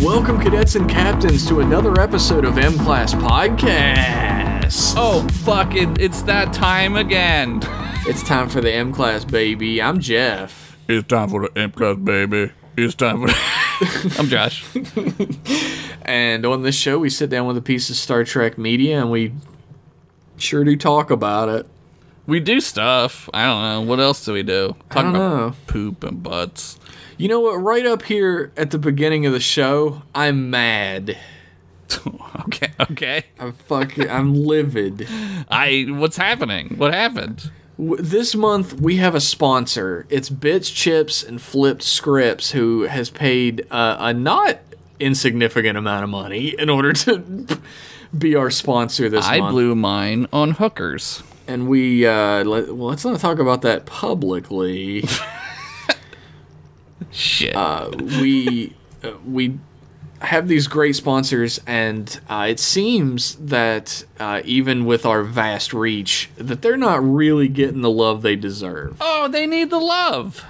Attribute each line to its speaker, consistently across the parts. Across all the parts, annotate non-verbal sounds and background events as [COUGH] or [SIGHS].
Speaker 1: Welcome, cadets and captains, to another episode of M Class Podcast.
Speaker 2: Oh, fuck it. It's that time again.
Speaker 1: It's time for the M Class, baby. I'm Jeff.
Speaker 3: It's time for the M class, baby. It's time for the
Speaker 2: [LAUGHS] I'm Josh.
Speaker 1: And on this show, we sit down with a piece of Star Trek media and we sure do talk about it.
Speaker 2: We do stuff. I don't know. What else do we do? Talk
Speaker 1: don't
Speaker 2: about
Speaker 1: know.
Speaker 2: poop and butts. [LAUGHS]
Speaker 1: You know what? Right up here at the beginning of the show, I'm mad.
Speaker 2: okay, okay.
Speaker 1: I'm fucking, I'm livid.
Speaker 2: I what's happening? What happened?
Speaker 1: W- This month we have a sponsor. It's Bitch Chips and Flipped Scripts, who has paid uh, a not insignificant amount of money in order to [LAUGHS] be our sponsor this
Speaker 2: I
Speaker 1: month.
Speaker 2: blew mine on hookers.
Speaker 1: and we uh, let, well, let's not talk about that
Speaker 2: [LAUGHS]
Speaker 1: publicly.
Speaker 2: Shit.
Speaker 1: Uh, we uh, we have these great sponsors, and uh, it seems that uh, even with our vast reach, that they're not really getting the love they deserve.
Speaker 2: oh, they need the love.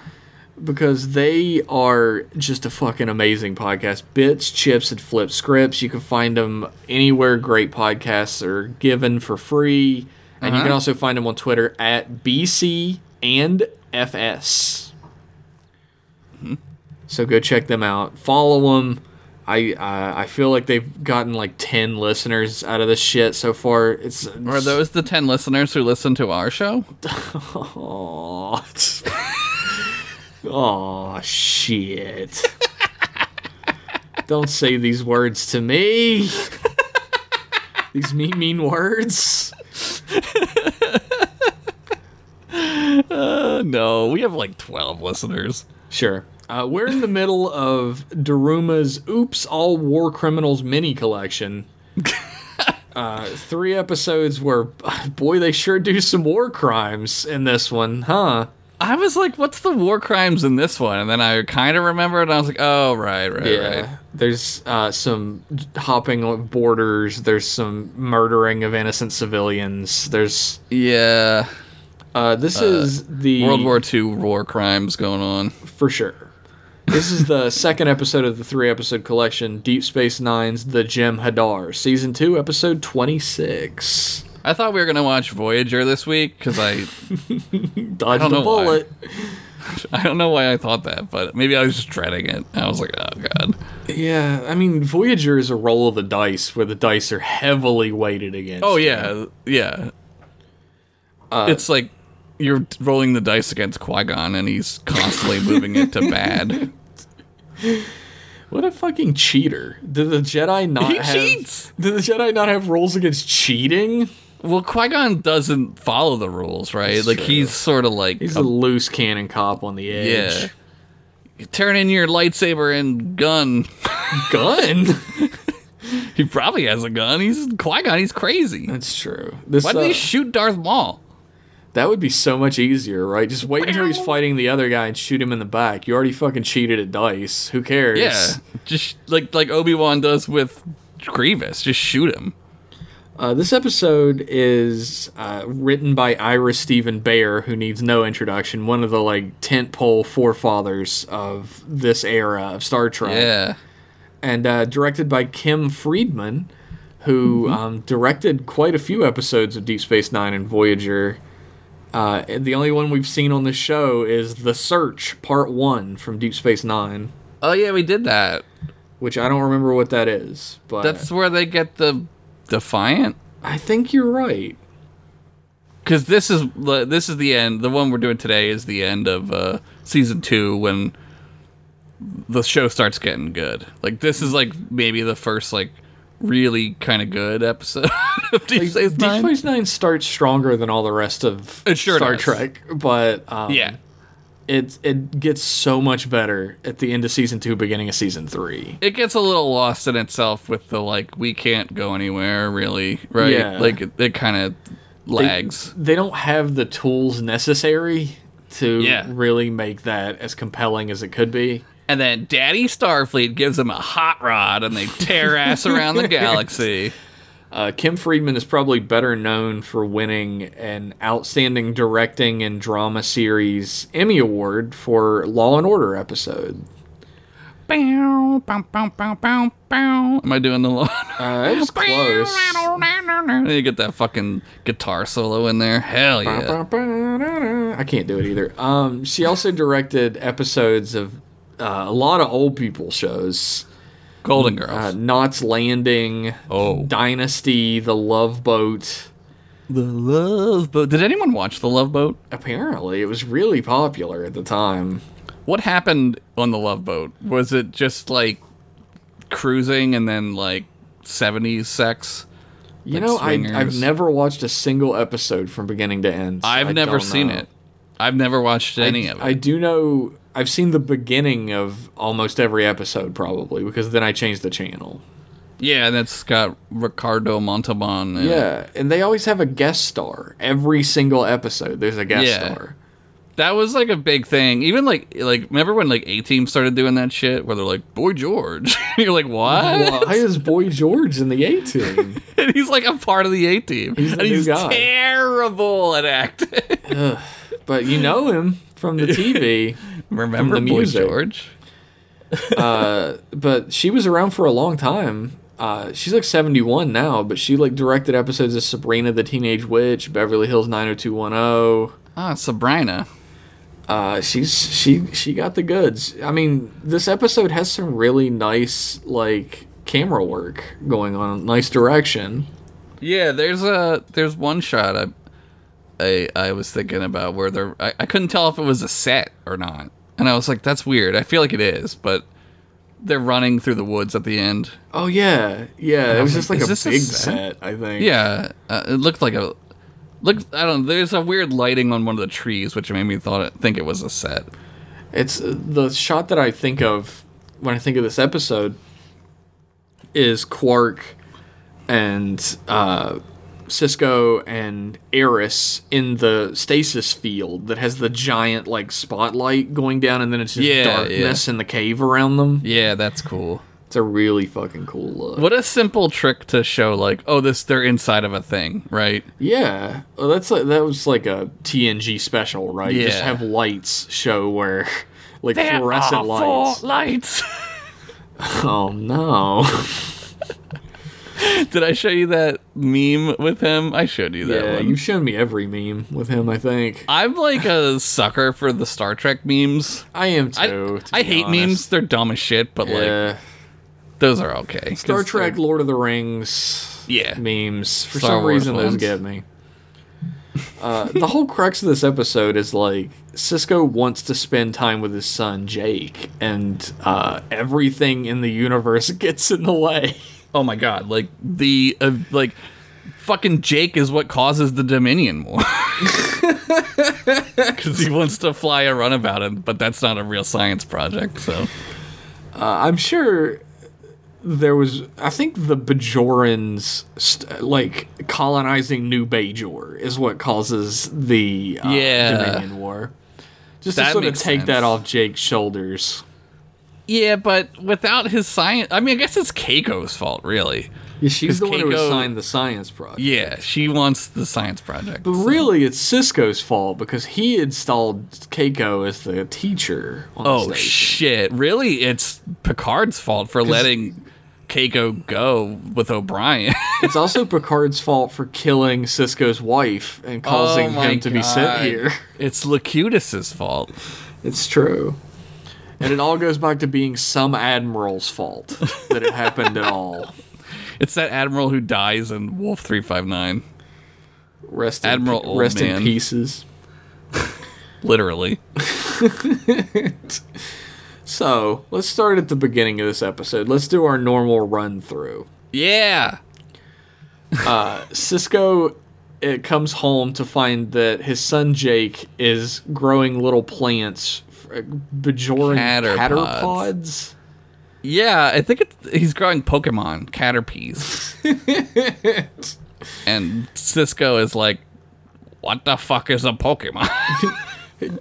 Speaker 1: because they are just a fucking amazing podcast. Bits, chips, and flip scripts. You can find them anywhere great podcasts are given for free, and you
Speaker 2: Uh-huh.
Speaker 1: can also find them on Twitter at BC and FS. So go check them out. Follow them. I uh, I feel like they've gotten like ten listeners out of this shit so far. It's
Speaker 2: Are those the 10 listeners who listen to our show?
Speaker 1: Aw. Aw, oh, shit. Don't say these words to me. These mean, mean words.
Speaker 2: Uh, no, we have like 12 listeners.
Speaker 1: Sure. Uh, we're in the middle of Daruma's Oops All War Criminals mini collection. Uh, three episodes where, boy, they sure do some war crimes in this one, huh?
Speaker 2: I was like, what's the war crimes in this one? And then I kind of remembered, and I was like, oh, right, right, right.
Speaker 1: Yeah. There's uh, some hopping on borders. There's some murdering of innocent civilians. There's
Speaker 2: Yeah.
Speaker 1: uh, this is the
Speaker 2: World War II war crimes going on.
Speaker 1: for sure. This is
Speaker 2: [LAUGHS]
Speaker 1: the second episode of the three episode collection, Deep Space Nine's The Gem Hadar, season two, episode twenty six.
Speaker 2: I thought we were gonna watch Voyager this week because I [LAUGHS]
Speaker 1: Dodged a
Speaker 2: know why.
Speaker 1: bullet.
Speaker 2: I don't know why I thought that, but maybe I was just dreading it. I was like, oh god.
Speaker 1: Yeah, I mean Voyager is a roll of the dice where the dice are heavily weighted against.
Speaker 2: Oh yeah, yeah.
Speaker 1: Uh,
Speaker 2: it's like you're rolling the dice against Qui Gon, and he's constantly moving it to bad.
Speaker 1: [LAUGHS] What a fucking cheater! Did the Jedi not
Speaker 2: He
Speaker 1: have?
Speaker 2: cheats!
Speaker 1: Did the Jedi not have rules against cheating?
Speaker 2: Well, Qui Gon doesn't follow the rules, right? like
Speaker 1: true.
Speaker 2: he's sort of like
Speaker 1: He's
Speaker 2: a-
Speaker 1: a loose cannon cop on the
Speaker 2: yeah.
Speaker 1: edge.
Speaker 2: You turn in your lightsaber and gun. [LAUGHS]
Speaker 1: Gun.
Speaker 2: He probably has a gun. He's Qui Gon. He's crazy.
Speaker 1: That's true. This
Speaker 2: Why did
Speaker 1: uh,
Speaker 2: he shoot Darth Maul?
Speaker 1: that would be so much easier, right? Just wait until he's fighting the other guy and shoot him in the back. You already fucking cheated at dice. Who cares?
Speaker 2: Yeah, just like like Obi Wan does with Grievous, just shoot him.
Speaker 1: Uh, this episode is uh, written by Ira Stephen Bear, who needs no introduction. One of the like tentpole forefathers of this era of Star Trek.
Speaker 2: Yeah,
Speaker 1: and uh, directed by Kim Friedman, who
Speaker 2: Mm-hmm.
Speaker 1: um, directed quite a few episodes of Deep Space Nine and Voyager. Uh, and the only one we've seen on the show is The Search Part One from Deep Space Nine,
Speaker 2: Oh yeah, we did that.
Speaker 1: which I don't remember what that is, but
Speaker 2: That's where they get the Defiant.
Speaker 1: I think you're right.
Speaker 2: Because this is the- this is the end. The one we're doing today is the end of uh, season two when the show starts getting good. Like this is like maybe the first like really kind of good episode [LAUGHS] of Deep Space
Speaker 1: Deep
Speaker 2: Nine.
Speaker 1: Space Nine starts stronger than all the rest of
Speaker 2: It sure
Speaker 1: Star
Speaker 2: does.
Speaker 1: Trek, but um,
Speaker 2: Yeah,
Speaker 1: it it gets so much better at the end of season two, beginning of season three.
Speaker 2: it gets a little lost in itself with the like we can't go anywhere really, right?
Speaker 1: Yeah.
Speaker 2: Like it, it kind of lags.
Speaker 1: they don't have the tools necessary to
Speaker 2: Yeah.
Speaker 1: really make that as compelling as it could be.
Speaker 2: And then Daddy Starfleet gives them a hot rod and they tear ass
Speaker 1: [LAUGHS]
Speaker 2: around the galaxy.
Speaker 1: Uh, Kim Friedman is probably better known for winning an outstanding directing and drama series Emmy Award for Law and Order episode.
Speaker 2: Bow, bow, bow, bow, bow, bow. Am I doing the long?
Speaker 1: Uh, that was close.
Speaker 2: [LAUGHS] you get that fucking guitar solo in there. Hell yeah.
Speaker 1: I can't do it either. Um, she also directed episodes of uh, a lot of old people shows.
Speaker 2: Golden
Speaker 1: Uh,
Speaker 2: Girls.
Speaker 1: Knots Landing,
Speaker 2: Oh.
Speaker 1: Dynasty, The Love Boat.
Speaker 2: The Love Boat. Did anyone watch The Love Boat?
Speaker 1: Apparently, it was really popular at the time.
Speaker 2: What happened on The Love Boat? Was it just like cruising and then like 70s sex?
Speaker 1: You
Speaker 2: Like
Speaker 1: know, I, I've
Speaker 2: swingers.
Speaker 1: never watched a single episode from beginning to end. so
Speaker 2: I've
Speaker 1: I
Speaker 2: never
Speaker 1: don't
Speaker 2: seen
Speaker 1: know.
Speaker 2: it. I've never watched any of it.
Speaker 1: I do know I've seen the beginning of almost every episode, probably, because then I changed the channel.
Speaker 2: yeah, and that's got Ricardo Montalban. in it.
Speaker 1: Yeah, and they always have a guest star. Every single episode, there's a guest
Speaker 2: Yeah. [LAUGHS]
Speaker 1: star.
Speaker 2: That was like a big thing. Even like like remember when like A Team started doing that shit where they're like Boy George. [LAUGHS] You're like what?
Speaker 1: Why is Boy George in the A team?
Speaker 2: [LAUGHS] and he's like a part of the A Team.
Speaker 1: the
Speaker 2: And
Speaker 1: new
Speaker 2: he's
Speaker 1: guy.
Speaker 2: terrible at acting. [LAUGHS]
Speaker 1: but you know him from the TV.
Speaker 2: remember
Speaker 1: From the
Speaker 2: Boy
Speaker 1: music.
Speaker 2: George?
Speaker 1: but she was around for a long time. Uh, she's like 71 now, but she like directed episodes of Sabrina the Teenage Witch, Beverly Hills 90210.
Speaker 2: Ah, Sabrina.
Speaker 1: Uh, she's she she got the goods. I mean, this episode has some really nice like camera work going on, nice direction.
Speaker 2: Yeah, there's a there's one shot I I I was thinking about where they're I, I couldn't tell if it was a set or not. And I was like, that's weird. I feel like it is, but they're running through the woods at the end.
Speaker 1: Oh yeah, yeah. It was
Speaker 2: like,
Speaker 1: just like a
Speaker 2: "Is
Speaker 1: big
Speaker 2: this a
Speaker 1: set?
Speaker 2: set?"
Speaker 1: I think.
Speaker 2: Yeah, uh, it looked like a look. I don't. There's a weird lighting on one of the trees, which made me thought it, think it was a set.
Speaker 1: It's uh, the shot that I think of when I think of this episode is Quark and uh, Cisco and Eris in the stasis field that has the giant like spotlight going down, and then it's just
Speaker 2: Yeah, yeah.
Speaker 1: darkness and the cave around them.
Speaker 2: Yeah, that's cool.
Speaker 1: It's a really fucking cool look.
Speaker 2: What a simple trick to show like, oh, this they're inside of a thing, right?
Speaker 1: Yeah, well, that's like, that was like a TNG special, right? Just
Speaker 2: Yeah.
Speaker 1: have lights show where [LAUGHS] like fluorescent lights. [LAUGHS]
Speaker 2: lights.
Speaker 1: Oh no. [LAUGHS]
Speaker 2: Did I show you that meme with him? I showed you that
Speaker 1: Yeah,
Speaker 2: one.
Speaker 1: you've shown me every meme with him. I think
Speaker 2: I'm like a sucker for the Star Trek memes.
Speaker 1: I am
Speaker 2: I,
Speaker 1: too. to
Speaker 2: I
Speaker 1: be
Speaker 2: hate memes.
Speaker 1: honest.
Speaker 2: They're dumb as shit, but like
Speaker 1: yeah,
Speaker 2: those are okay.
Speaker 1: Star
Speaker 2: 'cause
Speaker 1: Trek,
Speaker 2: they're-
Speaker 1: Lord of the Rings.
Speaker 2: Yeah.
Speaker 1: memes for
Speaker 2: Star
Speaker 1: some
Speaker 2: Wars
Speaker 1: reason those
Speaker 2: ones.
Speaker 1: get me. Uh, the whole crux of this episode is like Cisco wants to spend time with his son Jake, and uh, everything in the universe [LAUGHS] gets in the way.
Speaker 2: Oh my god! Like the uh, like fucking Jake is what causes the Dominion War [LAUGHS] because he wants to fly a runabout, and but that's not a real science project. So
Speaker 1: I'm sure there was. I think the Bajorans, st- like colonizing New Bajor, is what causes the uh,
Speaker 2: Yeah.
Speaker 1: Dominion War. Just to
Speaker 2: That
Speaker 1: sort of
Speaker 2: makes
Speaker 1: take that
Speaker 2: sense.
Speaker 1: off Jake's shoulders.
Speaker 2: yeah, but without his science, I mean, I guess it's Keiko's fault, really.
Speaker 1: Yeah, she's
Speaker 2: 'Cause
Speaker 1: the one who
Speaker 2: Keiko-
Speaker 1: assigned the science project.
Speaker 2: Yeah, she wants the science project.
Speaker 1: But really, it's Cisco's fault because he installed Keiko as the teacher. On
Speaker 2: Oh
Speaker 1: the station.
Speaker 2: shit! Really, it's Picard's fault for letting Keiko go with O'Brien. [LAUGHS]
Speaker 1: it's also Picard's fault for killing Cisco's wife and causing
Speaker 2: Oh my
Speaker 1: him to be sent
Speaker 2: God.
Speaker 1: here.
Speaker 2: it's Locutus's fault.
Speaker 1: It's true. And it all goes back to being some admiral's fault that it happened at all.
Speaker 2: It's that admiral who dies in Wolf Three Five Nine.
Speaker 1: Rest in,
Speaker 2: Admiral
Speaker 1: pe-
Speaker 2: Old
Speaker 1: rest in
Speaker 2: Man.
Speaker 1: pieces.
Speaker 2: Literally.
Speaker 1: So let's start at the beginning of this episode. Let's do our normal run through.
Speaker 2: Yeah.
Speaker 1: Cisco it comes home to find that his son Jake is growing little plants, f- eh, Bajoran
Speaker 2: Caterpods.
Speaker 1: caterpods.
Speaker 2: Yeah, I think it's, he's growing Pokemon caterpies. and Cisco is like, "What the fuck is a Pokemon?"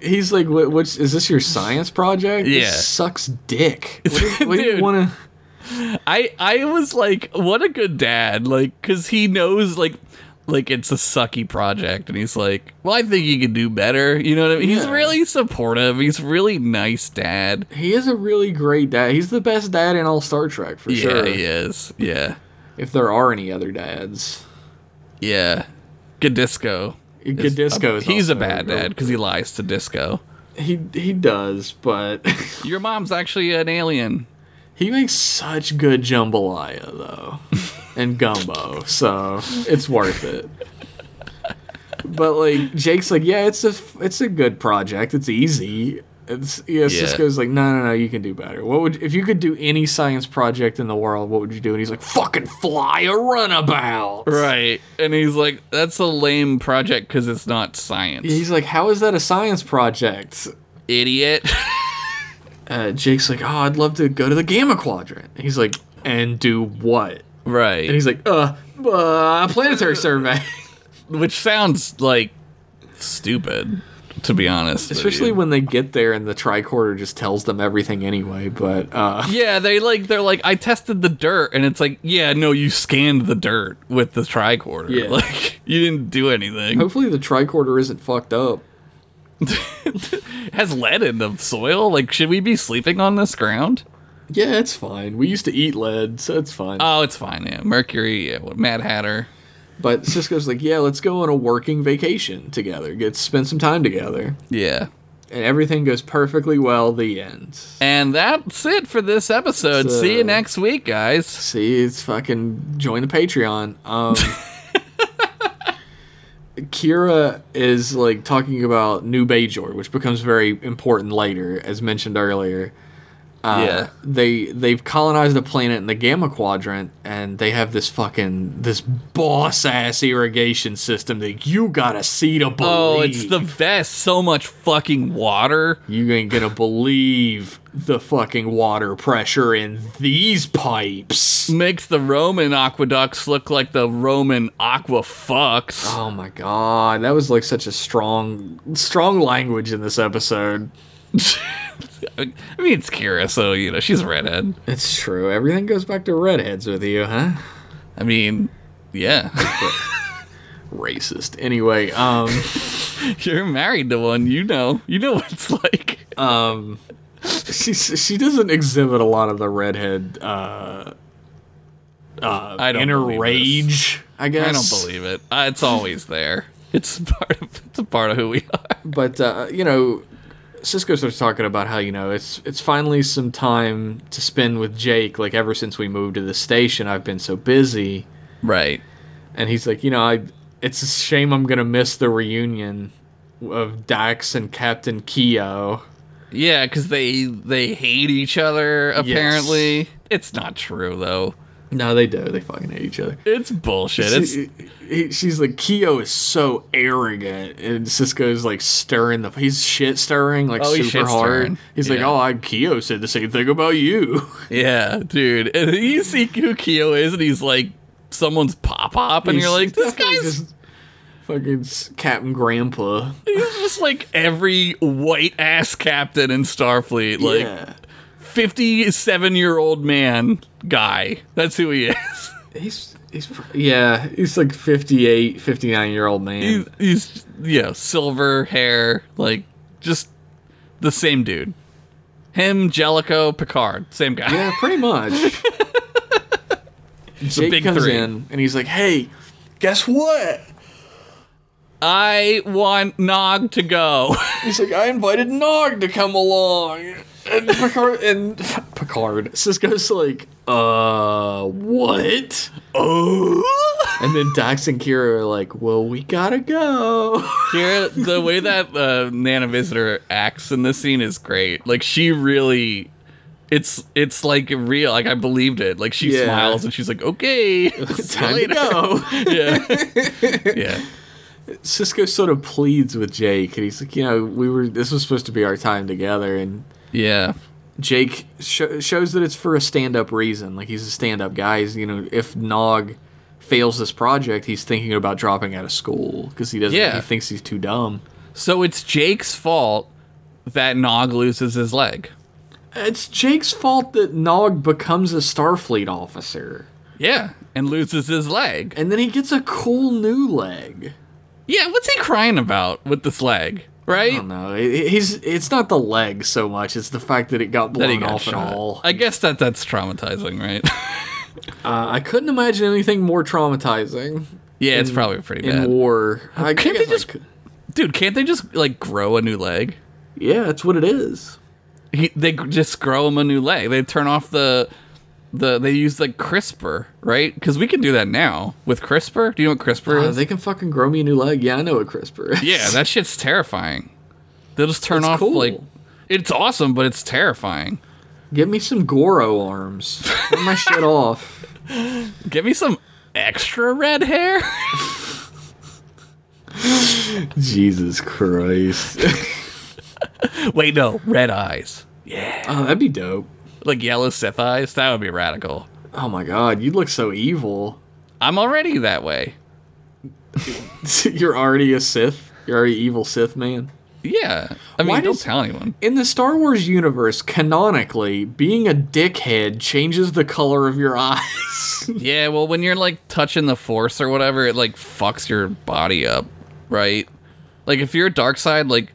Speaker 2: [LAUGHS]
Speaker 1: He's like, what, "What's is this your science project? This
Speaker 2: Yeah.
Speaker 1: sucks dick.
Speaker 2: [LAUGHS]
Speaker 1: What, do- what do you
Speaker 2: Dude.
Speaker 1: want to?"
Speaker 2: I I was like, "What a good dad!" Like, cause he knows like. like it's a sucky project and he's like well i think you could do better you know what i mean he's
Speaker 1: Yeah.
Speaker 2: really supportive he's really nice dad
Speaker 1: He is a really great dad. He's the best dad in all Star Trek for sure.
Speaker 2: yeah he is yeah
Speaker 1: If there are any other dads,
Speaker 2: yeah good disco
Speaker 1: good disco. is
Speaker 2: he's a
Speaker 1: also
Speaker 2: bad
Speaker 1: great-
Speaker 2: dad because he lies to disco
Speaker 1: He he does, but [LAUGHS]
Speaker 2: your mom's actually an alien
Speaker 1: he makes such good jambalaya
Speaker 2: [LAUGHS]
Speaker 1: though, and gumbo, so it's worth it. But like Jake's like, yeah, it's a it's a good project. It's easy. It's yeah, Cisco's like, no, no, no, you can do better. What would if you could do any science project in the world? What would you do? And he's like, fucking fly a runabout.
Speaker 2: right and he's like that's a lame project because it's not science
Speaker 1: He's like, how is that a science project?
Speaker 2: idiot [LAUGHS]
Speaker 1: Uh, Jake's like, oh, I'd love to go to the Gamma Quadrant. He's like, and do what? And
Speaker 2: right
Speaker 1: he's like, uh, uh planetary survey. [LAUGHS]
Speaker 2: which sounds like stupid to be honest with
Speaker 1: Especially
Speaker 2: you.
Speaker 1: when they get there and the tricorder just tells them everything anyway. But uh, [LAUGHS]
Speaker 2: Yeah, they like they're like I tested the dirt, and it's like yeah, no, you scanned the dirt with the tricorder.
Speaker 1: Yeah.
Speaker 2: [LAUGHS] Like you didn't do anything.
Speaker 1: hopefully the tricorder isn't fucked up.
Speaker 2: It has lead in the soil. Like should we be sleeping on this ground?
Speaker 1: Yeah, it's fine. We used to eat lead, so it's fine.
Speaker 2: Oh, it's fine. Yeah, mercury. Yeah, what, Mad Hatter.
Speaker 1: but Cisco's like, yeah, let's go on a working vacation together. Get spend some time together,
Speaker 2: Yeah.
Speaker 1: and everything goes perfectly well. The end.
Speaker 2: And that's it for this episode.
Speaker 1: So-
Speaker 2: See you next week, guys.
Speaker 1: See, it's fucking join the Patreon.
Speaker 2: [LAUGHS]
Speaker 1: Um, Kira is like talking about New Bajor, which becomes very important later, as mentioned earlier. Uh,
Speaker 2: Yeah.
Speaker 1: they they've colonized a planet in the Gamma Quadrant, and they have this fucking this boss ass irrigation system that you gotta see to believe.
Speaker 2: Oh, it's the best. So much fucking water.
Speaker 1: you ain't gonna believe the fucking water pressure in these pipes.
Speaker 2: Makes the Roman aqueducts look like the Roman aquafucks.
Speaker 1: Oh my god, that was like such a strong, strong language in this episode.
Speaker 2: I mean, it's Kira, so you know she's a redhead.
Speaker 1: It's true. Everything goes back to redheads with you, huh?
Speaker 2: I mean, yeah, [LAUGHS]
Speaker 1: Racist. Anyway, um, [LAUGHS]
Speaker 2: you're married to one. You know, you know what it's like.
Speaker 1: um, she she doesn't exhibit a lot of the redhead uh, uh,
Speaker 2: I don't
Speaker 1: inner
Speaker 2: believe this.
Speaker 1: rage. I guess
Speaker 2: I don't believe it. Uh, it's always there. It's [LAUGHS] part of. It's a part of who we are.
Speaker 1: but uh, you know, Cisco starts talking about how you know it's it's finally some time to spend with Jake. Like ever since we moved to the station, I've been so busy.
Speaker 2: Right.
Speaker 1: and he's like, you know, I it's a shame I'm gonna miss the reunion of Dax and Captain Keo.
Speaker 2: Yeah, because they they hate each other. Apparently, it's not true though.
Speaker 1: No, they do. They fucking hate each other.
Speaker 2: It's bullshit.
Speaker 1: [LAUGHS]
Speaker 2: It's
Speaker 1: She- he- she's like, Keo is so arrogant, and Cisco's like stirring the. He's shit stirring like
Speaker 2: Oh, he's
Speaker 1: super hard.
Speaker 2: shit-stirring.
Speaker 1: He's like,
Speaker 2: Yeah.
Speaker 1: oh, I, Keo said the same thing about you.
Speaker 2: yeah, dude. And you see who Kyo is, and he's like someone's pop pop, and you're like,
Speaker 1: He's [LAUGHS]
Speaker 2: this
Speaker 1: definitely
Speaker 2: guy's
Speaker 1: just fucking s- Captain Grandpa.
Speaker 2: He's just like every white ass captain in Starfleet, like
Speaker 1: yeah,
Speaker 2: fifty-seven year old man guy. That's who he is. [LAUGHS]
Speaker 1: he's he's pr- yeah, he's like 58, 59 year old man.
Speaker 2: He's, he's yeah, silver hair, like just the same dude. Him, Jellicoe, Picard, same guy.
Speaker 1: Yeah, pretty much. Jake
Speaker 2: big
Speaker 1: comes
Speaker 2: three.
Speaker 1: in and he's like, "Hey, guess what?"
Speaker 2: I want Nog
Speaker 1: [LAUGHS]
Speaker 2: to go.
Speaker 1: He's like, "I invited Nog to come along." And Picard and Picard Cisco's like, "Uh, what?"
Speaker 2: oh,
Speaker 1: And then Dax and Kira are like, "Well, we gotta go." [LAUGHS]
Speaker 2: Kira, the way that uh, Nana Visitor acts in this scene is great. Like she really, it's it's like real. Like I believed it. Like she
Speaker 1: Yeah.
Speaker 2: smiles and she's like, okay, [LAUGHS] see
Speaker 1: [LAUGHS]
Speaker 2: you
Speaker 1: Time to
Speaker 2: later."
Speaker 1: go.
Speaker 2: Yeah, yeah,
Speaker 1: Cisco sort of pleads with Jake, and he's like, "You know, we were. This was supposed to be our time together." And
Speaker 2: yeah.
Speaker 1: Jake sho shows that it's for a stand-up reason. Like he's a stand-up guy. He's, you know, if Nog fails this project, he's thinking about dropping out of school because he doesn't.
Speaker 2: Yeah.
Speaker 1: He thinks he's too dumb.
Speaker 2: So it's Jake's fault that Nog loses his leg.
Speaker 1: It's Jake's fault that Nog becomes a Starfleet officer.
Speaker 2: Yeah, and loses his leg.
Speaker 1: And then he gets a cool new leg.
Speaker 2: Yeah, what's he crying about with this leg?
Speaker 1: I
Speaker 2: Right?
Speaker 1: don't know. It- He's it's not the leg so much; it's the fact that it got blown
Speaker 2: that he got
Speaker 1: off
Speaker 2: shot.
Speaker 1: and all.
Speaker 2: I guess that that's traumatizing, right? [LAUGHS]
Speaker 1: Uh, I couldn't imagine anything more traumatizing
Speaker 2: yeah, it's probably pretty
Speaker 1: in
Speaker 2: bad.
Speaker 1: war. I
Speaker 2: Can't they
Speaker 1: guess I
Speaker 2: just-
Speaker 1: could-
Speaker 2: Dude, can't they just like grow a new leg?
Speaker 1: yeah, that's what it is.
Speaker 2: He, they g- just grow him a new leg. They turn off the the they use like CRISPR, right? Because we can do that now with CRISPR. Do you know what CRISPR
Speaker 1: Uh,
Speaker 2: is?
Speaker 1: they can fucking grow me a new leg. Yeah, I know what CRISPR is.
Speaker 2: yeah, that shit's terrifying. They'll just turn
Speaker 1: It's
Speaker 2: off
Speaker 1: cool.
Speaker 2: like it's awesome, but it's terrifying.
Speaker 1: Give me some Goro arms. Get my
Speaker 2: [LAUGHS]
Speaker 1: shit off.
Speaker 2: Give me some extra red hair. [LAUGHS]
Speaker 1: Jesus Christ. [LAUGHS]
Speaker 2: Wait, no, red eyes.
Speaker 1: oh, that'd be dope.
Speaker 2: Like yellow Sith eyes. That would be radical.
Speaker 1: Oh my god, you look so evil. [LAUGHS]
Speaker 2: I'm already that way.
Speaker 1: You're already a Sith. You're already evil Sith man.
Speaker 2: Yeah. I mean,
Speaker 1: Why
Speaker 2: don't
Speaker 1: does-
Speaker 2: tell
Speaker 1: [LAUGHS]
Speaker 2: anyone.
Speaker 1: In the Star Wars universe, canonically, being a dickhead changes the color of your [LAUGHS] eyes.
Speaker 2: Yeah, well, when you're like touching the force or whatever, it like fucks your body up, right? Like if you're dark side, like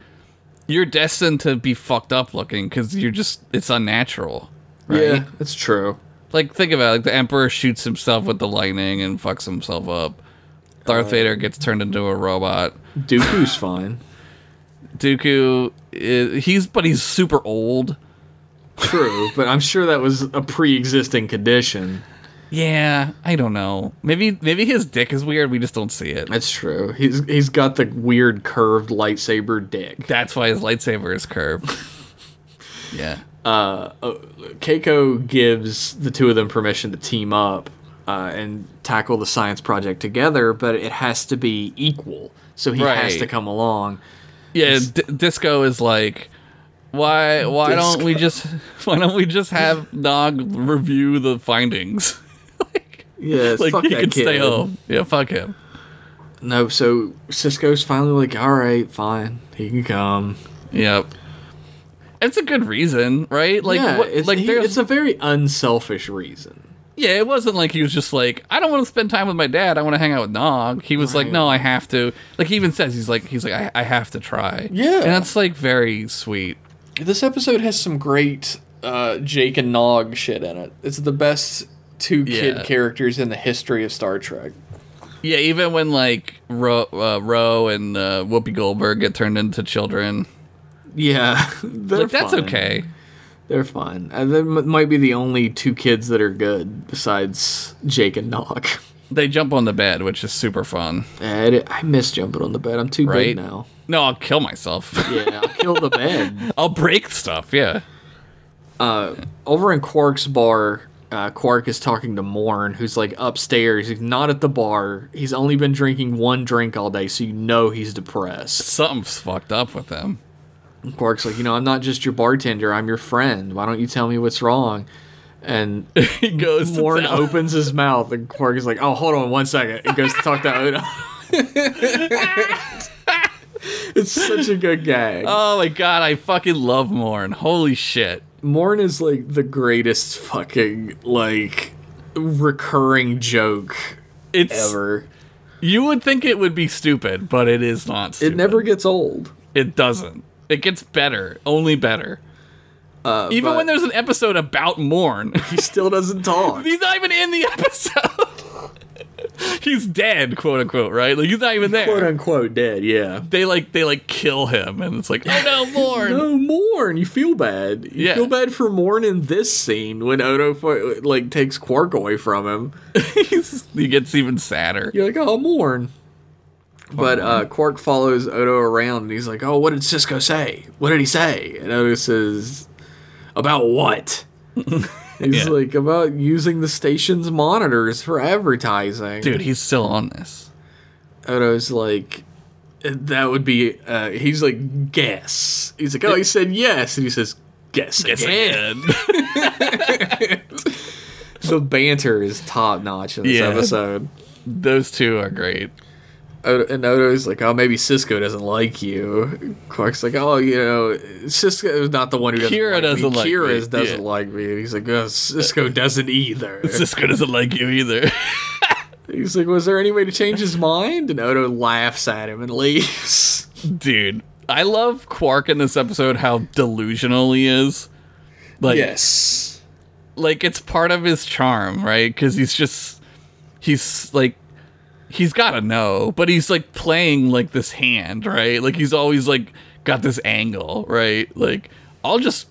Speaker 2: you're destined to be fucked up looking because you're just it's unnatural, right?
Speaker 1: Yeah, that's true.
Speaker 2: Like think about it, like the emperor shoots himself with the lightning and fucks himself up. Darth Vader gets turned into a robot.
Speaker 1: Dooku's
Speaker 2: [LAUGHS]
Speaker 1: fine.
Speaker 2: Dooku, i he's but he's super old.
Speaker 1: True, but I'm sure that was a pre-existing condition.
Speaker 2: Yeah, I don't know. Maybe maybe his dick is weird. We just don't see it.
Speaker 1: That's true. He's he's got the weird curved lightsaber dick.
Speaker 2: That's why his lightsaber
Speaker 1: [LAUGHS]
Speaker 2: is curved. yeah.
Speaker 1: Keiko gives the two of them permission to team up uh, and tackle the science project together, but it has to be equal. So he has
Speaker 2: Right.
Speaker 1: to come along.
Speaker 2: Yeah, d- disco is like why why don't we just [LAUGHS] why don't we just have Nog review the findings? [LAUGHS] like
Speaker 1: Yeah,
Speaker 2: like
Speaker 1: fuck
Speaker 2: he
Speaker 1: that
Speaker 2: can
Speaker 1: kid.
Speaker 2: stay home. Yeah, fuck him.
Speaker 1: No, so Cisco's finally like, all right, fine, he can come.
Speaker 2: Yep. It's a good reason, right? Like
Speaker 1: yeah,
Speaker 2: what,
Speaker 1: it's,
Speaker 2: like
Speaker 1: he-
Speaker 2: there's
Speaker 1: it's a very unselfish reason.
Speaker 2: Yeah, it wasn't like he was just like, I don't want to spend time with my dad. I want to hang out with Nog. He was like,
Speaker 1: Right.
Speaker 2: no, I have to. Like he even says, he's like, he's like, I, I have to try.
Speaker 1: Yeah.
Speaker 2: and that's like very sweet.
Speaker 1: This episode has some great uh, Jake and Nog shit in it. It's the best two kid
Speaker 2: Yeah.
Speaker 1: characters in the history of Star Trek.
Speaker 2: Yeah, even when like Ro, uh, Ro and uh, Whoopi Goldberg get turned into children,
Speaker 1: Yeah, [LAUGHS] they're
Speaker 2: like that's
Speaker 1: fine.
Speaker 2: okay.
Speaker 1: They're fine. Uh, they m- might be the only two kids that are good besides Jake and Nog. [LAUGHS]
Speaker 2: They jump on the bed, which is super fun,
Speaker 1: And I miss jumping on the bed. I'm too
Speaker 2: right?
Speaker 1: big now.
Speaker 2: No, I'll kill myself.
Speaker 1: [LAUGHS] Yeah, I'll kill the bed.
Speaker 2: I'll break stuff. Yeah.
Speaker 1: [LAUGHS] over in Quark's bar, uh, Quark is talking to Morn, who's like upstairs. He's not at the bar. He's only been drinking one drink all day, so you know he's depressed.
Speaker 2: Something's fucked up with them. [LAUGHS]
Speaker 1: And Quark's like, you know, I'm not just your bartender. I'm your friend. Why don't you tell me what's wrong?
Speaker 2: [LAUGHS]
Speaker 1: And
Speaker 2: he goes to
Speaker 1: Morn
Speaker 2: tell-
Speaker 1: opens his mouth, and Quark is like, oh, hold on one second. He goes to talk to Odo. [LAUGHS] it's such a good gag.
Speaker 2: Oh my god, I fucking love Morn. Holy shit.
Speaker 1: Morn is like the greatest fucking like recurring joke
Speaker 2: It's
Speaker 1: ever.
Speaker 2: You would think it would be stupid, but it is not
Speaker 1: It
Speaker 2: stupid.
Speaker 1: never gets old.
Speaker 2: it doesn't. It gets better, only better. even
Speaker 1: Uh, but-
Speaker 2: when there's an episode about Morn,
Speaker 1: He still doesn't
Speaker 2: [LAUGHS]
Speaker 1: talk.
Speaker 2: he's not even in the episode. [LAUGHS] he's dead, quote unquote, right? Like he's not even there.
Speaker 1: Quote unquote dead, yeah.
Speaker 2: they like they like kill him, and it's like, oh no, Morn.
Speaker 1: No, Morn, you feel bad. You
Speaker 2: Yeah.
Speaker 1: feel bad for Morn in this scene when Odo fu- like takes Quark away from him.
Speaker 2: [LAUGHS] He's- he gets even sadder.
Speaker 1: You're like, oh, Morn.
Speaker 2: Oh.
Speaker 1: But uh, Quark follows Odo around and he's like, oh, what did Cisco say? What did he say? And Odo says, about
Speaker 2: [LAUGHS]
Speaker 1: what? he's
Speaker 2: Yeah.
Speaker 1: like, about using the station's monitors for advertising.
Speaker 2: Dude, he's still on this.
Speaker 1: Odo's like, that would be. Uh, he's like, guess. He's like, oh, he said yes, and he says, guess.
Speaker 2: Yes,
Speaker 1: again."
Speaker 2: [LAUGHS]
Speaker 1: The banter is top notch in this
Speaker 2: Yeah.
Speaker 1: episode.
Speaker 2: Those two are great.
Speaker 1: Odo, and Odo's like, oh, maybe Cisco doesn't like you. Quark's like, oh, you know, Cisco's not the one who doesn't
Speaker 2: Kira
Speaker 1: like
Speaker 2: doesn't
Speaker 1: me.
Speaker 2: like
Speaker 1: Kira
Speaker 2: me,
Speaker 1: doesn't
Speaker 2: yeah.
Speaker 1: like me. And he's like, oh,
Speaker 2: [LAUGHS]
Speaker 1: Cisco doesn't either.
Speaker 2: Cisco doesn't like you either. [LAUGHS]
Speaker 1: He's like, was there any way to change his mind? And Odo laughs at him and leaves.
Speaker 2: Dude, I love Quark in this episode how delusional he is. Like
Speaker 1: yes.
Speaker 2: like it's part of his charm, right? Cuz he's just he's like he's got to know, but he's like playing like this hand, right? Like he's always like got this angle, right? Like I'll just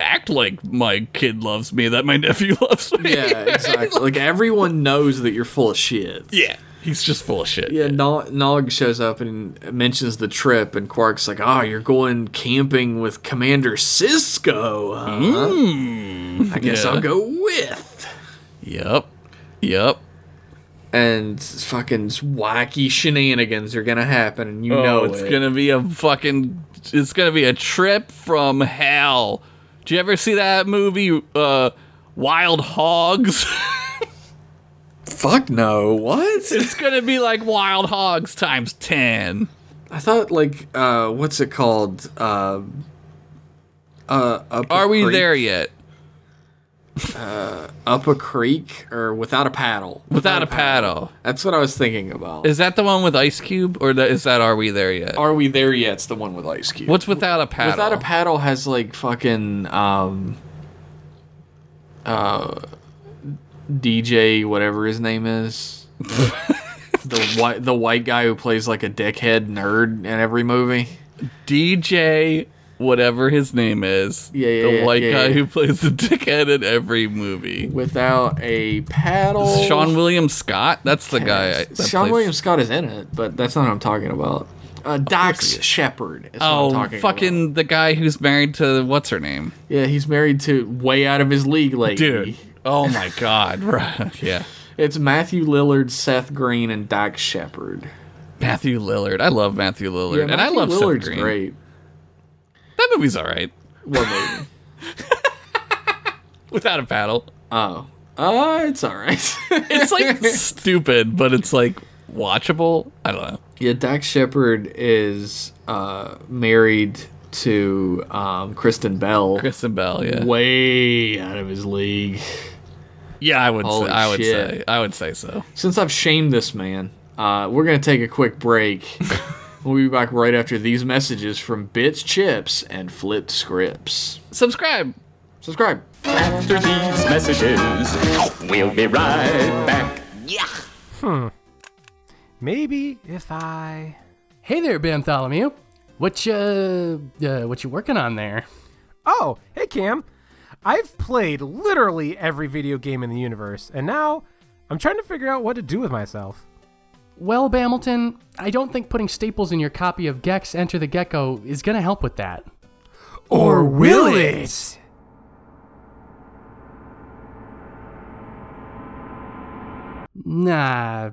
Speaker 2: act like my kid loves me, that my [LAUGHS] nephew loves
Speaker 1: [LAUGHS]
Speaker 2: me.
Speaker 1: Yeah, exactly. like everyone knows that you're full of shit.
Speaker 2: [LAUGHS] yeah. He's just full of shit.
Speaker 1: Yeah, Nog, Nog shows up and mentions the trip, and Quark's like, "Oh, you're going camping with Commander Cisco. Huh? I guess
Speaker 2: yeah.
Speaker 1: I'll go with."
Speaker 2: Yep. Yep.
Speaker 1: And fucking wacky shenanigans are gonna happen, and you know
Speaker 2: No, it's
Speaker 1: it.
Speaker 2: gonna be a fucking. It's gonna be a trip from hell. Do you ever see that movie, uh, Wild Hogs? [LAUGHS]
Speaker 1: Fuck no! What?
Speaker 2: it's gonna be like Wild Hogs times ten.
Speaker 1: [LAUGHS] I thought like, uh, what's it called? Uh, uh, up a
Speaker 2: Are we
Speaker 1: creek,
Speaker 2: there yet?
Speaker 1: Up a creek or without a paddle?
Speaker 2: Without a paddle.
Speaker 1: That's what I was thinking about.
Speaker 2: Is that the one with Ice Cube, or the, is that Are We There Yet?
Speaker 1: Are we there yet? It's the one with Ice Cube.
Speaker 2: What's without a paddle?
Speaker 1: Without a paddle has like fucking um uh DJ whatever his name
Speaker 2: [LAUGHS]
Speaker 1: is. the white the white guy who plays like a dickhead nerd in every movie.
Speaker 2: DJ, whatever his name is,
Speaker 1: Yeah, yeah,
Speaker 2: the
Speaker 1: yeah,
Speaker 2: white
Speaker 1: yeah,
Speaker 2: guy
Speaker 1: yeah.
Speaker 2: who plays the [LAUGHS] dickhead in every movie.
Speaker 1: Without a paddle.
Speaker 2: Sean William Scott. That's the guy. I, that
Speaker 1: Sean
Speaker 2: plays-
Speaker 1: William Scott is in it, but that's not what I'm talking about. Uh, Dax Shepard is
Speaker 2: Oh,
Speaker 1: what I'm talking
Speaker 2: fucking
Speaker 1: about.
Speaker 2: the guy who's married to what's her name,
Speaker 1: Yeah, he's married to way out of his league lady.
Speaker 2: Oh my god, [LAUGHS] right? Yeah,
Speaker 1: It's Matthew Lillard, Seth Green, and Dax Shepard.
Speaker 2: Matthew Lillard. I love Matthew Lillard, and I
Speaker 1: Matthew
Speaker 2: love Lillard's
Speaker 1: Lillard's
Speaker 2: Seth Green.
Speaker 1: great.
Speaker 2: That movie's all right
Speaker 1: What
Speaker 2: [LAUGHS]
Speaker 1: movie?
Speaker 2: without a paddle.
Speaker 1: oh, uh, it's all right.
Speaker 2: [LAUGHS] It's like
Speaker 1: [LAUGHS]
Speaker 2: stupid, but it's like watchable. I don't know.
Speaker 1: yeah, Dax Shepard is uh, married to um, Kristen Bell.
Speaker 2: Kristen Bell. Yeah,
Speaker 1: Way out of his league.
Speaker 2: yeah. I would. Say,
Speaker 1: Holy
Speaker 2: I would
Speaker 1: shit.
Speaker 2: say. I would say so.
Speaker 1: Since I've shamed this man, uh, we're gonna take a quick
Speaker 2: [LAUGHS]
Speaker 1: break. we'll be back right after these messages from Bitch Chips and Flipped Scripts.
Speaker 2: Subscribe.
Speaker 1: Subscribe.
Speaker 4: After these messages, we'll be right back.
Speaker 5: Maybe if I. Hey there, Bartholomew. What you uh, what you working on there?
Speaker 6: Oh, hey Cam. I've played literally every video game in the universe, and now I'm trying to figure out what to do with myself.
Speaker 5: Well, Bamilton, I don't think putting staples in your copy of Gex Enter the Gecko is gonna help with that.
Speaker 6: Or
Speaker 5: will it? Nah,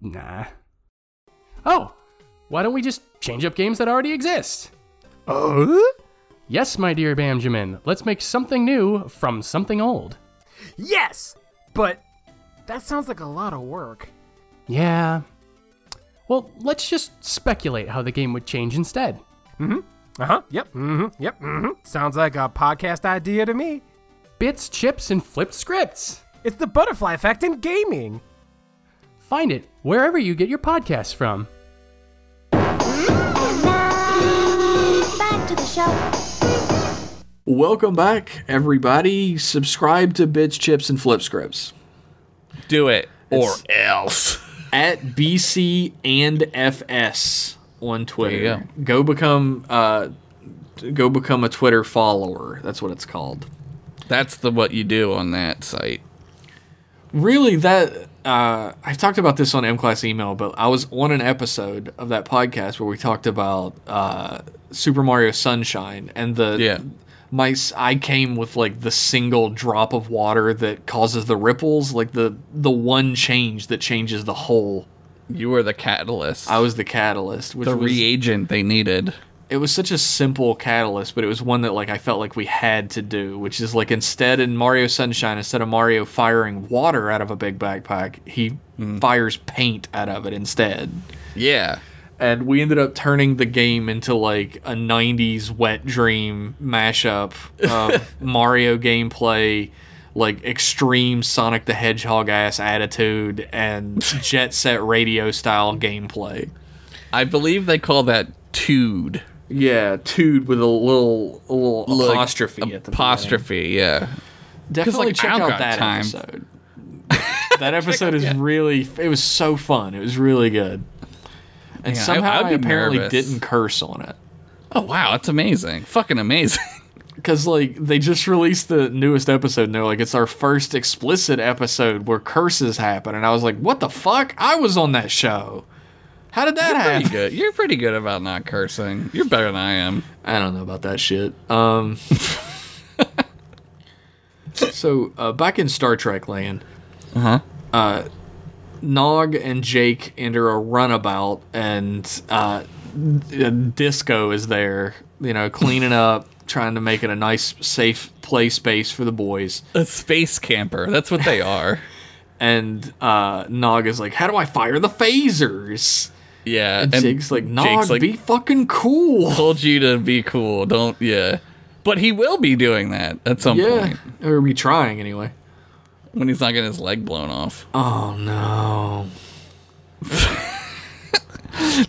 Speaker 5: nah. Oh, why don't we just change up games that already exist?
Speaker 6: Uh?
Speaker 5: Yes, my dear Benjamin, let's make something new from something old.
Speaker 6: Yes! But that sounds like a lot of work.
Speaker 5: Yeah. Well, let's just speculate how the game would change instead.
Speaker 6: Uh huh. Yep. Mm hmm. Yep. Mm hmm. Sounds like a podcast idea to me.
Speaker 5: Bits, chips, and flipped scripts.
Speaker 6: It's the butterfly effect in gaming.
Speaker 5: Find it wherever you get your podcasts from.
Speaker 7: Back to the show.
Speaker 1: Welcome back, everybody. Subscribe to Bitch Chips and Flip Scripts.
Speaker 2: Do it or
Speaker 1: It's-
Speaker 2: else.
Speaker 1: at BC and FS on Twitter.
Speaker 2: There you
Speaker 1: go. become uh, t- go become a Twitter follower. That's what it's called.
Speaker 2: That's the what you do on that site.
Speaker 1: Really, that uh, I've talked about this on M Class email, but I was on an episode of that podcast where we talked about uh, Super Mario Sunshine and the
Speaker 2: Yeah.
Speaker 1: My s- I came with like the single drop of water that causes the ripples, like the the one change that changes the whole.
Speaker 2: You were the catalyst.
Speaker 1: I was the catalyst, which
Speaker 2: the
Speaker 1: was
Speaker 2: reagent they needed.
Speaker 1: it was such a simple catalyst, but it was one that like I felt like we had to do, which is like instead in Mario Sunshine, instead of Mario firing water out of a big backpack, he fires paint out of it instead.
Speaker 2: Yeah.
Speaker 1: and we ended up turning the game into like a 90s wet dream mashup of mario gameplay like extreme sonic the hedgehog ass attitude and jet set radio style gameplay
Speaker 2: I believe they call that tood.
Speaker 1: yeah dude with a little a little
Speaker 2: Like,
Speaker 1: apostrophe at the
Speaker 2: apostrophe, yeah.
Speaker 1: beginning. definitely
Speaker 2: like, I
Speaker 1: check
Speaker 2: don't
Speaker 1: out
Speaker 2: got
Speaker 1: that
Speaker 2: time.
Speaker 1: episode that episode
Speaker 2: [LAUGHS]
Speaker 1: is really it was so fun it was really good and
Speaker 2: Yeah, I-
Speaker 1: somehow
Speaker 2: I'd
Speaker 1: I
Speaker 2: be
Speaker 1: apparently
Speaker 2: nervous.
Speaker 1: didn't curse on it
Speaker 2: Oh wow, that's amazing. Fucking amazing. [LAUGHS]
Speaker 1: because like they just released the newest episode and they're like it's our first explicit episode where curses happen and i was like what the fuck i was on that show how did that
Speaker 2: pretty
Speaker 1: happen
Speaker 2: good. You're pretty good about not cursing. You're better than I am.
Speaker 1: i don't know about that shit um [LAUGHS] so uh, back in star trek land uh-huh uh nog and jake enter a runabout and uh d- disco is there you know cleaning up trying to make it a nice safe play space for the boys
Speaker 2: A space camper. That's what
Speaker 1: [LAUGHS]
Speaker 2: they are.
Speaker 1: and uh, Nog is like, "How do I fire the phasers?"
Speaker 2: Yeah.
Speaker 1: And, Jake's like, "Nog,
Speaker 2: Jake's like-
Speaker 1: be fucking cool."
Speaker 2: told you to be cool. Don't yeah. But he will be doing that at some
Speaker 1: Yeah,
Speaker 2: point
Speaker 1: or be trying anyway.
Speaker 2: when he's not getting his leg blown off.
Speaker 1: Oh no.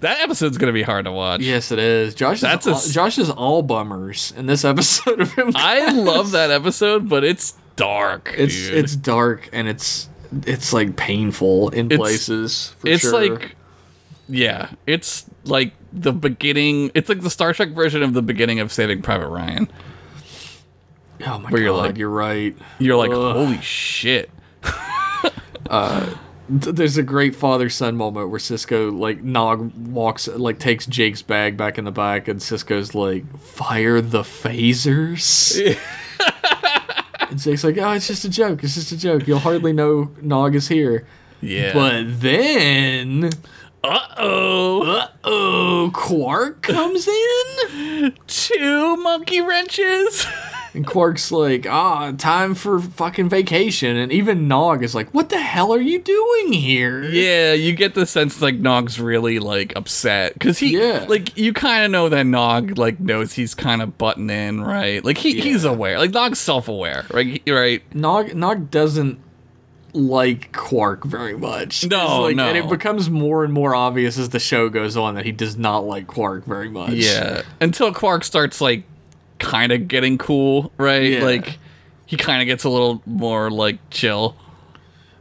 Speaker 2: That episode's gonna be hard to watch.
Speaker 1: Yes, it is. Josh.
Speaker 2: That's
Speaker 1: That's
Speaker 2: a
Speaker 1: is, all,
Speaker 2: s-
Speaker 1: Josh is all bummers in this [LAUGHS] episode of him. [LAUGHS]
Speaker 2: I love that episode, but it's dark.
Speaker 1: it's
Speaker 2: dude.
Speaker 1: it's dark and it's it's like painful in
Speaker 2: It's-
Speaker 1: places. For
Speaker 2: it's
Speaker 1: sure.
Speaker 2: like yeah, it's like the beginning. It's like the Star Trek version of the beginning of Saving Private Ryan.
Speaker 1: oh my god,
Speaker 2: where you're
Speaker 1: you're,
Speaker 2: like-
Speaker 1: right.
Speaker 2: You're like,
Speaker 1: Ugh.
Speaker 2: holy shit.
Speaker 1: Th- There's a great father son moment where Cisco like Nog walks like takes Jake's bag back in the back and Cisco's like fire the
Speaker 2: [LAUGHS]
Speaker 1: phasers. and Jake's like, "Oh, it's just a joke. It's just a joke. You'll hardly know Nog is here."
Speaker 2: Yeah.
Speaker 1: But then,
Speaker 2: uh oh,
Speaker 1: [LAUGHS] oh, Quark comes in.
Speaker 2: two monkey wrenches.
Speaker 1: And Quark's like, "Ah, time for fucking vacation." And even Nog is like, "What the hell are you doing here?"
Speaker 2: Yeah, you get the sense like Nog's really like upset because he,
Speaker 1: Yeah.
Speaker 2: like you kind of know that Nog like knows he's kind of butting in, right? Like he, he's aware, like Nog's self-aware, right? He- Right?
Speaker 1: Nog Nog doesn't like Quark very much.
Speaker 2: No,
Speaker 1: It's like- and it
Speaker 2: no.
Speaker 1: becomes more and more obvious as the show goes on that he does not like Quark very much.
Speaker 2: Yeah. Until Quark starts like kind of getting cool, right?
Speaker 1: Yeah.
Speaker 2: Like he kind of gets a little more like chill.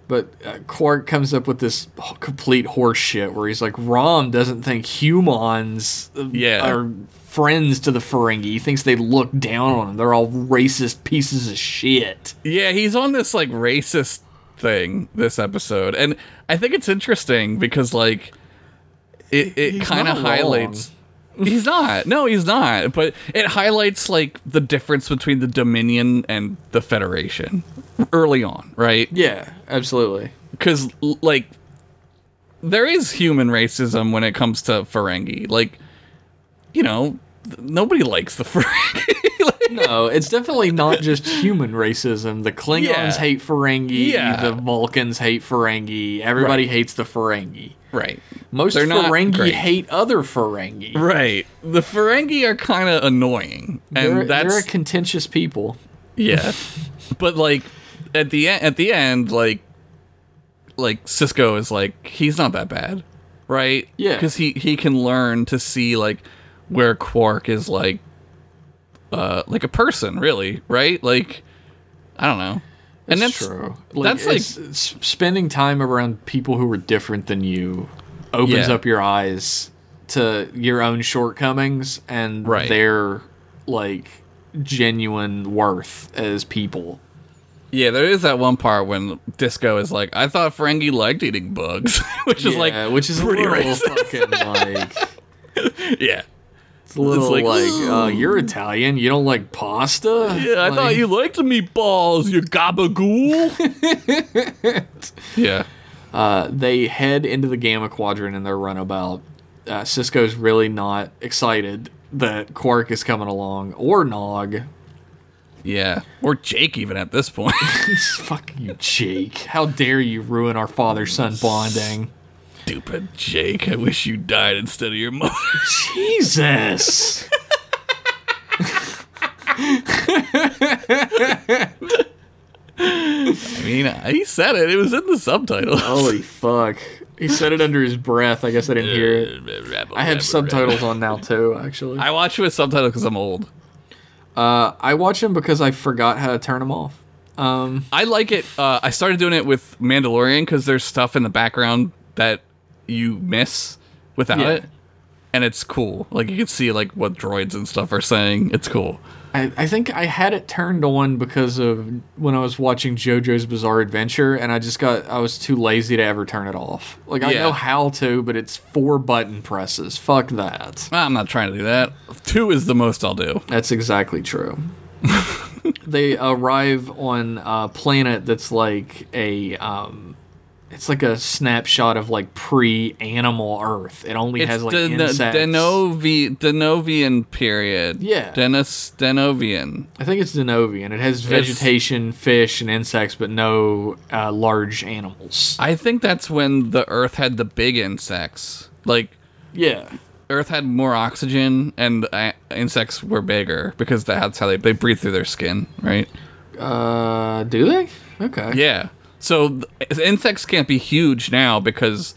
Speaker 1: But uh, Quark comes up with this h- complete horse shit where he's like, Rom doesn't think humans uh,
Speaker 2: Yeah.
Speaker 1: are friends to the Ferengi. He thinks they look down on them. They're all racist pieces of shit.
Speaker 2: Yeah, he's on this like racist thing this episode, and I think it's interesting because like it it
Speaker 1: He's
Speaker 2: kind
Speaker 1: not
Speaker 2: of
Speaker 1: wrong.
Speaker 2: highlights. He's not. No, he's not. But it highlights like the difference between the Dominion and the Federation early on, right?
Speaker 1: Yeah, absolutely.
Speaker 2: Because like there is human racism when it comes to Ferengi. Like you know, th- nobody likes the Ferengi. [LAUGHS] Like,
Speaker 1: No, it's definitely not just human racism. The Klingons
Speaker 2: Yeah.
Speaker 1: hate Ferengi.
Speaker 2: Yeah.
Speaker 1: The Vulcans hate Ferengi. Everybody hates the Ferengi.
Speaker 2: right.
Speaker 1: Most
Speaker 2: They're not
Speaker 1: Ferengi
Speaker 2: great.
Speaker 1: hate other Ferengi.
Speaker 2: Right. The Ferengi are kind of annoying, and
Speaker 1: They're,
Speaker 2: that's
Speaker 1: they're a contentious people. [LAUGHS]
Speaker 2: yeah. but like at the end, at the end, like like Cisco is like he's not that bad, right?
Speaker 1: Yeah.
Speaker 2: because he he can learn to see like where Quark is like uh like a person, really, right? Like I don't know, and that's
Speaker 1: true.
Speaker 2: that's, like-
Speaker 1: it's- it's spending time around people who are different than you opens
Speaker 2: Yeah.
Speaker 1: up your eyes to your own shortcomings and
Speaker 2: Right.
Speaker 1: their like genuine worth as people.
Speaker 2: Yeah, there is that one part when Disco is like, "I thought Ferengi liked eating bugs," [LAUGHS] which is like,
Speaker 1: Yeah, which is
Speaker 2: pretty
Speaker 1: a little
Speaker 2: racist.
Speaker 1: fucking
Speaker 2: [LAUGHS]
Speaker 1: like
Speaker 2: yeah,
Speaker 1: It's a little
Speaker 2: like,
Speaker 1: like, uh, you're Italian. You don't like pasta.
Speaker 2: Yeah, I thought
Speaker 1: Like,
Speaker 2: you liked meatballs, you gabagool. [LAUGHS] yeah.
Speaker 1: Uh, they head into the Gamma Quadrant in their runabout. Uh, Cisco's really not excited that Quark is coming along or Nog.
Speaker 2: Yeah. Or Jake, even at this point. [LAUGHS]
Speaker 1: Fuck you, Jake. How dare you ruin our father son bonding?
Speaker 2: Stupid Jake, I wish you died instead of your mother.
Speaker 1: Jesus.
Speaker 2: I mean, he said it. It was in the subtitle. [LAUGHS]
Speaker 1: Holy fuck. He said it under his breath. I guess I didn't hear it. I have subtitles on now too, actually.
Speaker 2: I watch it with subtitles because I'm old.
Speaker 1: I watch them because I forgot how to turn them off.
Speaker 2: I like it. Uh, I started doing it with Mandalorian because there's stuff in the background that you miss without
Speaker 1: Yeah.
Speaker 2: it, and it's cool. Like you can see like what droids and stuff are saying. It's cool.
Speaker 1: I, I think I had it turned on because of when I was watching JoJo's Bizarre Adventure, and I just got I was too lazy to ever turn it off. Like I
Speaker 2: Yeah.
Speaker 1: know how to, but it's four button presses. Fuck that.
Speaker 2: I'm not trying to do that. Two is the most I'll do.
Speaker 1: That's exactly [LAUGHS] true. they arrive on a planet that's like a um, it's like a snapshot of like pre-animal Earth. It only
Speaker 2: It's
Speaker 1: has like
Speaker 2: the, the
Speaker 1: insects.
Speaker 2: Denovi, Denovian period.
Speaker 1: Yeah.
Speaker 2: Dennis Denovian.
Speaker 1: I think it's Denovian. It has vegetation, fish, and insects, but no uh, large animals.
Speaker 2: I think that's when the Earth had the big insects. Like
Speaker 1: Yeah.
Speaker 2: Earth had more oxygen, and uh, insects were bigger because that's how they they breathe through their skin, right?
Speaker 1: Uh, do they? Okay.
Speaker 2: Yeah. So th- insects can't be huge now because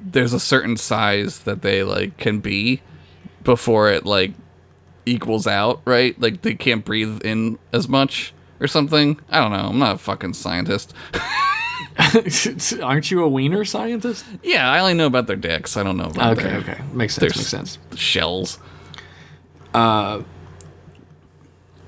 Speaker 2: there's a certain size that they like can be before it like equals out, right? Like they can't breathe in as much or something. I don't know. I'm not a fucking scientist.
Speaker 1: [LAUGHS] Aren't you a wiener scientist?
Speaker 2: Yeah, I only know about their dicks. I don't know about
Speaker 1: Okay.
Speaker 2: their
Speaker 1: Okay. Makes sense.
Speaker 2: There's-
Speaker 1: Makes sense.
Speaker 2: shells.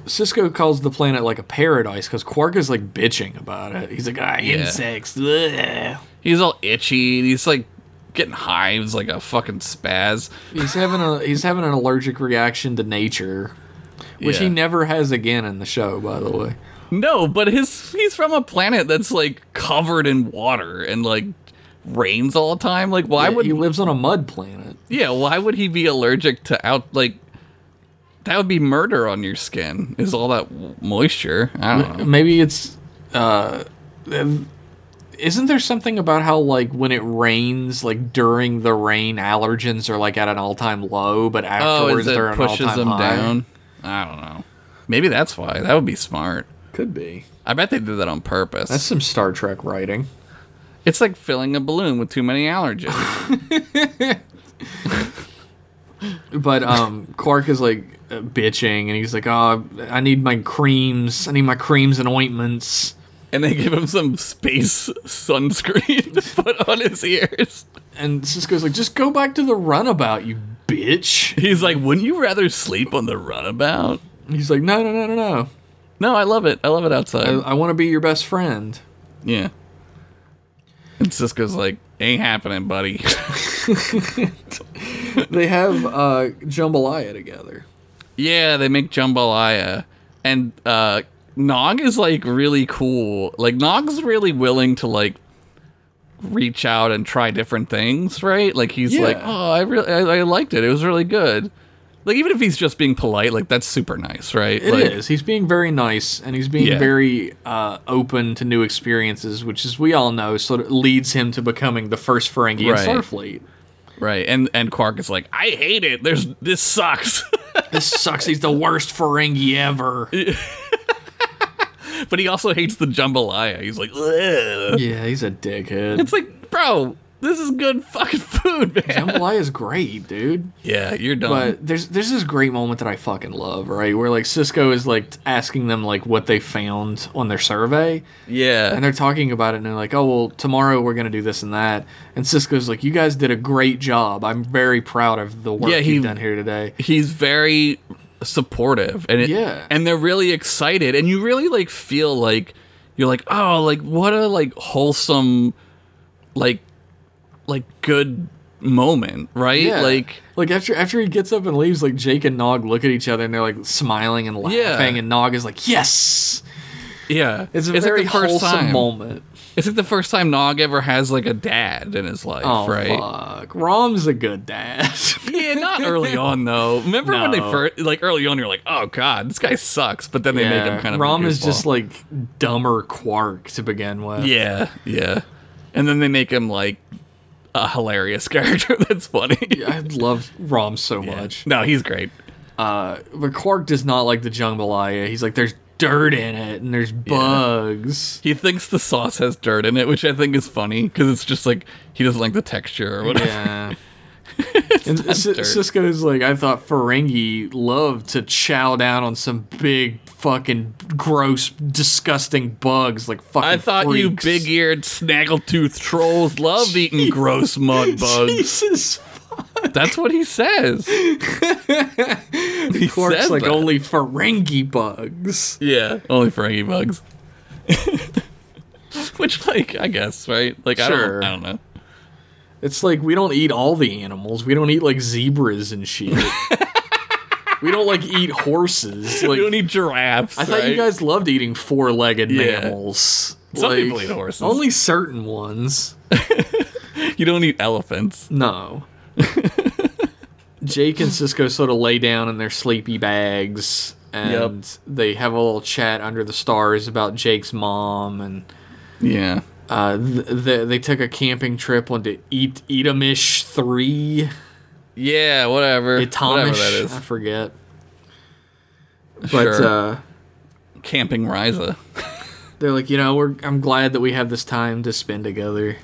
Speaker 1: Cisco calls the planet like a paradise because Quark is like bitching about it. He's like, ah, insects. bleh."
Speaker 2: He's all itchy. and He's like getting hives like a fucking spaz.
Speaker 1: He's having a he's having an allergic reaction to nature, which he
Speaker 2: Yeah.
Speaker 1: never has again in the show. By the way.
Speaker 2: No, but his he's from a planet that's like covered in water and like rains all the time. Like why
Speaker 1: Yeah,
Speaker 2: would
Speaker 1: he lives on a mud planet.
Speaker 2: Yeah, why would he be allergic to out like that would be murder on your skin. Is all that w- moisture? I don't know.
Speaker 1: Maybe it's. Uh, um, isn't there something about how like when it rains, like during the rain, allergens are like at an all-time low, but
Speaker 2: Oh,
Speaker 1: [LAUGHS] afterwards
Speaker 2: is it
Speaker 1: they're at an
Speaker 2: pushes
Speaker 1: all-time
Speaker 2: them
Speaker 1: high?
Speaker 2: down? I don't know. Maybe that's why. That would be smart.
Speaker 1: Could be.
Speaker 2: I bet they did that on purpose.
Speaker 1: That's some Star Trek writing.
Speaker 2: it's like filling a balloon with too many allergens.
Speaker 1: But um, Clark is like uh, bitching, and he's like, "Oh, I need my creams. I need my creams and ointments."
Speaker 2: and they give him some space [LAUGHS] sunscreen to put on his ears.
Speaker 1: And Cisco's like, "Just go back to the runabout, you bitch."
Speaker 2: He's like, wouldn't you rather sleep on the runabout?
Speaker 1: He's like, "No, no, no, no, no.
Speaker 2: No, I love it. I love it outside.
Speaker 1: I, I want to be your best friend."
Speaker 2: yeah. And Cisco's like, ain't happening, buddy. [LAUGHS]
Speaker 1: They have uh, jambalaya together.
Speaker 2: yeah, they make jambalaya. And uh, Nog is like really cool. Like, Nog's really willing to like reach out and try different things, right? Like, he's
Speaker 1: Yeah.
Speaker 2: like, oh, I really, I, I liked it. It was really good. Like, even if he's just being polite, like, that's super nice, right?
Speaker 1: It is.
Speaker 2: like,
Speaker 1: He's being very nice and he's being
Speaker 2: Yeah.
Speaker 1: very uh, open to new experiences, which, as we all know, sort of leads him to becoming the first Ferengi
Speaker 2: Right.
Speaker 1: in Starfleet.
Speaker 2: Right. And, and Quark is like, I hate it. There's, this sucks. [LAUGHS]
Speaker 1: This sucks. He's the worst Ferengi ever.
Speaker 2: But he also hates the jambalaya. He's like, Ugh.
Speaker 1: yeah, he's a dickhead.
Speaker 2: it's like, bro, this is good fucking food, man.
Speaker 1: Jambalaya is great, dude.
Speaker 2: Yeah, you're done.
Speaker 1: But there's there's this great moment that I fucking love, right? Where like Cisco is like asking them like what they found on their survey,
Speaker 2: yeah,
Speaker 1: and they're talking about it and they're like oh well tomorrow we're gonna do this and that and cisco's like you guys did a great job i'm very proud of the work
Speaker 2: Yeah, he-
Speaker 1: you've done here today
Speaker 2: he's very supportive, and it,
Speaker 1: Yeah.
Speaker 2: and they're really excited, and you really like feel like you're like, oh, like what a like wholesome, like, like good moment, right?
Speaker 1: yeah
Speaker 2: Like,
Speaker 1: like after after he gets up and leaves like jake and nog look at each other and they're like smiling and laughing
Speaker 2: Yeah.
Speaker 1: and nog is like yes
Speaker 2: yeah,
Speaker 1: it's a
Speaker 2: like,
Speaker 1: very
Speaker 2: the first
Speaker 1: wholesome
Speaker 2: time.
Speaker 1: moment
Speaker 2: It's like the first time Nog ever has like a dad in his life,
Speaker 1: oh
Speaker 2: right?
Speaker 1: fuck rom's a good dad [LAUGHS]
Speaker 2: Yeah, not early on though. Remember when they
Speaker 1: No.
Speaker 2: first, like early on, you're like, "Oh God, this guy sucks," but then they make him kind of. a
Speaker 1: Rom is just
Speaker 2: goofball.
Speaker 1: like dumber Quark to begin with.
Speaker 2: yeah, yeah, and then they make him like a hilarious [LAUGHS] character that's funny.
Speaker 1: I love Rom so much.
Speaker 2: [LAUGHS]
Speaker 1: Uh,
Speaker 2: No, he's great.
Speaker 1: But Quark does not like the jambalaya. He's like, there's dirt in it and there's
Speaker 2: [LAUGHS]
Speaker 1: bugs.
Speaker 2: He thinks the sauce has dirt in it, which I think is funny because it's just like he doesn't like the texture or whatever.
Speaker 1: Yeah. and S-
Speaker 2: dirt.
Speaker 1: Cisco's like, I thought Ferengi loved to chow down on some big, fucking, gross, disgusting bugs. Like fucking.
Speaker 2: I thought you
Speaker 1: freaks.
Speaker 2: big eared, snaggletooth trolls
Speaker 1: [LAUGHS]
Speaker 2: loved eating gross mud bugs.
Speaker 1: Jesus.
Speaker 2: That's what
Speaker 1: [LAUGHS]
Speaker 2: he says. he
Speaker 1: Quark's
Speaker 2: says
Speaker 1: like
Speaker 2: that.
Speaker 1: only Ferengi bugs.
Speaker 2: Yeah, only Ferengi bugs. [LAUGHS] Which, like, I guess, right? Like,
Speaker 1: Sure.
Speaker 2: I don't, I don't know.
Speaker 1: It's like we don't eat all the animals. We don't eat like zebras and
Speaker 2: [LAUGHS]
Speaker 1: shit. we don't like eat horses. Like
Speaker 2: You don't need giraffes.
Speaker 1: I thought you
Speaker 2: right?
Speaker 1: guys loved eating four-legged
Speaker 2: Yeah.
Speaker 1: mammals.
Speaker 2: Some
Speaker 1: Like,
Speaker 2: people eat horses.
Speaker 1: Only certain ones.
Speaker 2: You don't eat elephants. [LAUGHS]
Speaker 1: No. Jake and Cisco sort of lay down in their sleepy bags and they have a little chat under the stars about Jake's mom and
Speaker 2: Yeah.
Speaker 1: uh, th- th- they took a camping trip onto Eat Eatomish 3.
Speaker 2: Yeah, whatever. Whatever that
Speaker 1: Atomish? I
Speaker 2: is.
Speaker 1: forget. But
Speaker 2: Sure.
Speaker 1: uh,
Speaker 2: Camping Riza.
Speaker 1: they're like, you know, we're I'm glad that we have this time to spend together.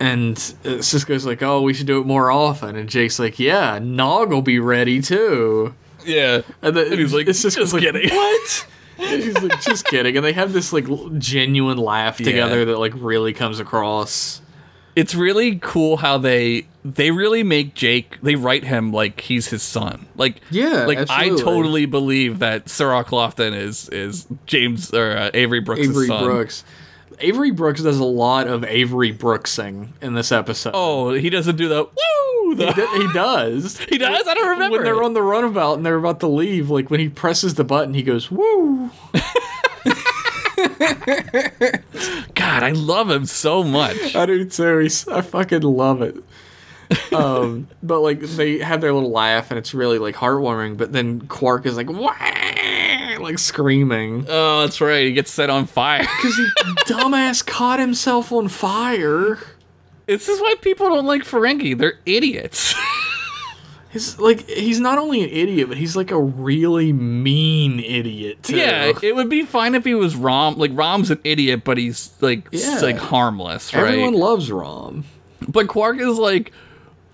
Speaker 1: And uh, Cisco's like, oh, we should do it more often. And Jake's like, yeah, Nog will be ready too.
Speaker 2: Yeah.
Speaker 1: And, then,
Speaker 2: he's like,
Speaker 1: it's
Speaker 2: "Just
Speaker 1: like,
Speaker 2: kidding." [LAUGHS]
Speaker 1: What? And he's like, just kidding. And they have this like l- genuine laugh together
Speaker 2: Yeah.
Speaker 1: that like really comes across.
Speaker 2: It's really cool how they they really make Jake they write him like he's his son. Like
Speaker 1: Yeah,
Speaker 2: like
Speaker 1: absolutely.
Speaker 2: I totally believe that Sarah Lofton is is James or uh, Avery Brooks'
Speaker 1: Avery
Speaker 2: son.
Speaker 1: Brooks. Avery Brooks does a lot of Avery Brooksing in this episode.
Speaker 2: Oh, he doesn't do the woo.
Speaker 1: He,
Speaker 2: The,
Speaker 1: d- he does.
Speaker 2: [LAUGHS] he does. I don't remember.
Speaker 1: When they're
Speaker 2: it.
Speaker 1: on the runabout and they're about to leave, like when he presses the button, he goes, woo.
Speaker 2: God, I love him so
Speaker 1: [LAUGHS]
Speaker 2: much.
Speaker 1: I do too. He's, I fucking love
Speaker 2: [LAUGHS]
Speaker 1: it. Um, but like they have their little laugh and it's really like heartwarming. But then Quark is like, Wah! like screaming
Speaker 2: [LAUGHS] Oh, that's right. He gets set on fire.
Speaker 1: because he dumbass caught himself on fire.
Speaker 2: this is why people don't like Ferengi. They're idiots. [LAUGHS]
Speaker 1: He's like he's not only an idiot, but he's like a really mean idiot too.
Speaker 2: yeah, it would be fine if he was Rom. Like Rom's an idiot, but he's like s-
Speaker 1: Yeah.
Speaker 2: like harmless, right?
Speaker 1: everyone loves Rom.
Speaker 2: but Quark is like.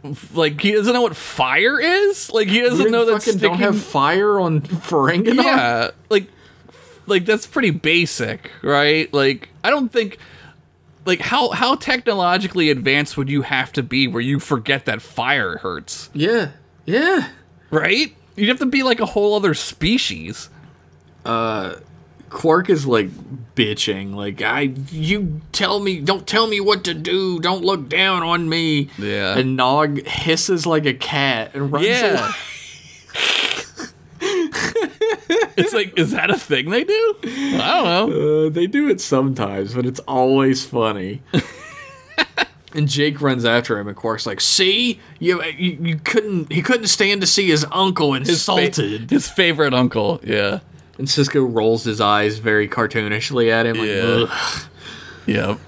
Speaker 2: f- Like he doesn't know what fire is. Like he doesn't
Speaker 1: You
Speaker 2: know that
Speaker 1: fucking
Speaker 2: sticking.
Speaker 1: don't have fire on Ferengi.
Speaker 2: yeah, like, like that's pretty basic, right? Like I don't think, like how how technologically advanced would you have to be where you forget that fire hurts?
Speaker 1: yeah, yeah.
Speaker 2: right? You'd have to be like a whole other species.
Speaker 1: Quark is like bitching, like I you tell me don't tell me what to do, don't look down on me.
Speaker 2: Yeah.
Speaker 1: And Nog hisses like a cat and runs away.
Speaker 2: it's like, is that a thing they do? I don't know.
Speaker 1: Uh, they do it sometimes, but it's always funny. [LAUGHS] and Jake runs after him, and Quark's like, "See, you, you you couldn't he couldn't stand to see his uncle insulted."
Speaker 2: His favorite uncle. Yeah.
Speaker 1: and Cisco rolls his eyes very cartoonishly at him, like,
Speaker 2: Yeah.
Speaker 1: "Ugh."
Speaker 2: Yeah.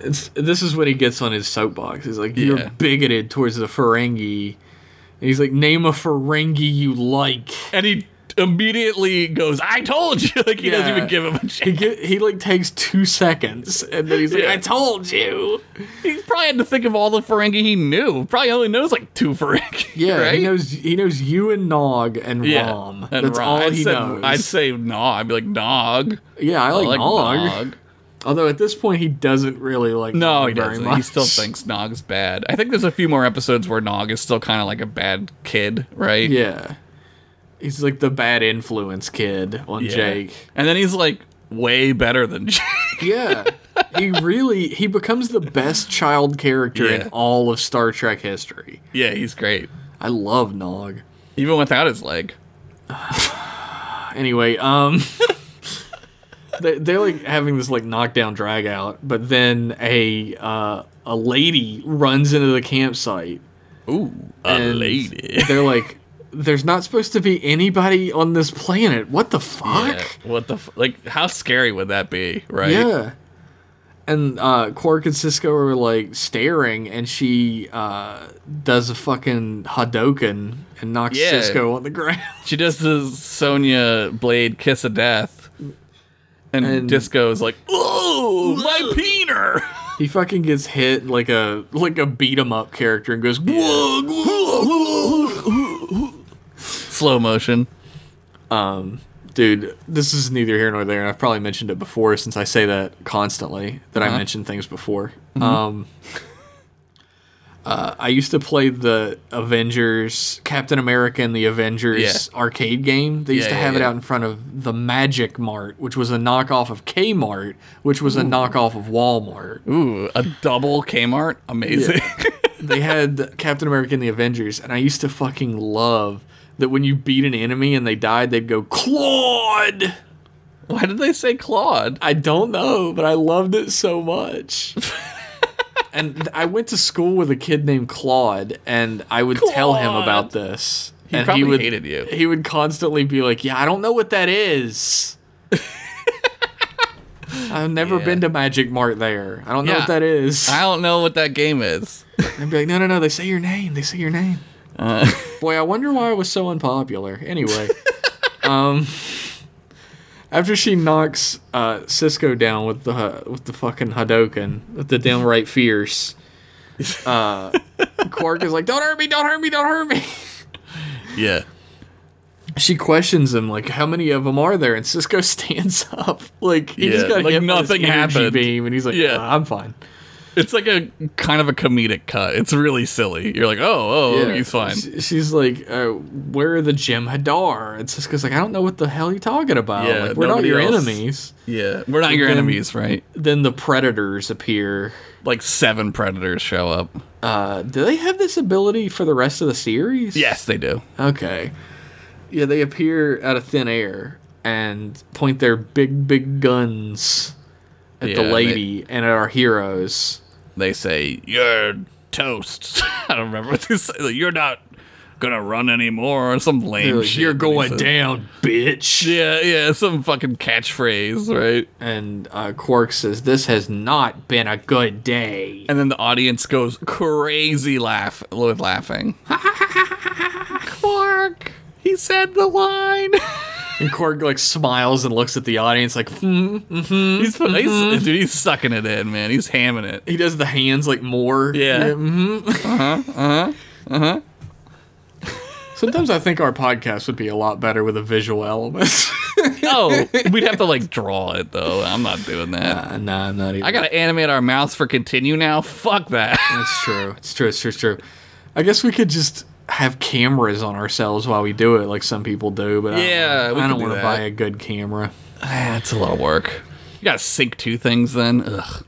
Speaker 1: It's, this is when he gets on his soapbox. He's like, "You're
Speaker 2: Yeah.
Speaker 1: bigoted towards the Ferengi." And he's like, "Name a Ferengi you like."
Speaker 2: And he immediately goes, I told you. [LAUGHS] Like, he doesn't
Speaker 1: Yeah.
Speaker 2: even give him a
Speaker 1: [LAUGHS] He
Speaker 2: chance.
Speaker 1: get, he like takes two seconds, and then he's like,
Speaker 2: Yeah.
Speaker 1: "I told you."
Speaker 2: He probably had to think of all the Ferengi he knew. Probably only knows like two Ferengi. [LAUGHS]
Speaker 1: Yeah,
Speaker 2: Right?
Speaker 1: he knows he knows you and Nog and
Speaker 2: yeah.
Speaker 1: Rom.
Speaker 2: And
Speaker 1: That's
Speaker 2: Rom.
Speaker 1: all
Speaker 2: I'd
Speaker 1: he
Speaker 2: say,
Speaker 1: knows.
Speaker 2: I'd say Nog. I'd be like, Nog.
Speaker 1: yeah, I
Speaker 2: I
Speaker 1: like,
Speaker 2: like
Speaker 1: Nog.
Speaker 2: Nog.
Speaker 1: Although at this point he doesn't really like
Speaker 2: No,
Speaker 1: Nog
Speaker 2: he
Speaker 1: very
Speaker 2: doesn't.
Speaker 1: much.
Speaker 2: He still thinks Nog's bad. I think there's a few more episodes where Nog is still kind of like a bad kid, right?
Speaker 1: [LAUGHS] Yeah, he's like the bad influence kid on
Speaker 2: Yeah.
Speaker 1: Jake.
Speaker 2: And then he's like way better than [LAUGHS] Jake.
Speaker 1: Yeah, he really he becomes the best child character in
Speaker 2: Yeah.
Speaker 1: all of Star Trek history.
Speaker 2: yeah, he's great.
Speaker 1: I love Nog.
Speaker 2: Even without his leg.
Speaker 1: Anyway, um. [LAUGHS] They, they're like having this like knockdown drag out, but then a uh, a lady runs into the campsite
Speaker 2: Ooh, a
Speaker 1: And
Speaker 2: [LAUGHS] lady.
Speaker 1: They're like, there's not supposed to be anybody on this planet. What the
Speaker 2: Yeah,
Speaker 1: fuck?
Speaker 2: What the f- like? How scary would that be, right?
Speaker 1: Yeah. and uh, Quark and Cisco are like staring, and she uh, does a fucking Hadoken and knocks
Speaker 2: Yeah.
Speaker 1: Cisco on the [LAUGHS] ground.
Speaker 2: She does the Sonya Blade kiss of death, and,
Speaker 1: And-
Speaker 2: Disco's like, "Ooh, my peener!"
Speaker 1: he fucking gets hit like a like a beat 'em up character and goes. "Whoa, whoa, whoa, whoa."
Speaker 2: [LAUGHS] Slow motion.
Speaker 1: Dude, this is neither here nor there. and I've probably mentioned it before since I say that constantly that
Speaker 2: Uh-huh.
Speaker 1: I mention things before.
Speaker 2: Mm-hmm.
Speaker 1: Um, uh, I used to play the Avengers, Captain America and the Avengers
Speaker 2: Yeah.
Speaker 1: arcade game. They used
Speaker 2: Yeah,
Speaker 1: to
Speaker 2: yeah,
Speaker 1: have it
Speaker 2: yeah.
Speaker 1: out in front of the Magic Mart, which was a knockoff of Kmart, which was a knockoff of Walmart.
Speaker 2: Ooh, a double Kmart. Amazing. [LAUGHS]
Speaker 1: they had Captain America and the Avengers, and I used to fucking love that when you beat an enemy and they died, they'd go, Claude!
Speaker 2: Why did they say Claude?
Speaker 1: I don't know, but I loved it so
Speaker 2: [LAUGHS]
Speaker 1: much. and th- I went to school with a kid named Claude, and I would tell him about this. He and
Speaker 2: probably
Speaker 1: would,
Speaker 2: hated you.
Speaker 1: He would constantly be like, "Yeah, I don't know what that
Speaker 2: [LAUGHS]
Speaker 1: is. I've never
Speaker 2: Yeah.
Speaker 1: been to Magic Mart there. I don't know
Speaker 2: Yeah.
Speaker 1: what that is."
Speaker 2: I don't know what that game is.
Speaker 1: And I'd be like, "No, no, no. They say your name. They say your name."
Speaker 2: Uh. [LAUGHS]
Speaker 1: Boy, I wonder why I was so unpopular. Anyway. um, After she knocks uh, Cisco down with the with the fucking Hadoken, with the downright fierce, uh, Quark is like, "Don't hurt me! Don't hurt me! Don't hurt me!"
Speaker 2: Yeah.
Speaker 1: She questions him like, "How many of them are there?" And Cisco [LAUGHS] stands up like he just
Speaker 2: Yeah,
Speaker 1: got
Speaker 2: like
Speaker 1: hit
Speaker 2: nothing
Speaker 1: by this energy
Speaker 2: happened.
Speaker 1: beam, and he's like,
Speaker 2: Yeah.
Speaker 1: "Yeah, I'm fine."
Speaker 2: It's like a kind of a comedic cut. It's really silly. You're like, oh, oh,
Speaker 1: Yeah.
Speaker 2: he's fine.
Speaker 1: She- She's like, uh, "Where are the Jim Hadar?" And Cisco's like, "I don't know what the hell you're talking about.
Speaker 2: Yeah,
Speaker 1: like, we're not
Speaker 2: nobody
Speaker 1: your
Speaker 2: else-
Speaker 1: enemies."
Speaker 2: Yeah. We're not your
Speaker 1: Then-
Speaker 2: enemies, right?
Speaker 1: Then the predators appear.
Speaker 2: Like seven predators show up.
Speaker 1: Uh, do they have this ability for the rest of the series?
Speaker 2: Yes, they do.
Speaker 1: Okay. Yeah, they appear out of thin air and point their big, big guns at
Speaker 2: Yeah,
Speaker 1: the
Speaker 2: they-
Speaker 1: lady and at our heroes.
Speaker 2: They say, you're toast. [LAUGHS] I don't remember what they say. Like, you're not gonna run anymore or some
Speaker 1: They're
Speaker 2: lame
Speaker 1: like,
Speaker 2: shit
Speaker 1: You're
Speaker 2: that he
Speaker 1: going
Speaker 2: says.
Speaker 1: down, bitch.
Speaker 2: Yeah, yeah, some fucking catchphrase, right?
Speaker 1: And uh, Quark says, This has not been a good day.
Speaker 2: And then the audience goes crazy laugh with laughing. [LAUGHS] Clark, he said the line. [LAUGHS]
Speaker 1: And Quark like smiles and looks at the audience like, hmm.
Speaker 2: he's,
Speaker 1: Mm-hmm.
Speaker 2: he's dude, he's sucking it in, man. He's hamming it.
Speaker 1: He does the hands like more.
Speaker 2: Yeah. Uh-huh,
Speaker 1: Sometimes I think our podcast would be a lot better with a visual element. [LAUGHS]
Speaker 2: No, [LAUGHS] we'd have to like draw it though. I'm not doing that.
Speaker 1: uh, Oh, nah, I'm not even.
Speaker 2: I gotta animate our mouths for continue now. Fuck
Speaker 1: [LAUGHS]
Speaker 2: that. [LAUGHS]
Speaker 1: That's true. It's true. It's true. It's true. I guess we could just have cameras on ourselves while we do it, like some people do. But
Speaker 2: Yeah,
Speaker 1: I
Speaker 2: we
Speaker 1: don't, I don't
Speaker 2: could do
Speaker 1: want to
Speaker 2: that.
Speaker 1: buy a good camera.
Speaker 2: That's a lot of work. You gotta sync two things then. Ugh.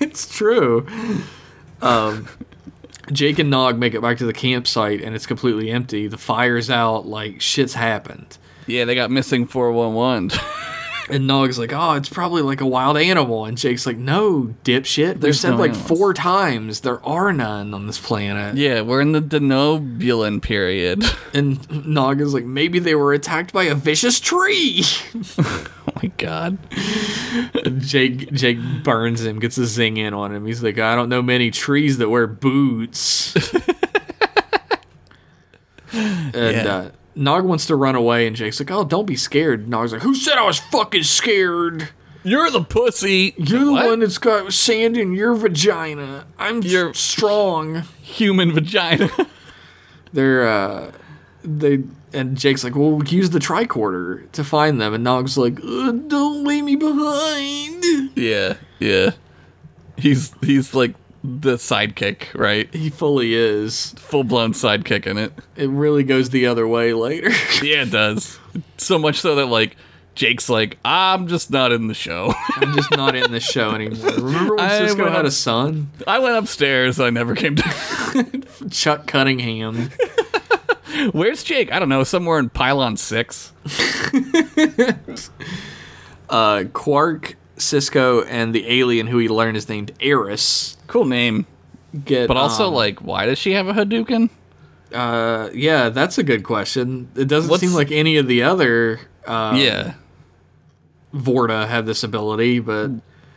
Speaker 1: It's true. Um, Jake and Nog make it back to the campsite, and it's completely empty. The fire's out. Like shit's happened.
Speaker 2: Yeah, they got missing 411.
Speaker 1: And Nog's like, "Oh, it's probably like a wild animal." And Jake's like, "No, dipshit. They've
Speaker 2: There's
Speaker 1: said
Speaker 2: no
Speaker 1: like
Speaker 2: animals."
Speaker 1: four times there are none on this planet."
Speaker 2: [LAUGHS] yeah, we're in the denobulan period. [LAUGHS] Oh
Speaker 1: And Nog is like, "Maybe they were attacked by a vicious tree."
Speaker 2: oh my god.
Speaker 1: Jake Jake burns him, gets a zing in on him. He's like, I don't know many trees that wear boots.
Speaker 2: [LAUGHS]
Speaker 1: and uh, Nog wants to run away, and Jake's like, Oh, don't be scared. Nog's like, Who said I was fucking scared?
Speaker 2: You're the pussy.
Speaker 1: You're the
Speaker 2: What?
Speaker 1: one that's got sand in your vagina. I'm
Speaker 2: You're-
Speaker 1: strong.
Speaker 2: human vagina. [LAUGHS]
Speaker 1: They're uh, they and Jake's like, Well, use the tricorder to find them, and Nog's like, "Uh, Don't leave me behind.
Speaker 2: yeah, yeah. He's he's like the sidekick, right?
Speaker 1: He fully is.
Speaker 2: Full blown sidekick in it.
Speaker 1: it really goes the other way later.
Speaker 2: Yeah, it does. So much so that like Jake's like, I'm just not in the show.
Speaker 1: [LAUGHS]
Speaker 2: [LAUGHS]
Speaker 1: I'm just not in this show anymore. Remember when
Speaker 2: I
Speaker 1: Cisco
Speaker 2: went
Speaker 1: had
Speaker 2: up-
Speaker 1: a son?
Speaker 2: I went upstairs. I never came down.
Speaker 1: Chuck Cunningham.
Speaker 2: [LAUGHS] Where's Jake? I don't know. Somewhere in Pylon Six.
Speaker 1: Uh, Quark, Cisco, and the alien who he learned is named Eris.
Speaker 2: Cool name,
Speaker 1: Get,
Speaker 2: but also
Speaker 1: um,
Speaker 2: like, why does she have a Hadouken?
Speaker 1: uh, yeah, that's a good question. It doesn't
Speaker 2: What's-
Speaker 1: seem like any of the other uh,
Speaker 2: yeah,
Speaker 1: Vorta have this ability, but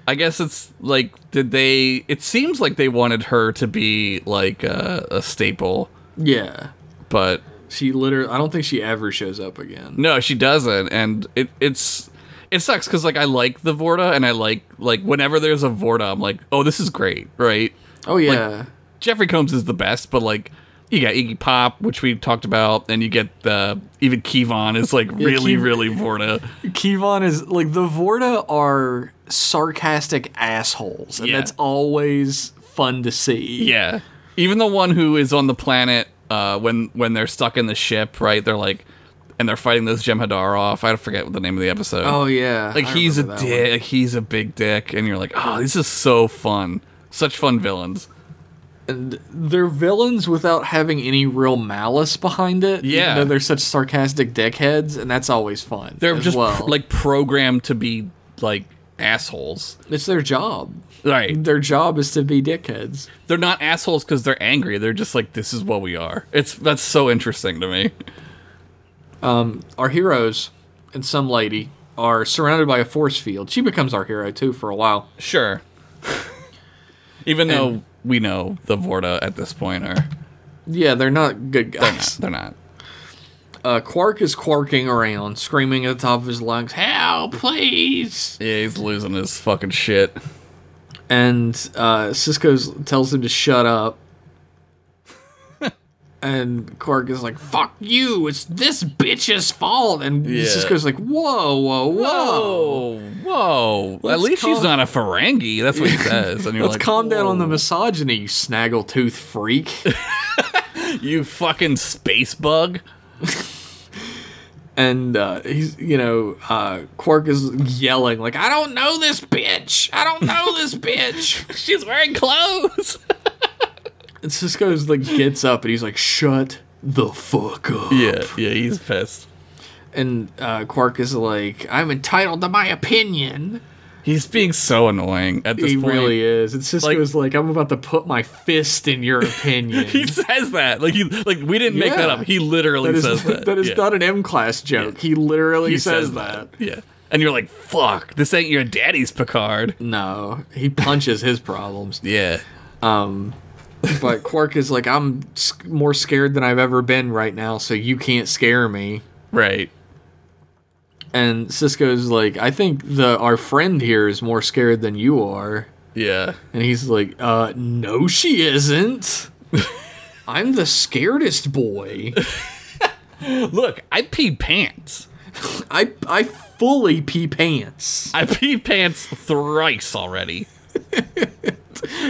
Speaker 2: I guess it's like did they? It seems like they wanted her to be like a, a staple,
Speaker 1: Yeah.
Speaker 2: but
Speaker 1: She literally, I don't think she ever shows up again.
Speaker 2: No, she doesn't, and it it's it sucks because like I like the Vorta, and I like like whenever there's a Vorta, I'm like, oh, this is great, right?
Speaker 1: Oh, yeah.
Speaker 2: Jeffrey Combs is the best, but like you got Iggy Pop, which we talked about, and you get uh, even Kevon is like really
Speaker 1: Kev-
Speaker 2: really Vorta.
Speaker 1: Kevon is like the Vorta are sarcastic assholes, and
Speaker 2: Yeah.
Speaker 1: that's always fun to see.
Speaker 2: Yeah. Even the one who is on the planet uh, when when they're stuck in the ship, right? They're like, and they're fighting those Jem'Hadar off. I forget what the name of the episode.
Speaker 1: Oh yeah.
Speaker 2: like
Speaker 1: I
Speaker 2: he's a
Speaker 1: remember that one.
Speaker 2: dick. He's a big dick, and you're like, oh, this is so fun. Such fun villains.
Speaker 1: They're villains without having any real malice behind it. even
Speaker 2: Yeah.
Speaker 1: though they're such sarcastic dickheads, and that's always fun.
Speaker 2: They're
Speaker 1: as
Speaker 2: just
Speaker 1: well.
Speaker 2: pr- like programmed to be like assholes.
Speaker 1: it's their job.
Speaker 2: Right.
Speaker 1: Their job is to be dickheads.
Speaker 2: They're not assholes because they're angry. They're just like, this is what we are. It's that's so interesting to me.
Speaker 1: Our heroes and some lady are surrounded by a force field. She becomes our hero too for a while.
Speaker 2: Sure. [LAUGHS] Even though we know the Vorta at this point are
Speaker 1: Yeah, they're not good guys.
Speaker 2: they're not.
Speaker 1: Uh, Quark is quarking around, screaming at the top of his lungs, "Help, please!"
Speaker 2: Yeah, he's losing his fucking shit.
Speaker 1: and uh, Cisco tells him to shut
Speaker 2: [LAUGHS]
Speaker 1: up. and Quark is like, "Fuck you! It's this bitch's fault." And
Speaker 2: Yeah.
Speaker 1: Cisco's like, "Whoa, whoa, whoa!
Speaker 2: Whoa, whoa!
Speaker 1: Let's
Speaker 2: At least she's
Speaker 1: calm-
Speaker 2: not a Ferengi.
Speaker 1: [LAUGHS]
Speaker 2: That's what he says. And you're
Speaker 1: Let's
Speaker 2: like,
Speaker 1: calm down on the
Speaker 2: "Whoa,
Speaker 1: misogyny, you snaggletooth
Speaker 2: [LAUGHS]
Speaker 1: freak."
Speaker 2: You fucking
Speaker 1: [LAUGHS]
Speaker 2: space bug.
Speaker 1: and uh, he's, you know, uh, Quark is yelling like, "I don't know this bitch! I don't
Speaker 2: [LAUGHS]
Speaker 1: know this bitch!"
Speaker 2: She's wearing clothes.
Speaker 1: and Cisco's like gets up and he's like, "Shut the fuck up!"
Speaker 2: [LAUGHS] yeah, yeah, he's pissed.
Speaker 1: And uh, Quark is like, "I'm entitled to my opinion."
Speaker 2: He's being so annoying at this
Speaker 1: He
Speaker 2: point.
Speaker 1: really is. And Cisco's like, I'm about to put my fist in [LAUGHS] your opinion.
Speaker 2: [LAUGHS] He says that like he like we didn't make that
Speaker 1: Yeah.
Speaker 2: up. He literally
Speaker 1: that is,
Speaker 2: says that.
Speaker 1: [LAUGHS] that is
Speaker 2: Yeah.
Speaker 1: not an M class joke. He literally
Speaker 2: He
Speaker 1: says, that.
Speaker 2: Yeah, and you're like, fuck, this ain't your daddy's Picard.
Speaker 1: No, he punches his problems.
Speaker 2: Yeah,
Speaker 1: But Quark is like, I'm s- more scared than I've ever been right now, so you can't scare me.
Speaker 2: right.
Speaker 1: And Cisco's like, I think the our friend here is more scared than you are.
Speaker 2: Yeah,
Speaker 1: And he's like, uh, no, she [LAUGHS] isn't. I'm the scaredest boy.
Speaker 2: [LAUGHS] look, I pee pants.
Speaker 1: I I fully pee pants.
Speaker 2: I pee pants thrice already.
Speaker 1: [LAUGHS]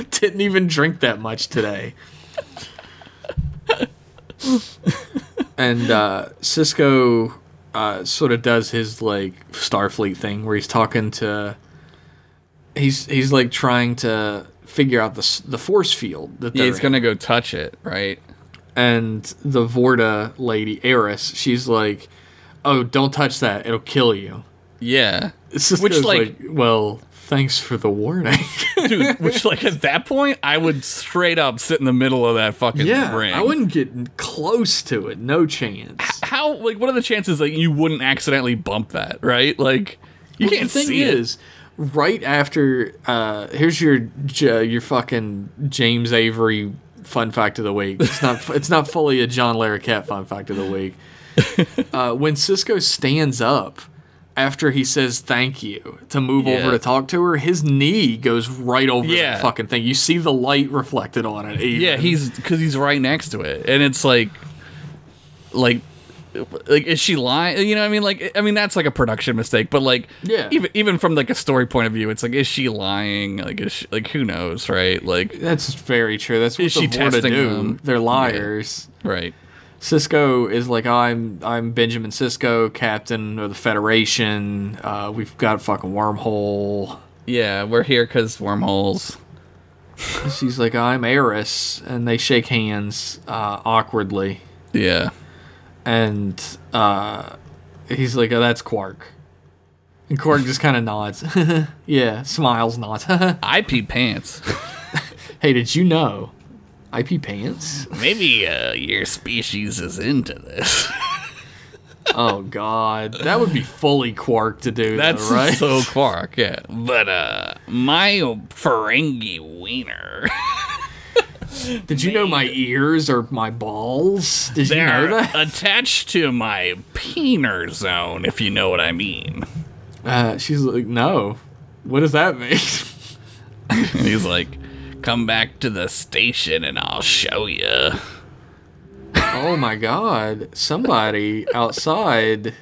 Speaker 1: didn't even drink that much today. and uh, Cisco uh, sort of does his like Starfleet thing where he's talking to. He's he's like trying to figure out the s- the force field that
Speaker 2: Yeah,
Speaker 1: they're
Speaker 2: he's gonna go touch it, right?
Speaker 1: in. and the Vorta lady Eris. She's like, "Oh, don't touch that; it'll kill you."
Speaker 2: Yeah,
Speaker 1: Cisco's
Speaker 2: Which, like-
Speaker 1: well, thanks for the warning.
Speaker 2: dude. Which like at that point, I would straight up sit in the middle of that fucking
Speaker 1: yeah, [LAUGHS]
Speaker 2: ring.
Speaker 1: I wouldn't get close to it. No chance.
Speaker 2: how like what are the chances that you wouldn't accidentally bump that right like you
Speaker 1: Well,
Speaker 2: can't
Speaker 1: the thing
Speaker 2: see it.
Speaker 1: is, right after uh, here's your J- your fucking James Avery fun fact of the week. It's not [LAUGHS] it's not fully a John Larroquette fun fact of the week.
Speaker 2: [LAUGHS]
Speaker 1: Uh, when Cisco stands up after he says thank you to move
Speaker 2: Yeah.
Speaker 1: over to talk to her, his knee goes right over
Speaker 2: Yeah.
Speaker 1: the fucking thing. You see the light reflected on it. even.
Speaker 2: yeah he's because he's right next to it and it's like like like is she lying you know what i mean like i mean that's like a production mistake but like
Speaker 1: Yeah.
Speaker 2: even even from like a story point of view it's like is she lying like is she, like who knows right like
Speaker 1: That's very true. That's what
Speaker 2: Is
Speaker 1: the
Speaker 2: she
Speaker 1: Vorta
Speaker 2: testing
Speaker 1: do.
Speaker 2: them?
Speaker 1: They're liars.
Speaker 2: right
Speaker 1: Cisco is like I'm I'm Benjamin Cisco, captain of the Federation. Uh, we've got a fucking wormhole.
Speaker 2: yeah we're here because wormholes
Speaker 1: She's like I'm Eris, and they shake hands uh, awkwardly.
Speaker 2: yeah
Speaker 1: And uh, he's like, "Oh, that's Quark." And Quark just kind of nods, [LAUGHS] yeah, smiles, nods. [LAUGHS] hey,
Speaker 2: i pee pants
Speaker 1: did you know? IP pants. [LAUGHS]
Speaker 2: maybe uh your species is into this
Speaker 1: oh God, that would be fully Quark to do.
Speaker 2: That's
Speaker 1: That's though, right.
Speaker 2: so Quark, yeah. But uh, my Ferengi wiener,
Speaker 1: Did you know my ears are my balls? Did you know
Speaker 2: they're
Speaker 1: that?
Speaker 2: attached to my peener zone, if you know what I mean.
Speaker 1: Uh, she's like, no. What does that mean?
Speaker 2: And he's like, "Come back to the station, and I'll show you."
Speaker 1: oh my God! Somebody outside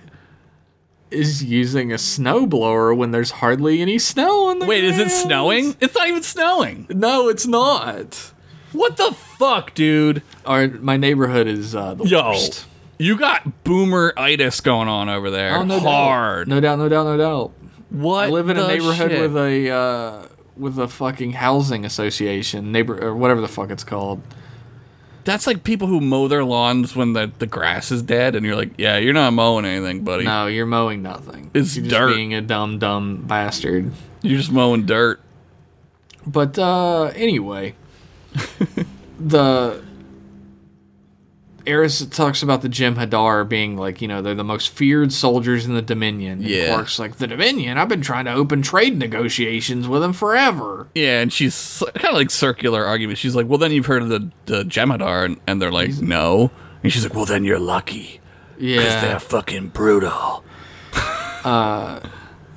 Speaker 1: is using a snowblower when there's hardly any snow on the.
Speaker 2: Wait, is it
Speaker 1: ground.
Speaker 2: snowing? It's not even snowing.
Speaker 1: No, it's not.
Speaker 2: What the fuck, dude?
Speaker 1: Our my neighborhood is uh, the
Speaker 2: Yo,
Speaker 1: worst.
Speaker 2: you got boomer itis going on over there.
Speaker 1: Oh, no doubt.
Speaker 2: Hard.
Speaker 1: No doubt. No doubt. No doubt.
Speaker 2: What?
Speaker 1: I live in a
Speaker 2: the
Speaker 1: neighborhood
Speaker 2: shit?
Speaker 1: with a uh, with a fucking housing association, neighbor or whatever the fuck it's called.
Speaker 2: That's like people who mow their lawns when the, the grass is dead, and you're like, yeah, you're not mowing anything, buddy.
Speaker 1: No, you're mowing nothing.
Speaker 2: It's
Speaker 1: you're
Speaker 2: dirt.
Speaker 1: Just being a dumb dumb bastard.
Speaker 2: You're just mowing dirt.
Speaker 1: But uh, anyway, [LAUGHS] the Eris talks about the Jim Hadar being like, you know, they're the most feared soldiers in the Dominion. And
Speaker 2: Yeah.
Speaker 1: Quark's like, the Dominion? I've been trying to open trade negotiations with them forever.
Speaker 2: Yeah, and she's kind of like circular argument. She's like, well, then you've heard of the, the Jemadar, and, and they're like, no. And she's like, well, then you're lucky.
Speaker 1: Mm-hmm. Yeah.
Speaker 2: They're fucking brutal.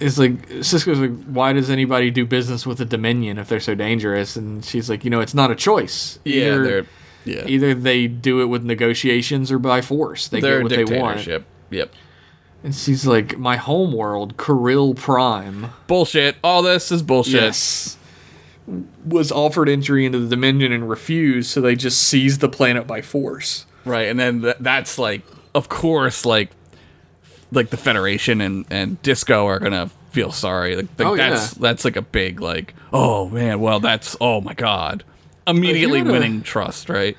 Speaker 1: it's like Cisco's like, why does anybody do business with the Dominion if they're so dangerous? And she's like, you know, it's not a choice.
Speaker 2: Yeah,
Speaker 1: Either-
Speaker 2: they're yeah,
Speaker 1: either they do it with negotiations or by force. They
Speaker 2: they're
Speaker 1: get what
Speaker 2: a
Speaker 1: they want.
Speaker 2: dictatorship. Yep.
Speaker 1: And she's like, my home world, Kirill Prime.
Speaker 2: Bullshit. All this is bullshit.
Speaker 1: Yes. Was offered entry into the Dominion and refused, so they just seized the planet by force.
Speaker 2: Right, and then th- that's like, of course, like, like the Federation and and Disco are gonna feel sorry. Like, like
Speaker 1: Oh,
Speaker 2: that's
Speaker 1: yeah.
Speaker 2: that's like a big like, oh man, well that's oh my god, immediately
Speaker 1: If you were to-
Speaker 2: winning trust, right?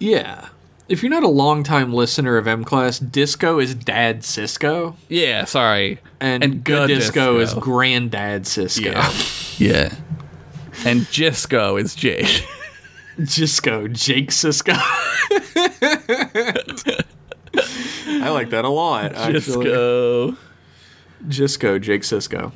Speaker 1: Yeah. If you're not a longtime listener of M Class, Disco is Dad Cisco,
Speaker 2: Yeah, sorry,
Speaker 1: and, Good
Speaker 2: Good
Speaker 1: Disco, is Granddad Cisco. [LAUGHS]
Speaker 2: yeah, yeah, and Jisco is Jake.
Speaker 1: Cisco, Jake Cisco. [LAUGHS] I like that a lot. Actually.
Speaker 2: Jisco.
Speaker 1: Cisco, Jake
Speaker 2: [LAUGHS]
Speaker 1: Cisco.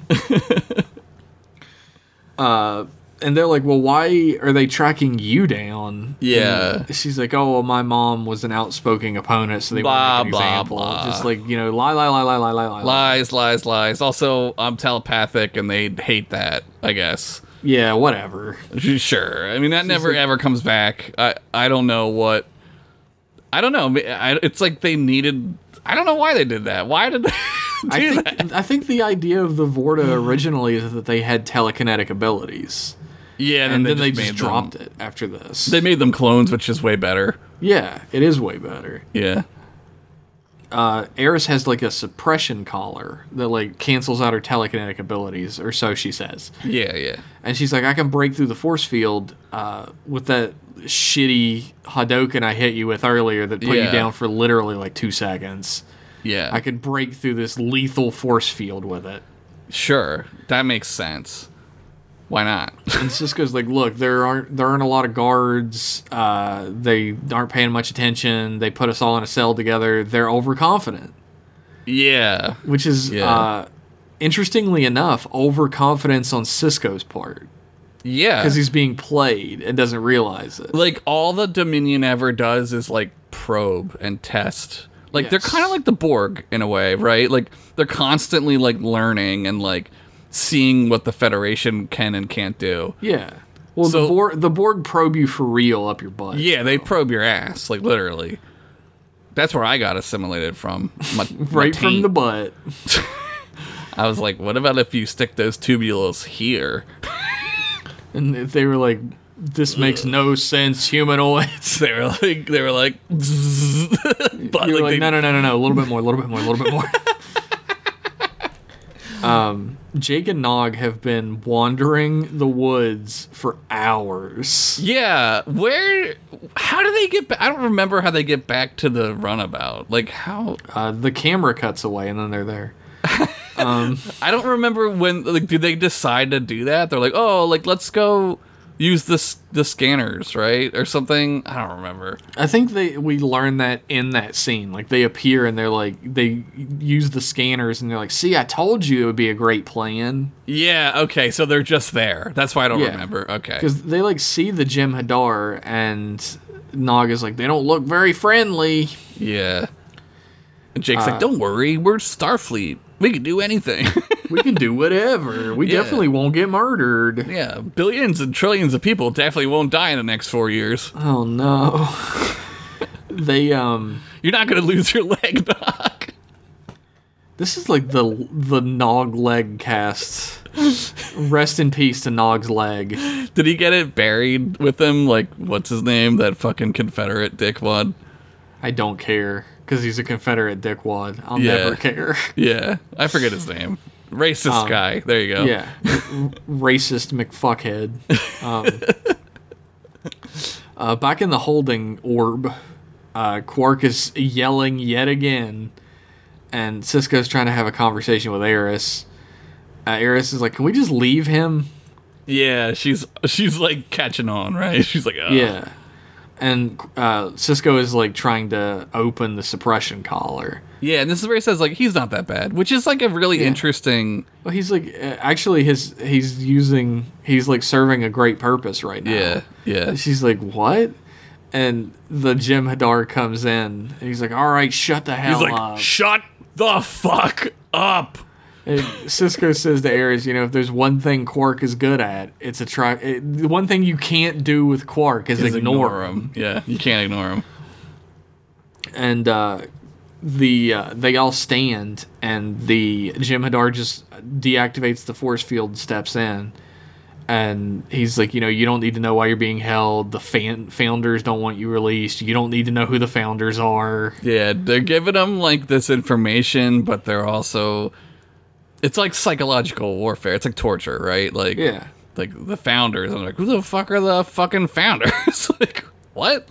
Speaker 1: uh, and they're like, "Well, why are they tracking you down?"
Speaker 2: Yeah.
Speaker 1: And she's like, "Oh, well, my mom was an outspoken opponent, so they
Speaker 2: Blah,
Speaker 1: want an
Speaker 2: blah,
Speaker 1: example.
Speaker 2: blah.
Speaker 1: Just like you know, lie, lie, lie, lie, lie, lie, lie, lie.
Speaker 2: Lies, lies, lies. Also, I'm telepathic, and they hate that. I guess.
Speaker 1: Yeah, whatever.
Speaker 2: Sure. I mean, that never ever comes back. I I don't know what. I don't know. I, it's like they needed. I don't know why they did that. Why did [LAUGHS] they do
Speaker 1: I think
Speaker 2: that?
Speaker 1: I think the idea of the
Speaker 2: [SIGHS]
Speaker 1: Vorta originally is that they had telekinetic abilities,
Speaker 2: Yeah, and,
Speaker 1: and, then they just,
Speaker 2: made
Speaker 1: dropped
Speaker 2: them,
Speaker 1: it after this.
Speaker 2: They made them clones, which is way better.
Speaker 1: Yeah, it is way better.
Speaker 2: Yeah.
Speaker 1: Uh, Eris has like a suppression collar that like cancels out her telekinetic abilities, or so she says.
Speaker 2: Yeah, yeah.
Speaker 1: And she's like, I can break through the force field uh, with that shitty Hadoken I hit you with earlier that put
Speaker 2: Yeah.
Speaker 1: you down for literally like two seconds.
Speaker 2: Yeah.
Speaker 1: I could break through this lethal force field with it.
Speaker 2: sure. That makes sense. Why not? [LAUGHS]
Speaker 1: And Cisco's like, look, there aren't there aren't a lot of guards. Uh, they aren't paying much attention. They put us all in a cell together. They're overconfident.
Speaker 2: yeah.
Speaker 1: which is
Speaker 2: Yeah.
Speaker 1: uh, interestingly enough overconfidence on Cisco's part
Speaker 2: Yeah.
Speaker 1: because he's being played and doesn't realize it.
Speaker 2: like all the Dominion ever does is like probe and test. Like they're
Speaker 1: Yes.
Speaker 2: kind of like the Borg in a way, right? Like they're constantly like learning and like seeing what the Federation can and can't do.
Speaker 1: Yeah. Well,
Speaker 2: So-
Speaker 1: the Borg the Borg probe you for real up your butt.
Speaker 2: Yeah, they probe your ass, like literally. That's where I got assimilated from.
Speaker 1: [LAUGHS]
Speaker 2: My, my
Speaker 1: Right from
Speaker 2: taint.
Speaker 1: the butt.
Speaker 2: I was like, what about if you stick those tubules here? [LAUGHS]
Speaker 1: And if they were like, "This makes no sense, humanoids."
Speaker 2: They were like, they were like, [LAUGHS] but
Speaker 1: [LAUGHS] You're like,
Speaker 2: they-
Speaker 1: no, no, no, no, no. A little bit more. A little bit more. A little bit more.
Speaker 2: [LAUGHS]
Speaker 1: um, Jake and Nog have been wandering the woods for hours.
Speaker 2: Yeah, where? How do they get? Ba- I don't remember how they get back to the runabout. Like how?
Speaker 1: Uh, the camera cuts away, and then they're there.
Speaker 2: I don't remember when. Like, did they decide to do that? They're like, oh, like let's go use the s- the scanners, right, or something. I don't remember.
Speaker 1: I think they we learned that in that scene. Like they appear and they're like they use the scanners and they're like, "See, I told you it would be a great plan."
Speaker 2: Yeah. Okay. So they're just there. That's why I don't
Speaker 1: Yeah.
Speaker 2: remember. Okay.
Speaker 1: Because they like see the Jim Hadar and Naga's like, "They don't look very friendly."
Speaker 2: Yeah. And Jake's like, "Don't worry, we're Starfleet. We can do anything."
Speaker 1: We can do
Speaker 2: [LAUGHS]
Speaker 1: whatever. We
Speaker 2: Yeah.
Speaker 1: definitely won't get murdered.
Speaker 2: yeah, billions and trillions of people definitely won't die in the next four years.
Speaker 1: Oh
Speaker 2: [LAUGHS]
Speaker 1: no. they um
Speaker 2: You're not gonna lose your leg, [LAUGHS] Doc.
Speaker 1: This is like the the Nog leg cast. Rest in peace to Nog's leg.
Speaker 2: Did he get it buried with him? Like, what's his name? That fucking Confederate dickwad.
Speaker 1: I don't care because he's a Confederate dickwad. I'll
Speaker 2: Yeah.
Speaker 1: never care.
Speaker 2: Yeah, I forget his name. Racist guy. There you go.
Speaker 1: Um, Yeah, R- [LAUGHS] racist McFuckhead. Um, [LAUGHS] uh, back in the holding orb, uh, Quark is yelling yet again, and Cisco's trying to have a conversation with Eris. Uh, Eris is like, "Can we just leave him?"
Speaker 2: Yeah, she's she's like catching on, right? [LAUGHS] She's like, Ugh.
Speaker 1: Yeah. Uh, And uh, Cisco is like trying to open the suppression collar.
Speaker 2: yeah. And this is where he says like he's not that bad, which is like a really interesting.
Speaker 1: Well, he's like uh, actually his he's using he's like serving a great purpose right now.
Speaker 2: Yeah, yeah.
Speaker 1: She's like, "What?" And the Jim Hadar comes in and he's like, "All right, shut the hell
Speaker 2: He's like,
Speaker 1: up."
Speaker 2: shut the fuck up.
Speaker 1: [LAUGHS] And Cisco says to Ares, "You know, if there's one thing Quark is good at, it's a try. It, the one thing you can't do with Quark is,
Speaker 2: Just
Speaker 1: ignore, him."
Speaker 2: Yeah, you can't ignore him.
Speaker 1: and uh, the uh, they all stand, and the Jim Hadar just deactivates the force field, and steps in, and he's like, you know, you don't need to know why you're being held. The fan- founders don't want you released. You don't need to know who the founders are.
Speaker 2: Yeah, they're giving him like this information, but they're also it's like psychological warfare. It's like torture, right? Like
Speaker 1: Yeah.
Speaker 2: like the founders. I'm like, who the fuck are the fucking founders? [LAUGHS] like what?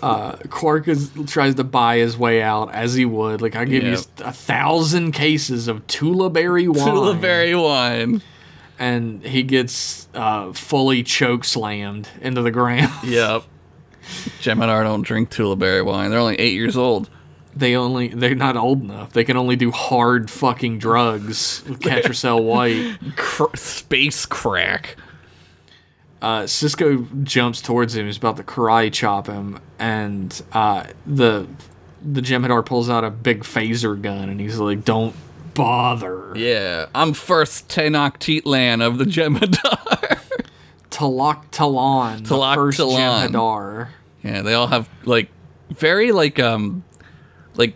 Speaker 1: Clark is tries to buy his way out as he would. Like I give
Speaker 2: Yeah.
Speaker 1: you a thousand cases of Tula Berry wine,
Speaker 2: Tula Berry wine.
Speaker 1: and he gets uh, fully choke slammed into the ground. [LAUGHS]
Speaker 2: Yep. Geminar don't drink Tula Berry wine. They're only eight years old.
Speaker 1: they only they're not old enough. They can only do hard fucking drugs with Catracel White.
Speaker 2: Cr- space crack.
Speaker 1: Uh, Cisco jumps towards him. He's about to karate chop him, and uh, the the Jem'Hadar pulls out a big phaser gun, and he's like, "Don't bother."
Speaker 2: Yeah, I'm first Tenochtitlan of the [LAUGHS] Geminar.
Speaker 1: Talak Talon,
Speaker 2: Talak
Speaker 1: the first
Speaker 2: Talon.
Speaker 1: Jem'Hadar.
Speaker 2: Yeah, they all have like very like um like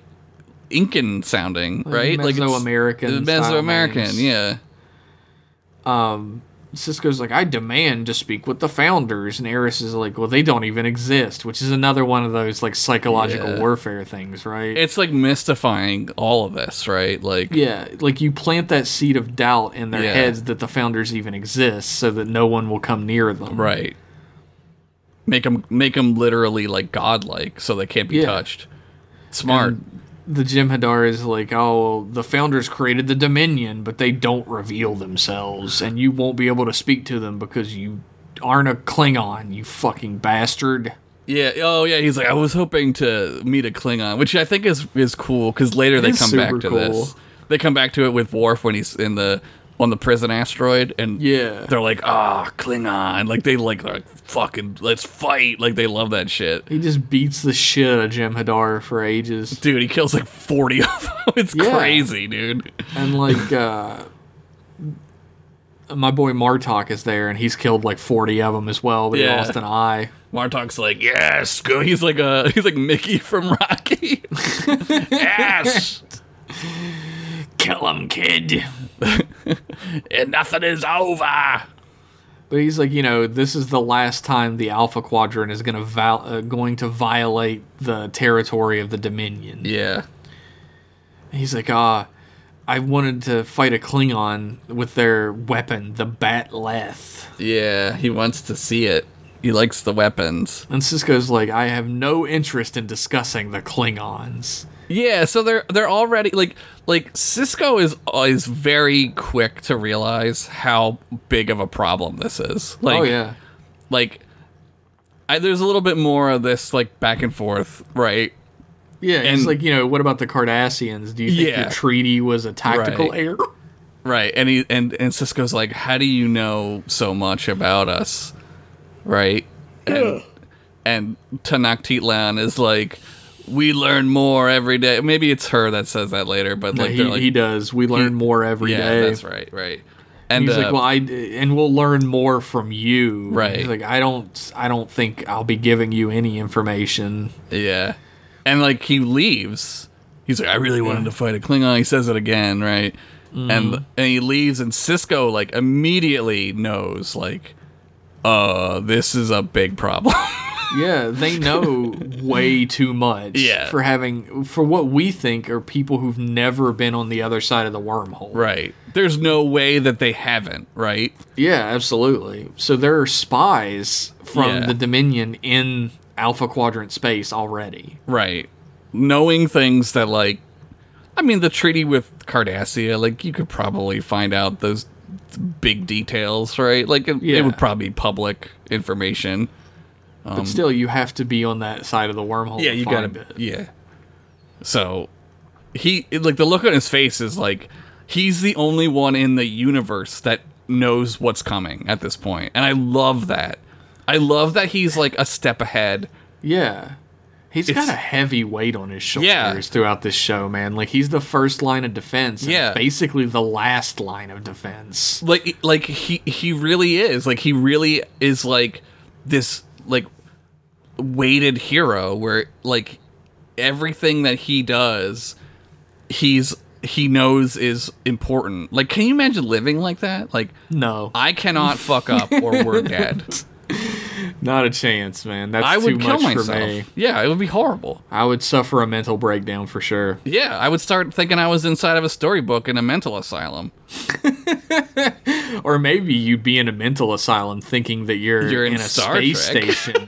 Speaker 2: Incan sounding, right? Like it's-
Speaker 1: Mesoamerican
Speaker 2: the
Speaker 1: style
Speaker 2: Mesoamerican,
Speaker 1: names.
Speaker 2: yeah.
Speaker 1: Cisco's like, I demand to speak with the founders, and Eris is like, Well, they don't even exist, which is another one of those like psychological
Speaker 2: Yeah.
Speaker 1: warfare things, right?
Speaker 2: It's like mystifying all of this, right? Like
Speaker 1: Yeah, like you plant that seed of doubt in their
Speaker 2: Yeah.
Speaker 1: heads that the founders even exist, so that no one will come near them.
Speaker 2: right. Make them make them literally like godlike so they can't be
Speaker 1: Yeah.
Speaker 2: touched. Smart.
Speaker 1: The Jim Hadar is like, oh, the founders created the Dominion, but they don't reveal themselves, and you won't be able to speak to them because you aren't a Klingon, you fucking bastard.
Speaker 2: yeah. Oh yeah, he's like I was hoping to meet a Klingon, which I think is is cool cuz later they
Speaker 1: is
Speaker 2: come back
Speaker 1: super
Speaker 2: to
Speaker 1: cool.
Speaker 2: this. They come back to it with Worf when he's in the on the prison asteroid and
Speaker 1: Yeah.
Speaker 2: they're like, ah, Klingon. Like they like, they're like fucking, let's fight. Like they love that shit.
Speaker 1: He just beats the shit out of Jim Hadar for ages.
Speaker 2: Dude, he kills like forty [LAUGHS] of them. It's
Speaker 1: Yeah.
Speaker 2: crazy, dude.
Speaker 1: And
Speaker 2: [LAUGHS]
Speaker 1: like uh my boy Martok is there and he's killed like 40 of them as well, but
Speaker 2: Yeah.
Speaker 1: he lost an eye.
Speaker 2: Martok's like, yes, go. He's like uh [LAUGHS] he's like Mickey from
Speaker 1: [LAUGHS]
Speaker 2: Rocky. [LAUGHS] yes,
Speaker 1: Kill him, kid.
Speaker 2: and nothing is over.
Speaker 1: But he's like, you know, this is the last time the Alpha Quadrant is going to val- uh, going to violate the territory of the Dominion.
Speaker 2: Yeah,
Speaker 1: He's like, ah, I wanted to fight a Klingon with their weapon, the Batleth.
Speaker 2: yeah. He wants to see it. He likes the weapons.
Speaker 1: And Cisco's like, I have no interest in discussing the Klingons.
Speaker 2: Yeah, so they're they're already like like Cisco is uh, is very quick to realize how big of a problem this is. Like,
Speaker 1: oh yeah,
Speaker 2: like I, there's a little bit more of this like back and forth, right?
Speaker 1: Yeah, and, it's
Speaker 2: And-
Speaker 1: like you know, what about the Cardassians? Do you think
Speaker 2: Yeah.
Speaker 1: your treaty was a tactical
Speaker 2: Right.
Speaker 1: error? [LAUGHS]
Speaker 2: Right. And he and and Cisco's like, "How do you know so much about us?" Right?
Speaker 1: [CLEARS THROAT]
Speaker 2: And and Tenochtitlan is like, "We learn more every day." Maybe it's her that says that later, but
Speaker 1: No,
Speaker 2: like
Speaker 1: he,
Speaker 2: they're like
Speaker 1: he does. We learn more every day.
Speaker 2: yeah, that's right, right. And
Speaker 1: He's like,
Speaker 2: uh,
Speaker 1: well, I and we'll learn more from you.
Speaker 2: Right.
Speaker 1: He's like, I don't, I don't think I'll be giving you any information.
Speaker 2: Yeah. And like he leaves. He's like, I really wanted to fight a Klingon. He says it again, right?
Speaker 1: Mm-hmm.
Speaker 2: And and he leaves and Cisco like immediately knows like uh this is a big problem. [LAUGHS]
Speaker 1: Yeah, they know way too much.
Speaker 2: Yeah.
Speaker 1: For having for what we think are people who've never been on the other side of the wormhole.
Speaker 2: right. There's no way that they haven't, right?
Speaker 1: Yeah, absolutely. So there are spies from
Speaker 2: Yeah.
Speaker 1: the Dominion in Alpha Quadrant space already.
Speaker 2: Right. Knowing things that like I mean the treaty with Cardassia, like you could probably find out those big details, right? Like it,
Speaker 1: Yeah.
Speaker 2: it would probably be public information.
Speaker 1: But still, you have to be on that side of the wormhole.
Speaker 2: yeah
Speaker 1: to
Speaker 2: you gotta
Speaker 1: find it.
Speaker 2: yeah so he it- like the look on his face is like he's the only one in the universe that knows what's coming at this point and i love that i love that he's like a step ahead
Speaker 1: Yeah. he's got
Speaker 2: It's-
Speaker 1: a heavy weight on his shoulders
Speaker 2: Yeah.
Speaker 1: throughout this show, man. Like he's the first line of defense. and
Speaker 2: Yeah.
Speaker 1: Basically the last line of defense.
Speaker 2: like like he he really is like he really is like this like weighted hero where like everything that he does he's he knows is important like can you imagine living like that like
Speaker 1: No.
Speaker 2: I cannot fuck up
Speaker 1: [LAUGHS]
Speaker 2: or we're dead.
Speaker 1: Not a chance, man. That's
Speaker 2: I
Speaker 1: too
Speaker 2: would kill
Speaker 1: much
Speaker 2: myself.
Speaker 1: for me.
Speaker 2: Yeah, it would be horrible.
Speaker 1: I would suffer a mental breakdown for sure.
Speaker 2: Yeah, I would start thinking I was inside of a storybook in a mental asylum.
Speaker 1: Or maybe you'd be in a mental asylum thinking that you're,
Speaker 2: You're in
Speaker 1: a
Speaker 2: Star
Speaker 1: space
Speaker 2: Trek. [LAUGHS]
Speaker 1: station.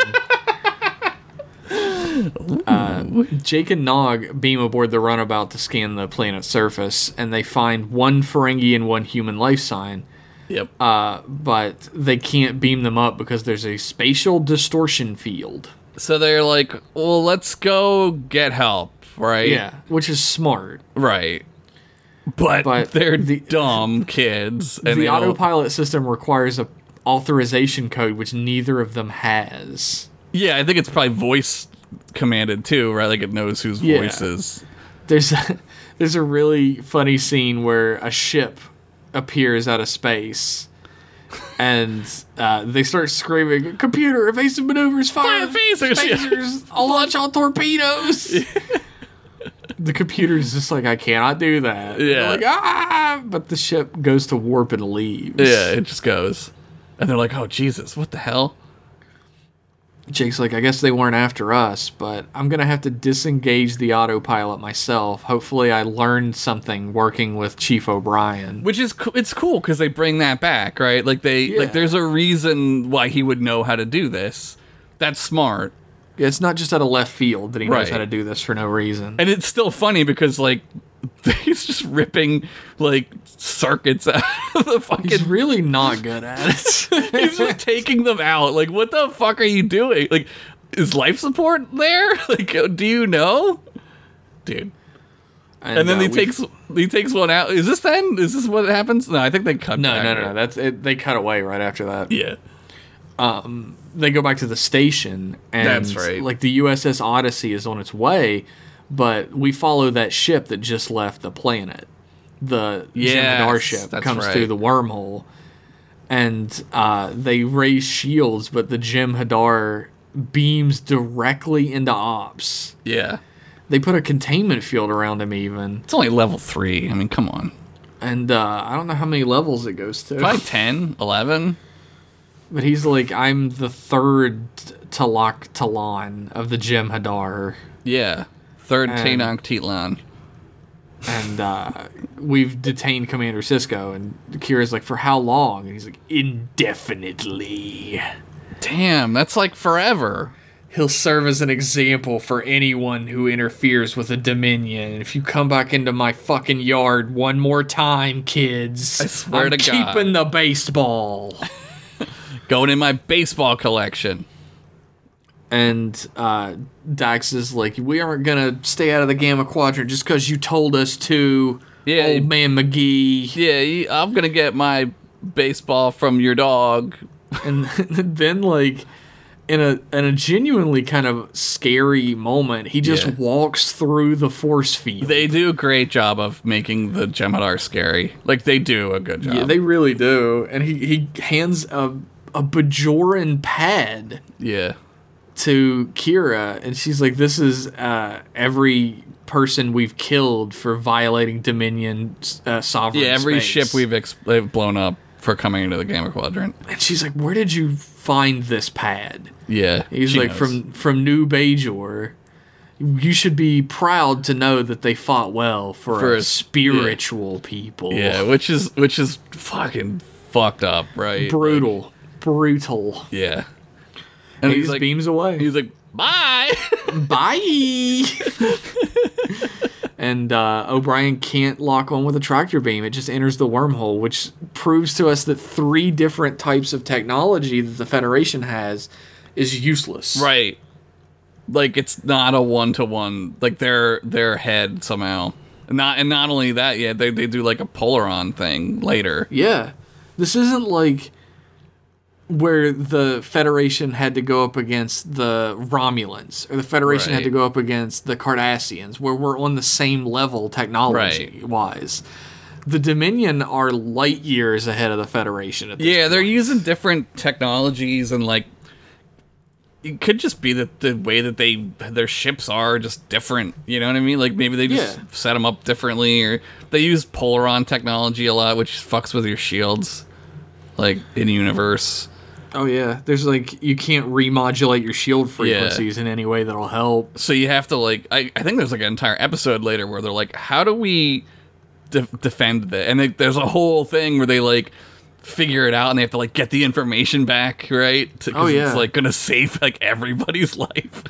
Speaker 1: Uh, Jake and Nog beam aboard the runabout to scan the planet's surface, and they find one Ferengi and one human life sign.
Speaker 2: Yep.
Speaker 1: uh, but they can't beam them up because there's a spatial distortion field.
Speaker 2: so they're like, well, let's go get help, right?
Speaker 1: Yeah, which is smart.
Speaker 2: Right. But,
Speaker 1: But
Speaker 2: they're
Speaker 1: the- [LAUGHS]
Speaker 2: dumb kids. And
Speaker 1: the
Speaker 2: they don't-
Speaker 1: autopilot system requires a authorization code, which neither of them has.
Speaker 2: Yeah, I think it's probably voice commanded too, right? Like it knows whose
Speaker 1: Yeah.
Speaker 2: voice is.
Speaker 1: There's a, [LAUGHS] there's a really funny scene where a ship appears out of space. And uh, they start screaming, "Computer, evasive maneuvers, fire,
Speaker 2: Fire phasers, yeah.
Speaker 1: phasers, I'll launch all
Speaker 2: [LAUGHS]
Speaker 1: torpedoes." the computer's just like, "I cannot do that." They're
Speaker 2: Yeah.
Speaker 1: like ah, but the ship goes to warp and leaves.
Speaker 2: Yeah, it just goes. And they're like, oh, Jesus, what the hell?
Speaker 1: Jake's like, "I guess they weren't after us, but I'm gonna have to disengage the autopilot myself. Hopefully, I learned something working with Chief O'Brien."
Speaker 2: which is co- it's cool because they bring that back right like they
Speaker 1: Yeah.
Speaker 2: like there's a reason why he would know how to do this that's smart
Speaker 1: Yeah, It's not just out of left field that he knows
Speaker 2: Right.
Speaker 1: how to do this for no reason.
Speaker 2: and it's still funny because like [LAUGHS] he's just ripping like circuits [LAUGHS] out of the
Speaker 1: He's
Speaker 2: fucking
Speaker 1: really not good at it.
Speaker 2: [LAUGHS]
Speaker 1: [LAUGHS]
Speaker 2: he's just taking them out like what the fuck are you doing like is life support there [LAUGHS] like uh, do you know dude and then
Speaker 1: uh,
Speaker 2: he
Speaker 1: we-
Speaker 2: takes he takes one out is this then is this what happens no i think they
Speaker 1: [LAUGHS]
Speaker 2: cut
Speaker 1: No,
Speaker 2: back,
Speaker 1: no,
Speaker 2: right?
Speaker 1: no, no. That's it, they cut away right after that.
Speaker 2: yeah
Speaker 1: They go back to the station, and
Speaker 2: That's right.
Speaker 1: Like the USS Odyssey is on its way, but we follow that ship that just left the planet. The
Speaker 2: Yes,
Speaker 1: Jem'Hadar ship
Speaker 2: that's
Speaker 1: comes
Speaker 2: right.
Speaker 1: through the wormhole, and uh, they raise shields, but the Jem'Hadar beams directly into Ops.
Speaker 2: yeah
Speaker 1: They put a containment field around him, even,
Speaker 2: it's only level three i mean come on
Speaker 1: and uh, I don't know how many levels it goes to.
Speaker 2: Probably 10, 11.
Speaker 1: [LAUGHS] But he's like, I'm the third Talak Talon of the Gem Hadar,
Speaker 2: Yeah. Third
Speaker 1: Um,
Speaker 2: Tanok Titlan.
Speaker 1: and uh, [LAUGHS] we've detained Commander Cisco. And Kira's like, for how long? And he's like, indefinitely.
Speaker 2: Damn, that's like forever.
Speaker 1: He'll serve as an example for anyone who interferes with the Dominion. And if you come back into my fucking yard one more time, kids,
Speaker 2: I swear
Speaker 1: I'm
Speaker 2: to God.
Speaker 1: keeping the baseball.
Speaker 2: Going in my baseball collection.
Speaker 1: and uh, Dax is like, "We aren't gonna stay out of the Gamma Quadrant just because you told us to."
Speaker 2: Yeah.
Speaker 1: old man McGee, [LAUGHS]
Speaker 2: Yeah, you- I'm gonna get my baseball from your dog.
Speaker 1: and [LAUGHS] then like in a in a genuinely kind of scary moment, he just
Speaker 2: Yeah.
Speaker 1: walks through the force field.
Speaker 2: They do a great job of making the Jemadar scary. Like they do a good job.
Speaker 1: yeah, they really do, and he he hands a a Bajoran pad
Speaker 2: yeah.
Speaker 1: to Kira, and she's like, "This is uh, every." Person we've killed for violating Dominion uh, sovereign.
Speaker 2: Yeah, every
Speaker 1: space.
Speaker 2: ship we've ex- they've blown up for coming into the Gamma Quadrant.
Speaker 1: And she's like, "Where did you find this pad?"
Speaker 2: Yeah,
Speaker 1: He's
Speaker 2: she
Speaker 1: like,
Speaker 2: knows.
Speaker 1: "From from New Bajor. You should be proud to know that they fought well for,
Speaker 2: For
Speaker 1: a
Speaker 2: a-
Speaker 1: spiritual people.
Speaker 2: yeah, which is which is fucking fucked up, right?
Speaker 1: brutal, brutal."
Speaker 2: Yeah, and
Speaker 1: he
Speaker 2: he's
Speaker 1: just
Speaker 2: like,
Speaker 1: beams away.
Speaker 2: he's like, bye. [LAUGHS]
Speaker 1: Bye. [LAUGHS] and uh, O'Brien can't lock on with a tractor beam. It just enters the wormhole, which proves to us that three different types of technology that the Federation has is useless.
Speaker 2: right, like it's not a one to one. Like their their head somehow. Not and not only that, yeah, they they do like a Polaron thing later.
Speaker 1: Yeah. This isn't like where the Federation had to go up against the Romulans or the Federation had to
Speaker 2: Right.
Speaker 1: go up against the Cardassians, where we're on the same level technology wise. The Dominion are light years ahead of the Federation at this
Speaker 2: Yeah, they're
Speaker 1: point.
Speaker 2: using different technologies and like it could just be that the way that they their ships are just different. You know what I mean? Like maybe they just
Speaker 1: Yeah.
Speaker 2: set them up differently, or they use Polaron technology a lot, which fucks with your shields, like in universe.
Speaker 1: Oh yeah. There's like you can't remodulate your shield frequencies in any way that'll help.
Speaker 2: So you have to like I, I think there's like an entire episode later where they're like, how do we de- defend that? And they, there's a whole thing where they like figure it out and they have to like get the information back, right? To- 'cause
Speaker 1: Oh, yeah.
Speaker 2: it's like gonna save like everybody's [LAUGHS] life.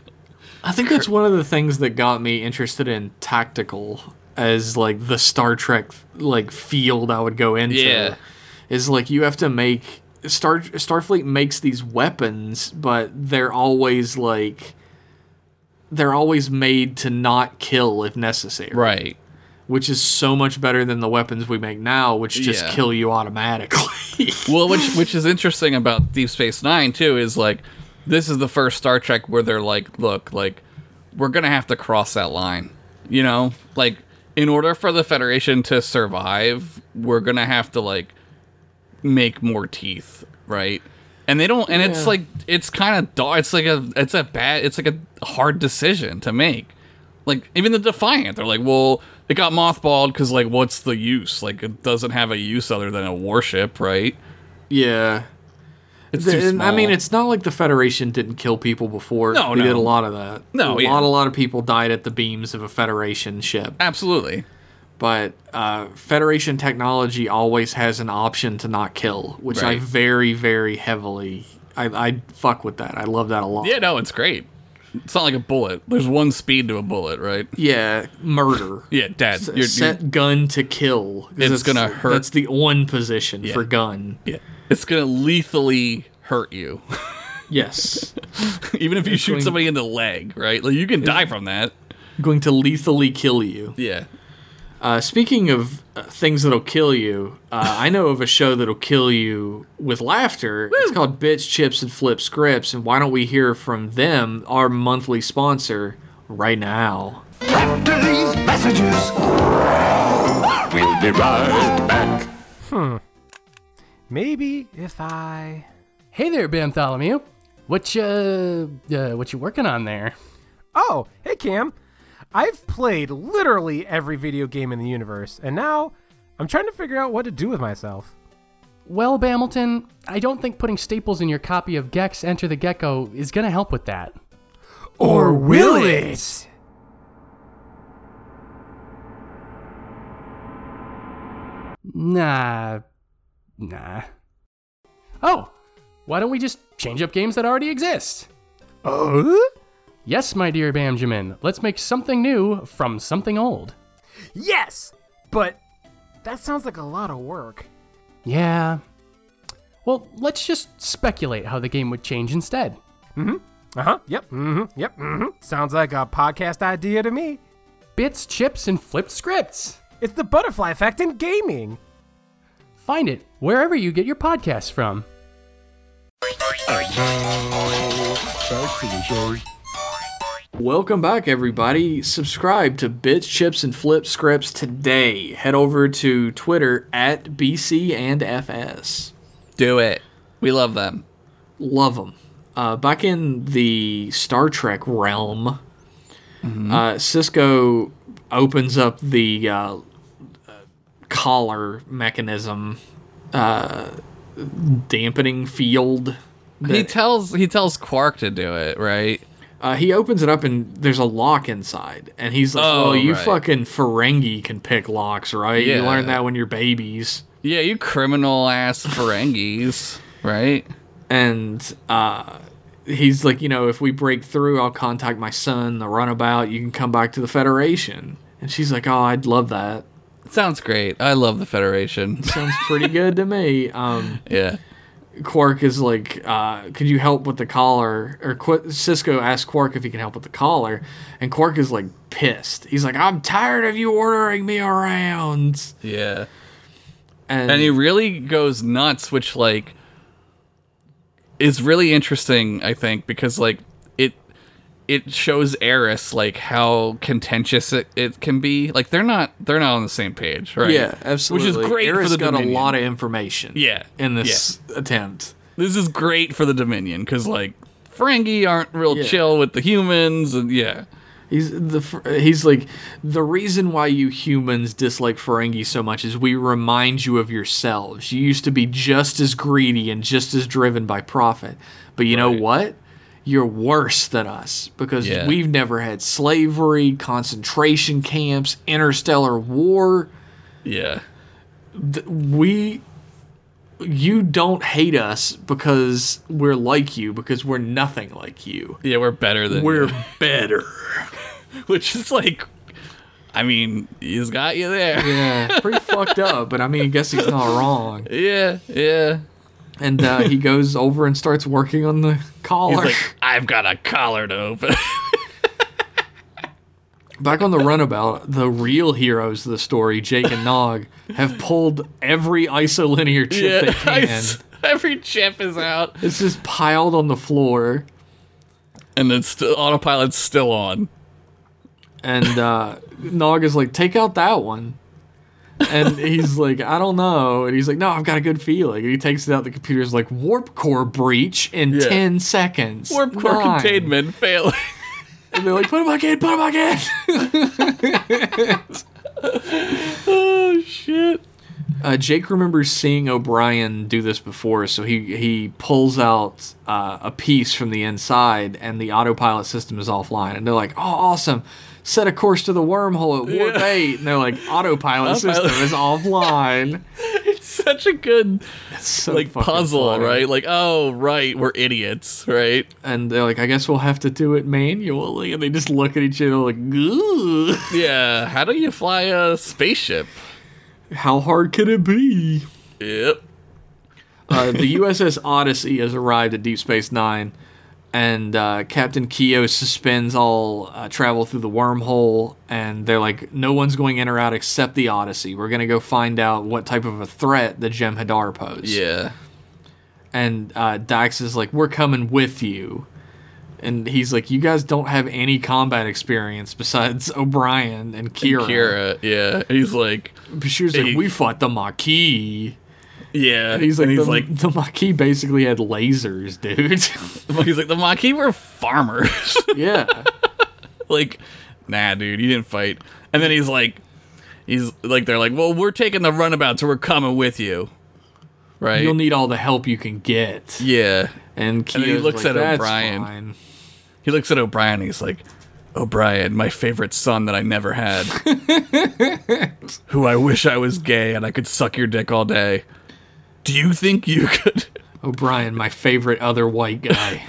Speaker 1: I think that's one of the things that got me interested in tactical as like the Star Trek like field I would go into.
Speaker 2: Yeah.
Speaker 1: Is like you have to make Star Starfleet makes these weapons, but they're always like they're always made to not kill if necessary.
Speaker 2: Right.
Speaker 1: Which is so much better than the weapons we make now, which just
Speaker 2: Yeah.
Speaker 1: kill you automatically. [LAUGHS]
Speaker 2: [LAUGHS] Well, which which is interesting about Deep Space Nine too is like this is the first Star Trek where they're like, look, like we're gonna have to cross that line, you know, like in order for the Federation to survive, we're gonna have to like make more teeth, right? And they don't, and it's
Speaker 1: Yeah.
Speaker 2: like it's kind of dark. It's like a it's a bad it's like a hard decision to make. Like even the Defiant, they're like, well, it got mothballed because like, what's the use? Like it doesn't have a use other than a warship, right?
Speaker 1: yeah.
Speaker 2: It's
Speaker 1: The-
Speaker 2: too
Speaker 1: and, I
Speaker 2: small.
Speaker 1: mean, it's not like the Federation didn't kill people before.
Speaker 2: No,
Speaker 1: they
Speaker 2: no.
Speaker 1: did a lot of that.
Speaker 2: No,
Speaker 1: a
Speaker 2: yeah.
Speaker 1: lot, a lot of people died at the beams of a Federation ship.
Speaker 2: absolutely
Speaker 1: But uh, Federation technology always has an option to not kill, which I
Speaker 2: Right.
Speaker 1: very, very heavily. I, I fuck with that. I love that a lot.
Speaker 2: yeah. No, it's great. It's not like a bullet. There's one speed to a bullet, right?
Speaker 1: Yeah, murder.
Speaker 2: [LAUGHS] Yeah, Dad. You're, you're,
Speaker 1: Set gun to kill. 'cause that's-
Speaker 2: It's gonna hurt.
Speaker 1: That's the on position
Speaker 2: Yeah.
Speaker 1: for gun.
Speaker 2: yeah. It's gonna lethally hurt you, [LAUGHS]
Speaker 1: Yes,
Speaker 2: even if you shoot
Speaker 1: going-
Speaker 2: somebody in the leg, right? Like you can die from that.
Speaker 1: going to lethally kill you.
Speaker 2: Yeah.
Speaker 1: Uh, speaking of uh, things that'll kill you, uh, I know of a show that'll kill you with laughter. It's called Bitch Chips and Flip Scripts, and why don't we hear from them, our monthly sponsor, right now?
Speaker 4: After these messages, we'll be right back.
Speaker 6: Maybe if I.
Speaker 5: Hey there, Bartholomew. What you uh, what you working on there?
Speaker 6: Oh, hey Cam. I've played literally every video game in the universe, and now I'm trying to figure out what to do with myself.
Speaker 5: Well, Bamilton, I don't think putting staples in your copy of Gex Enter the Gecko is gonna help with that.
Speaker 6: Or
Speaker 5: will it? Nah. Nah. Oh, why don't we just change up games that already exist?
Speaker 6: Uh?
Speaker 5: Yes, my dear Benjamin, let's make something new from something old.
Speaker 6: Yes! But that sounds like a lot of work.
Speaker 5: Yeah. Well, let's just speculate how the game would change instead.
Speaker 6: Uh
Speaker 5: Uh-huh.
Speaker 6: huh. Yep. Mm hmm. Yep. Mm hmm. Sounds like a podcast idea to me.
Speaker 5: Bits, chips, and flipped scripts.
Speaker 6: It's the butterfly effect in gaming.
Speaker 5: Find it wherever you get your podcasts from.
Speaker 1: Welcome back, everybody. Subscribe to Bits, Chips, and Flip Scripts today. Head over to Twitter at BC and FS.
Speaker 2: Do it. We love them.
Speaker 1: Love them. Uh, back in the Star Trek realm,
Speaker 2: Mm-hmm.
Speaker 1: uh, Cisco opens up the uh, uh, collar mechanism, uh, dampening field.
Speaker 2: He
Speaker 1: that-
Speaker 2: tells he tells Quark to do it, right?
Speaker 1: Uh, he opens it up and there's a lock inside, and he's like, "Oh,
Speaker 2: Oh,
Speaker 1: you
Speaker 2: right.
Speaker 1: fucking Ferengi can pick locks, right? You
Speaker 2: Yeah.
Speaker 1: learn that when you're babies."
Speaker 2: Yeah, you criminal ass Ferengis, right?
Speaker 1: And uh, he's like, "You know, if we break through, I'll contact my son, the runabout. You can come back to the Federation." And she's like, "Oh, I'd love that.
Speaker 2: Sounds great. I love the Federation. [LAUGHS]
Speaker 1: Sounds pretty good to me." Um,
Speaker 2: yeah.
Speaker 1: Quark is like, uh, "Could you help with the collar?" Or Qu- Cisco asks Quark if he can help with the collar, and Quark is like pissed. He's like, "I'm tired of you ordering me around."
Speaker 2: Yeah. and he really goes nuts which like is really interesting i think because like it it shows eris like how contentious it, it can be like they're not they're not on the same page right
Speaker 1: Yeah, absolutely.
Speaker 2: which is great
Speaker 1: Eris
Speaker 2: for the
Speaker 1: got
Speaker 2: dominion
Speaker 1: a lot of information.
Speaker 2: Yeah,
Speaker 1: in this attempt.
Speaker 2: this is great for the dominion because like ferengi aren't real
Speaker 1: Yeah.
Speaker 2: chill with the humans and yeah
Speaker 1: He's the fr- he's like the reason why you humans dislike Ferengi so much is we remind you of yourselves. You used to be just as greedy and just as driven by profit, but you know what? You're worse than us because
Speaker 2: Yeah.
Speaker 1: we've never had slavery, concentration camps, interstellar war.
Speaker 2: yeah
Speaker 1: we you don't hate us because we're like you because we're nothing like you
Speaker 2: yeah we're better than
Speaker 1: we're
Speaker 2: you. [LAUGHS]
Speaker 1: better
Speaker 2: which is like i mean he's got you there
Speaker 1: yeah pretty fucked up but i mean i guess he's not wrong
Speaker 2: [LAUGHS] yeah, yeah.
Speaker 1: and uh,
Speaker 2: [LAUGHS]
Speaker 1: he goes over and starts working on the collar
Speaker 2: like, I've got a collar to open.
Speaker 1: back on the runabout the real heroes of the story jake and nog have pulled every isolinear chip they
Speaker 2: I
Speaker 1: can
Speaker 2: s- every chip is out,
Speaker 1: it's just piled on the floor
Speaker 2: and it's still, autopilot's still on.
Speaker 1: and uh, Nog is like, take out that one. And he's like, I don't know. And he's like, no, I've got a good feeling. And he takes it out. The computer's like, warp core breach in
Speaker 2: Yeah.
Speaker 1: 10 seconds.
Speaker 2: Warp core
Speaker 1: Nine."
Speaker 2: containment failing. [LAUGHS]
Speaker 1: And they're like, put it back in, put it back in.
Speaker 2: oh shit!
Speaker 1: Uh, Jake remembers seeing O'Brien do this before, so he, he pulls out uh, a piece from the inside, and the autopilot system is offline. And they're like, oh, awesome. Set a course to the wormhole at warp
Speaker 2: Yeah.
Speaker 1: 8. And they're like, autopilot system
Speaker 2: Autopilot.
Speaker 1: is
Speaker 2: [LAUGHS]
Speaker 1: offline.
Speaker 2: It's such a good
Speaker 1: So
Speaker 2: like
Speaker 1: fucking
Speaker 2: puzzle,
Speaker 1: funny.
Speaker 2: right? Like, oh right, we're idiots, right?
Speaker 1: and they're like, I guess we'll have to do it manually. And they just look at each other like, "Goo,
Speaker 2: Yeah. How do you fly a spaceship?
Speaker 1: how hard can it be?
Speaker 2: Yep.
Speaker 1: Uh, the USS Odyssey has arrived at Deep Space Nine, and uh, Captain Keo suspends all uh, travel through the wormhole. And they're like, no one's going in or out except the Odyssey. We're going to go find out what type of a threat the Jem'Hadar pose.
Speaker 2: Yeah.
Speaker 1: and uh, Dax is like, "We're coming with you," and he's like, "You guys don't have any combat experience besides O'Brien and Kira."
Speaker 2: Kira. Yeah. He's like,
Speaker 1: But she was like,
Speaker 2: Hey.
Speaker 1: "We fought the Maquis,"
Speaker 2: yeah.
Speaker 1: and he's like,
Speaker 2: and he's
Speaker 1: the,
Speaker 2: like,
Speaker 1: "The Maquis basically had lasers, dude."
Speaker 2: [LAUGHS] he's like, the Maquis were farmers. [LAUGHS]
Speaker 1: yeah,
Speaker 2: like, nah, dude, you didn't fight. And then he's like, he's like, they're like, well, we're taking the runabout, so we're coming with you, right?
Speaker 1: you'll need all the help you can get.
Speaker 2: yeah.
Speaker 1: And
Speaker 2: then
Speaker 1: Keo's
Speaker 2: he looks
Speaker 1: like,
Speaker 2: at
Speaker 1: "That's
Speaker 2: O'Brien."
Speaker 1: fine."
Speaker 2: He looks at O'Brien. and He's like, O'Brien, my favorite son that I never
Speaker 1: [LAUGHS]
Speaker 2: had, who I wish I was gay and I could suck your dick all day. Do you think you could? [LAUGHS]
Speaker 1: O'Brien, my favorite other white guy.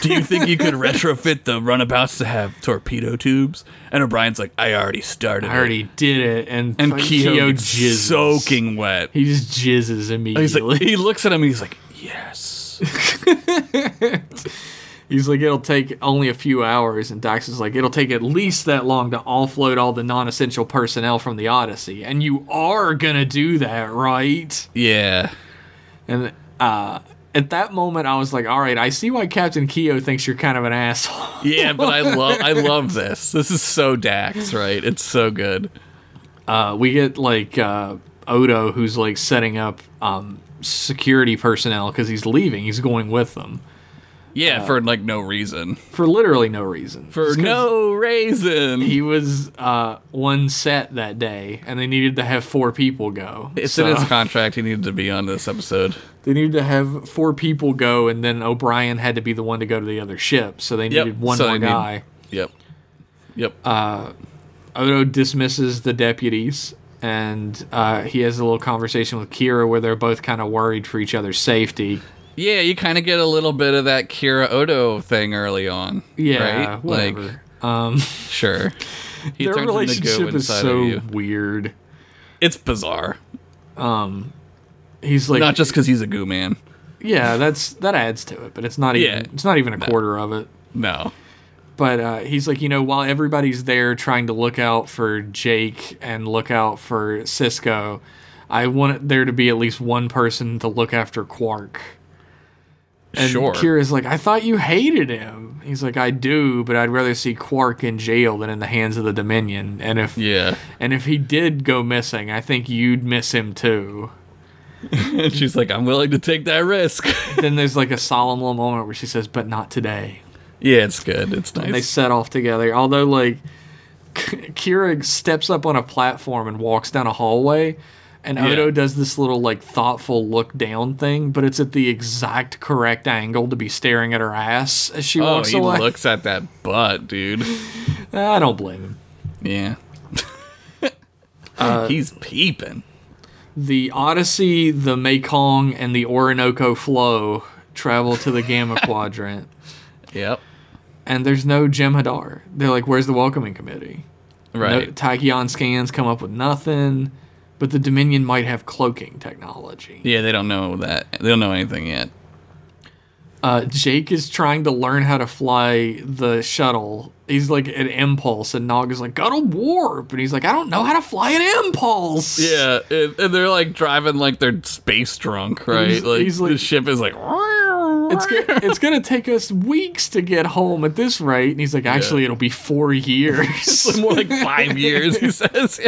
Speaker 2: Do you
Speaker 1: [LAUGHS]
Speaker 2: think you could retrofit the runabouts to have torpedo tubes? And O'Brien's like, I already started.
Speaker 1: I
Speaker 2: it."
Speaker 1: already did it, and
Speaker 2: And
Speaker 1: fucking
Speaker 2: Keo,
Speaker 1: Keo
Speaker 2: gets soaking wet.
Speaker 1: He just jizzes
Speaker 2: He's
Speaker 1: immediately. [LAUGHS]
Speaker 2: like, he looks at him. and He's like, yes.
Speaker 1: He's like, it'll take only a few hours, and Dax is like, it'll take at least that long to offload all the non-essential personnel from the Odyssey, and you are gonna do that, right?
Speaker 2: Yeah.
Speaker 1: And uh, at that moment, I was like, all right, I see why Captain Keo thinks you're kind of an asshole.
Speaker 2: Yeah, but I love [LAUGHS] I love this. This is so Dax, right? It's so good.
Speaker 1: Uh, we get like uh, Odo, who's like setting up um, security personnel because he's leaving. He's going with them
Speaker 2: Yeah, for like no reason.
Speaker 1: for literally no reason.
Speaker 2: For
Speaker 1: Just 'cause
Speaker 2: no reason.
Speaker 1: he was uh, one set that day, and they needed to have four people go.
Speaker 2: it's
Speaker 1: So-
Speaker 2: in his contract. He needed to be on this episode.
Speaker 1: [LAUGHS] They needed to have four people go, and then O'Brien had to be the one to go to the other ship. So they needed one
Speaker 2: so
Speaker 1: more
Speaker 2: they need-
Speaker 1: guy.
Speaker 2: Yep. Yep.
Speaker 1: Odo dismisses the deputies, and uh, he has a little conversation with Kira where they're both kind of worried for each other's safety.
Speaker 2: yeah, you kind of get a little bit of that Kira Odo thing early on.
Speaker 1: Yeah,
Speaker 2: Right?
Speaker 1: whatever.
Speaker 2: Like,
Speaker 1: um,
Speaker 2: sure. He
Speaker 1: their
Speaker 2: turns into goo
Speaker 1: relationship is
Speaker 2: inside of
Speaker 1: so
Speaker 2: you.
Speaker 1: weird.
Speaker 2: It's bizarre.
Speaker 1: He's like,
Speaker 2: Not just because he's a goo man.
Speaker 1: yeah, that's that adds to it, but it's not even
Speaker 2: Yeah.
Speaker 1: it's not even a quarter of it.
Speaker 2: No.
Speaker 1: but uh, he's like, you know, while everybody's there trying to look out for Jake and look out for Cisco, I want there to be at least one person to look after Quark. And
Speaker 2: sure.
Speaker 1: Kira's like, I thought you hated him. He's like, I do, but I'd rather see Quark in jail than in the hands of the Dominion. And if
Speaker 2: yeah. [LAUGHS]
Speaker 1: and if he did go missing, I think you'd miss him too.
Speaker 2: And she's like, I'm willing to take that risk.
Speaker 1: then there's like a solemn little moment where she says, "But not today."
Speaker 2: yeah, it's good. It's
Speaker 1: and they
Speaker 2: nice.
Speaker 1: set off together. Although, like, [LAUGHS] Kira steps up on a platform and walks down a hallway, and
Speaker 2: Yeah.
Speaker 1: Odo does this little, like, thoughtful look down thing, but it's at the exact correct angle to be staring at her ass as she
Speaker 2: Oh,
Speaker 1: walks
Speaker 2: he
Speaker 1: away.
Speaker 2: looks at that butt, dude.
Speaker 1: [LAUGHS] I don't blame him.
Speaker 2: Yeah.
Speaker 1: [LAUGHS] Uh,
Speaker 2: He's peeping.
Speaker 1: The Odyssey, the Mekong, and the Orinoco Flow travel to the
Speaker 2: [LAUGHS]
Speaker 1: Gamma Quadrant,
Speaker 2: Yep.
Speaker 1: and there's no Jem'Hadar. They're like, where's the welcoming committee?
Speaker 2: Right.
Speaker 1: No, Tachyon scans come up with nothing, but the Dominion might have cloaking technology.
Speaker 2: yeah, they don't know that. They don't know anything yet.
Speaker 1: Uh, Jake is trying to learn how to fly the shuttle. He's like an impulse, and Nog is like, "Go to warp," and he's like, "I don't know how to fly an impulse."
Speaker 2: Yeah, and, and they're like driving like they're space drunk, right?
Speaker 1: He's-
Speaker 2: like,
Speaker 1: he's like-
Speaker 2: the ship is like.
Speaker 1: it's go-
Speaker 2: [LAUGHS]
Speaker 1: it's gonna take us weeks to get home at this rate, and he's like, "Actually, it'll be four
Speaker 2: [LAUGHS]
Speaker 1: years."
Speaker 2: more like five
Speaker 1: [LAUGHS]
Speaker 2: years, he says. [LAUGHS]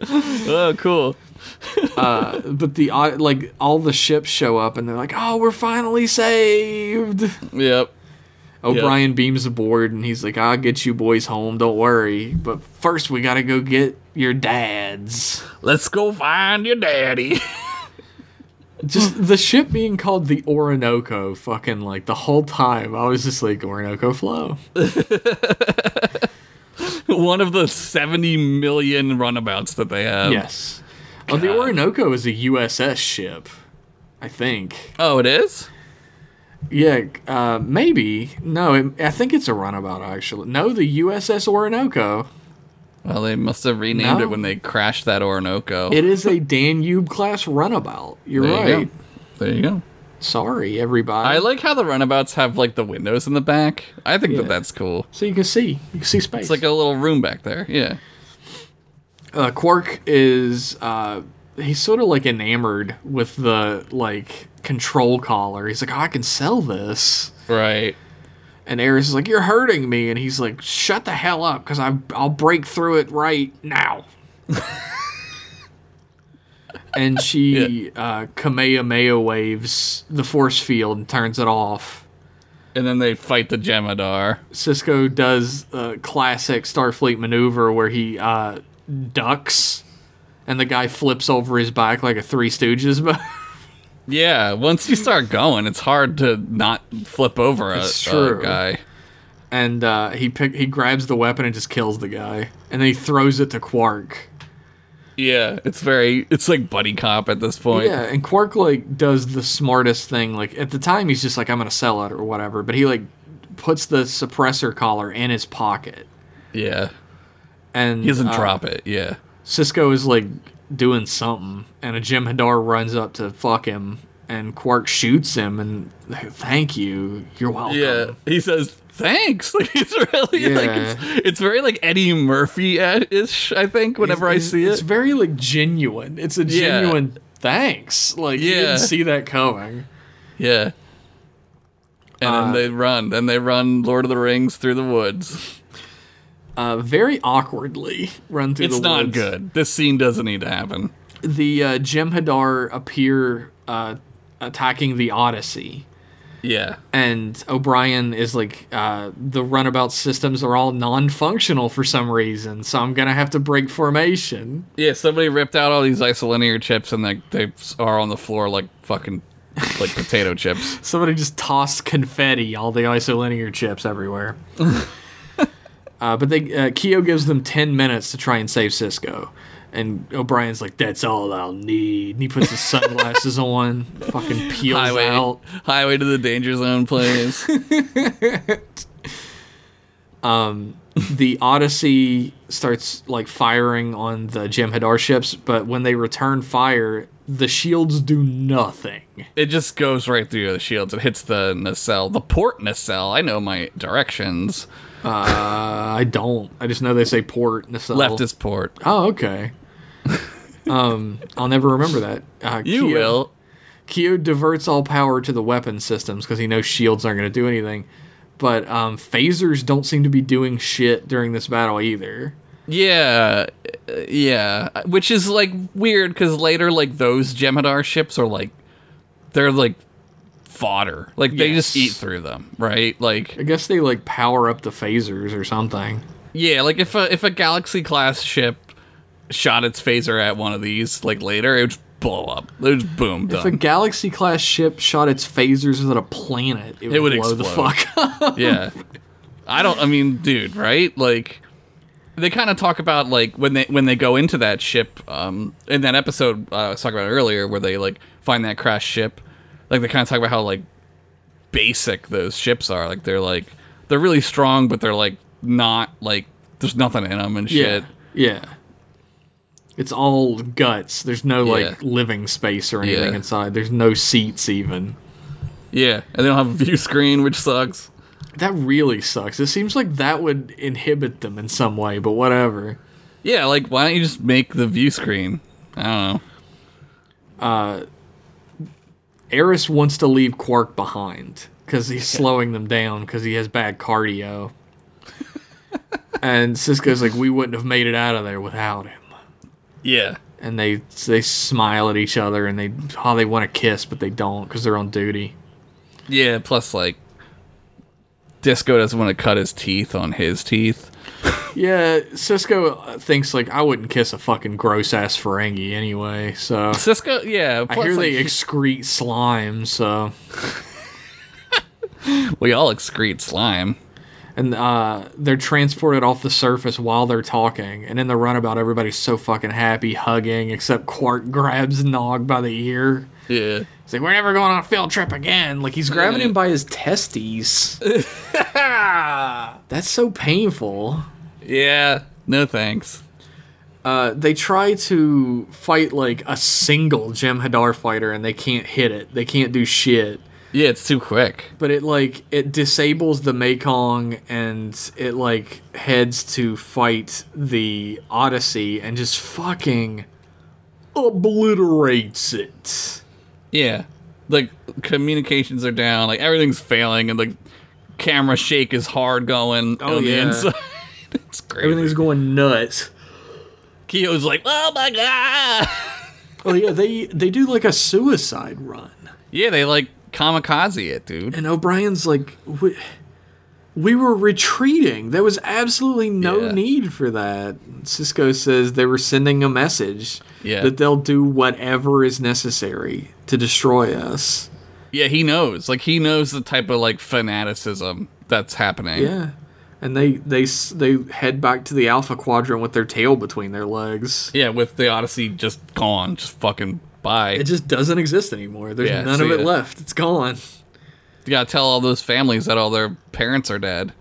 Speaker 2: Yeah. Oh, cool.
Speaker 1: but the uh, like all the ships show up, and they're like, "Oh, we're finally saved."
Speaker 2: Yep.
Speaker 1: O'Brien beams aboard and he's like, I'll get you boys home, don't worry. But first we gotta go get your dads.
Speaker 2: Let's go find your daddy. [LAUGHS] Hmm.
Speaker 1: Just the ship being called the Orinoco, fucking like the whole time, I was just like, Orinoco Flow.
Speaker 2: One of the 70 million runabouts that they have.
Speaker 1: yes. Oh, the Orinoco is a USS ship, I think.
Speaker 2: Oh, it is?
Speaker 1: Yeah, uh, maybe. No, it, I think it's a runabout, actually. No, the USS Orinoco.
Speaker 2: Well, they must have renamed
Speaker 1: No.
Speaker 2: it when they crashed that Orinoco.
Speaker 1: It is
Speaker 2: [LAUGHS]
Speaker 1: a Danube class runabout. You're
Speaker 2: There you
Speaker 1: right.
Speaker 2: go. There you go.
Speaker 1: Sorry, everybody.
Speaker 2: I like how the runabouts have like the windows in the back. I think
Speaker 1: Yeah.
Speaker 2: that that's cool.
Speaker 1: So you can see, you can see space.
Speaker 2: It's like a little room back there. Yeah.
Speaker 1: uh, Quark is uh, he's sort of like enamored with the like control collar. He's like, oh, I can sell this.
Speaker 2: Right.
Speaker 1: And Eris is like, you're hurting me, and he's like, shut the hell up, because I'll break through it right now. [LAUGHS] and she uh, Kamehameha waves the force field and turns it off.
Speaker 2: And then they fight the Jemadar.
Speaker 1: Cisco does a classic Starfleet maneuver where he uh, ducks, and the guy flips over his back like a Three Stooges. [LAUGHS] But
Speaker 2: Yeah, once you start going, it's hard to not flip over a,
Speaker 1: It's
Speaker 2: a
Speaker 1: true.
Speaker 2: guy.
Speaker 1: and uh, he pick he grabs the weapon and just kills the guy, and then he throws it to Quark.
Speaker 2: Yeah, it's very it's like buddy cop at this point.
Speaker 1: Yeah, and Quark like does the smartest thing. Like at the time, he's just like, "I'm gonna sell it" or whatever. But he like puts the suppressor collar in his pocket,
Speaker 2: Yeah.
Speaker 1: and
Speaker 2: He doesn't
Speaker 1: uh,
Speaker 2: drop it. Yeah.
Speaker 1: Cisco is like doing something, and a Jim Hadar runs up to fuck him, and Quark shoots him, and thank you, you're welcome.
Speaker 2: Yeah. He says, thanks. [LAUGHS] Like, it's really, like,
Speaker 1: Yeah.
Speaker 2: it's, it's very, like, Eddie Murphy ish, I think, whenever I
Speaker 1: It's-
Speaker 2: see
Speaker 1: it's
Speaker 2: it.
Speaker 1: very like genuine. It's a
Speaker 2: Yeah.
Speaker 1: genuine thanks. Like you
Speaker 2: Yeah.
Speaker 1: didn't see that coming.
Speaker 2: Yeah. And then they run. Then they run Lord of the Rings through the woods.
Speaker 1: Uh, very awkwardly run through
Speaker 2: It's
Speaker 1: the
Speaker 2: not
Speaker 1: woods.
Speaker 2: good. This scene doesn't need to happen.
Speaker 1: The uh, Jim Hadar appear uh, attacking the Odyssey.
Speaker 2: Yeah.
Speaker 1: and O'Brien is like, uh, the runabout systems are all non functional for some reason, so I'm gonna have to break formation.
Speaker 2: Yeah, somebody ripped out all these isolinear chips and they, they are on the floor like fucking like potato [LAUGHS] chips.
Speaker 1: Somebody just tossed confetti, all the isolinear chips everywhere. uh, but they, uh, Keo gives them 10 minutes to try and save Cisco. And O'Brien's like, that's all I'll need. And he puts his sunglasses [LAUGHS] on, fucking peels
Speaker 2: Highway
Speaker 1: out.
Speaker 2: highway to the danger zone plays.
Speaker 1: the Odyssey starts like firing on the Jim Hadar ships, but when they return fire, the shields do nothing.
Speaker 2: it just goes right through the shields. It hits the nacelle, the port nacelle. I know my directions.
Speaker 1: I don't. I just know they say port nacelle.
Speaker 2: Left is port.
Speaker 1: Oh, okay. [LAUGHS] um, I'll never remember that. Uh,
Speaker 2: You
Speaker 1: Keo-
Speaker 2: will.
Speaker 1: Keo diverts all power to the weapon systems because he knows shields aren't going to do anything. But um, phasers don't seem to be doing shit during this battle either.
Speaker 2: Yeah, uh, yeah. Which is like weird because later, like those Jemadar ships are like they're like fodder. Like they just eat
Speaker 1: Yes.
Speaker 2: through them, right? Like
Speaker 1: I guess they like power up the phasers or something.
Speaker 2: Yeah, like if a if a galaxy class ship shot its phaser at one of these, like later, it would just blow up. It would just boom
Speaker 1: If a
Speaker 2: done.
Speaker 1: galaxy class ship shot its phasers at a planet, it would,
Speaker 2: would
Speaker 1: blow the
Speaker 2: explode.
Speaker 1: fuck up.
Speaker 2: yeah, I don't. I mean, dude, right? Like they kind of talk about like when they when they go into that ship um, in that episode uh, I was talking about earlier where they like find that crashed ship. Like they kind of talk about how like basic those ships are. Like they're like they're really strong, but they're like not like there's nothing in them and shit.
Speaker 1: Yeah. Yeah. It's all guts. There's no like
Speaker 2: Yeah.
Speaker 1: living space or anything
Speaker 2: Yeah.
Speaker 1: inside. There's no seats even.
Speaker 2: yeah, and they don't have a view screen, which sucks.
Speaker 1: That really sucks. It seems like that would inhibit them in some way, but whatever.
Speaker 2: Yeah, like why don't you just make the view screen? I don't know.
Speaker 1: Eris wants to leave Quark behind because he's slowing them down because he has bad
Speaker 2: [LAUGHS]
Speaker 1: cardio. and Cisco's like, we wouldn't have made it out of there without him.
Speaker 2: Yeah.
Speaker 1: and they they smile at each other and they oh they want to kiss but they don't because they're on duty.
Speaker 2: Yeah, plus like Disco doesn't want to cut his teeth on his teeth.
Speaker 1: Yeah, Cisco uh, thinks like I wouldn't kiss a fucking gross ass Ferengi anyway. So
Speaker 2: Cisco, yeah,
Speaker 1: I
Speaker 2: plus
Speaker 1: hear
Speaker 2: like,
Speaker 1: they excrete slime. So
Speaker 2: we all excrete slime.
Speaker 1: and uh, they're transported off the surface while they're talking. And in the runabout, everybody's so fucking happy, hugging. Except Quark [LAUGHS] grabs Nog by the ear.
Speaker 2: Yeah.
Speaker 1: He's like, "We're never going on a field trip again." Like he's grabbing him by his testes. That's so painful.
Speaker 2: Yeah. No thanks.
Speaker 1: Uh, they try to fight like a single Gem Hadar fighter and they can't hit it. They can't do shit.
Speaker 2: Yeah, it's too quick.
Speaker 1: But it like it disables the Mekong and it like heads to fight the Odyssey and just fucking obliterates it.
Speaker 2: Yeah. Like communications are down, like everything's failing and like camera shake is hard going
Speaker 1: Oh,
Speaker 2: on the
Speaker 1: yeah.
Speaker 2: inside. [LAUGHS] it's crazy.
Speaker 1: Everything's going nuts.
Speaker 2: Keo's like, "Oh my god."
Speaker 1: Oh yeah, they they do like a suicide run.
Speaker 2: yeah, they like kamikaze it, dude.
Speaker 1: And O'Brien's like, we, we were retreating. There was absolutely no
Speaker 2: Yeah.
Speaker 1: need for that. Cisco says they were sending a message
Speaker 2: Yeah.
Speaker 1: that they'll do whatever is necessary to destroy us.
Speaker 2: Yeah, he knows. Like he knows the type of like fanaticism that's happening.
Speaker 1: Yeah. And they, they s- they head back to the Alpha Quadrant with their tail between their legs.
Speaker 2: Yeah, with the Odyssey just gone, just fucking bye.
Speaker 1: It just doesn't exist anymore. There's
Speaker 2: Yeah,
Speaker 1: none
Speaker 2: see
Speaker 1: of it
Speaker 2: ya.
Speaker 1: left. It's gone.
Speaker 2: You gotta tell all those families that all their parents are dead.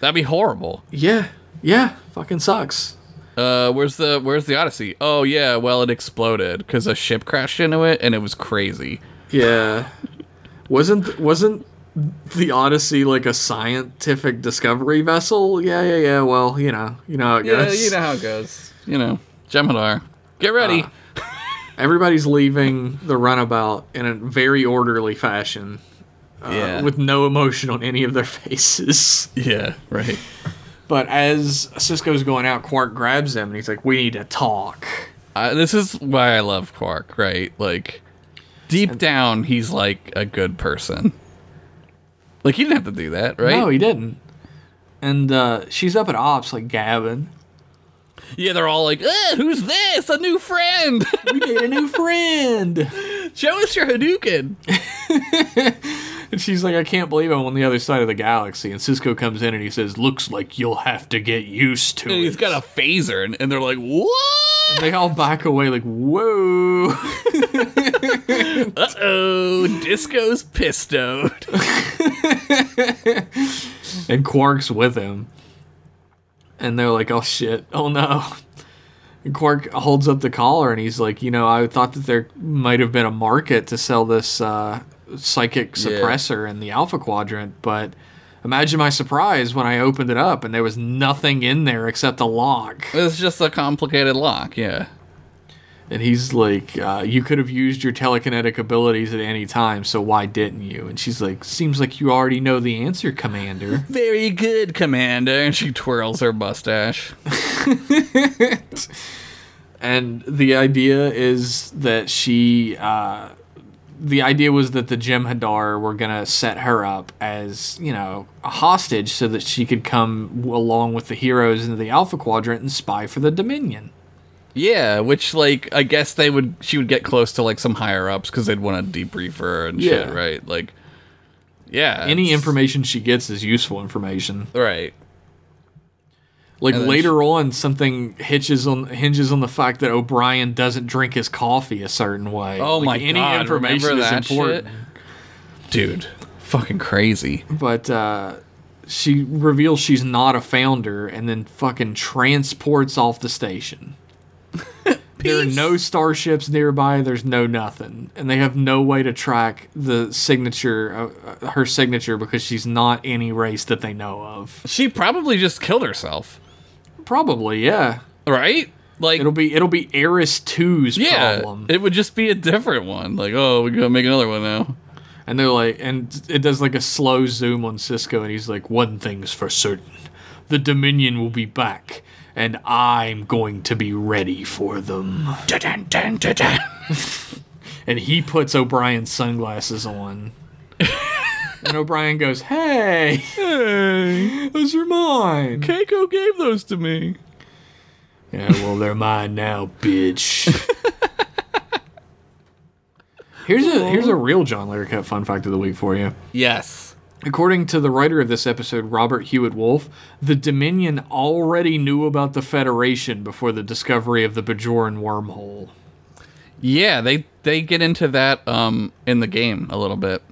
Speaker 2: That'd be horrible.
Speaker 1: Yeah, yeah, fucking sucks.
Speaker 2: Uh, where's the Where's the Odyssey? Oh yeah, well it exploded because a ship crashed into it and it was crazy.
Speaker 1: Yeah, wasn't wasn't the Odyssey like a scientific discovery vessel? Yeah, yeah, yeah. Well, you know, you know how it goes.
Speaker 2: how it goes. You know, Geminar, get ready.
Speaker 1: Everybody's leaving the runabout in a very orderly fashion,
Speaker 2: yeah,
Speaker 1: Uh, with no emotion on any of their faces.
Speaker 2: [LAUGHS] yeah, right.
Speaker 1: But as Cisco's going out, Quark grabs him and he's like, "We need to talk."
Speaker 2: I, this is why I love Quark, right? Like, deep down, he's like a good person. Like, he didn't have to do that, right?
Speaker 1: No, he didn't. And uh, she's up at Ops, like gabbing.
Speaker 2: yeah, they're all like, "Eh, who's this? A new friend! [LAUGHS]
Speaker 1: We made a new friend.
Speaker 2: Show us your Hadouken!
Speaker 1: And she's like, I can't believe I'm on the other side of the galaxy. And Cisco comes in and he says, Looks like you'll have to get used to
Speaker 2: And
Speaker 1: it.
Speaker 2: he's got a phaser, and, and they're like, what? [LAUGHS]
Speaker 1: they all back away, like, Whoa.
Speaker 2: Uh-oh, Oh, Disco's pistoed.
Speaker 1: and Quark's with him. And they're like, oh shit, oh no. And Quark holds up the collar and he's like, you know, I thought that there might have been a market to sell this uh, psychic suppressor in the Alpha Quadrant, but imagine my surprise when I opened it up and there was nothing in there except a lock.
Speaker 2: [LAUGHS] It's just a complicated lock, yeah.
Speaker 1: And he's like, uh, you could have used your telekinetic abilities at any time, so why didn't you? And she's like, seems like you already know the answer, Commander.
Speaker 2: Very good, Commander. And she twirls her mustache.
Speaker 1: and the idea is that she uh, the idea was that the Jem'Hadar were gonna set her up as you know a hostage so that she could come w- along with the heroes into the Alpha Quadrant and spy for the Dominion.
Speaker 2: Yeah, which like I guess they would she would get close to like some higher ups because they'd want to debrief her and shit,
Speaker 1: Yeah.
Speaker 2: right? Like, yeah,
Speaker 1: Any
Speaker 2: it's-
Speaker 1: information she gets is useful information.
Speaker 2: right?
Speaker 1: Like
Speaker 2: And then
Speaker 1: later on, something hitches on hinges on the fact that O'Brien doesn't drink his coffee a certain way.
Speaker 2: Oh
Speaker 1: Like,
Speaker 2: my god, remember that shit, dude? Fucking crazy.
Speaker 1: but uh, she reveals she's not a founder and then fucking transports off the
Speaker 2: [LAUGHS]
Speaker 1: station. there are no starships nearby. There's no nothing, and they have no way to track the signature, uh, uh, her signature, because she's not any race that they know of.
Speaker 2: She probably just killed herself,
Speaker 1: Probably, yeah.
Speaker 2: right? Like,
Speaker 1: It'll be it'll be Eris 2's
Speaker 2: yeah,
Speaker 1: problem,
Speaker 2: it would just be a different one. Like, oh, we gotta make another one now.
Speaker 1: and they're like, and it does like a slow zoom on Cisco, and he's like, one thing's for certain. the Dominion will be back, and I'm going to be ready for them.
Speaker 2: Dun, dun, dun, [LAUGHS] dun.
Speaker 1: And he puts O'Brien's sunglasses on. and O'Brien goes, Hey, hey, those are mine.
Speaker 2: Keiko gave those to me.
Speaker 1: Yeah, well, they're mine now, bitch. here's a here's a real John Larroquette fun fact of the week for you.
Speaker 2: Yes.
Speaker 1: According to the writer of this episode, Robert Hewitt Wolf, the Dominion already knew about the Federation before the discovery of the Bajoran wormhole.
Speaker 2: Yeah, they they get into that um in the game a little bit.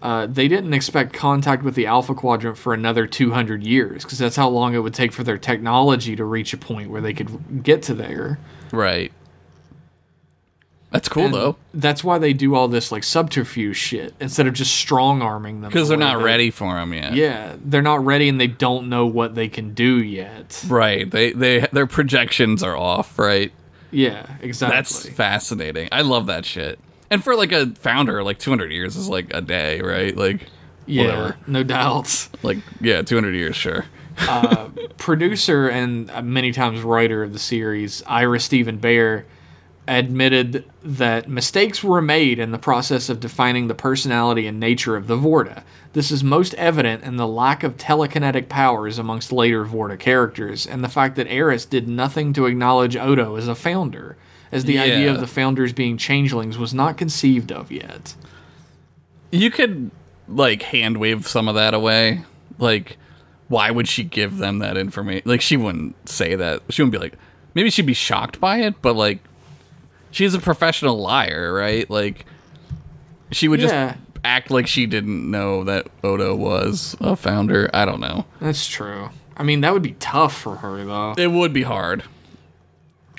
Speaker 1: Uh, they didn't expect contact with the Alpha Quadrant for another 200 years, because that's how long it would take for their technology to reach a point where they could get to there.
Speaker 2: Right. That's cool
Speaker 1: And
Speaker 2: though,
Speaker 1: That's why they do all this like subterfuge shit instead of just strong arming them.
Speaker 2: because
Speaker 1: the
Speaker 2: they're
Speaker 1: way
Speaker 2: not
Speaker 1: they-
Speaker 2: ready for them yet.
Speaker 1: Yeah, they're not ready and they don't know what they can do yet.
Speaker 2: Right. They they their projections are off. Right.
Speaker 1: Yeah, exactly.
Speaker 2: That's fascinating. I love that shit. And for like a founder, like 200 years is like a day, right? Like,
Speaker 1: yeah,
Speaker 2: whatever.
Speaker 1: no doubt.
Speaker 2: like yeah, 200 years, sure.
Speaker 1: producer and uh, many times writer of the series, Ira Stephen Bear, admitted that mistakes were made in the process of defining the personality and nature of the Vorta. This is most evident in the lack of telekinetic powers amongst later Vorta characters, and the fact that Eris did nothing to acknowledge Odo as a founder, as the idea
Speaker 2: Yeah.
Speaker 1: of the founders being changelings was not conceived of yet.
Speaker 2: You could like hand wave some of that away. Like, why would she give them that information? Like, she wouldn't say that. She wouldn't be like. Maybe she'd be shocked by it, but like, she's a professional liar, right? Like, she would
Speaker 1: Yeah.
Speaker 2: just act like she didn't know that Odo was a founder. I don't know.
Speaker 1: That's true. I mean, that would be tough for her though.
Speaker 2: It would be hard.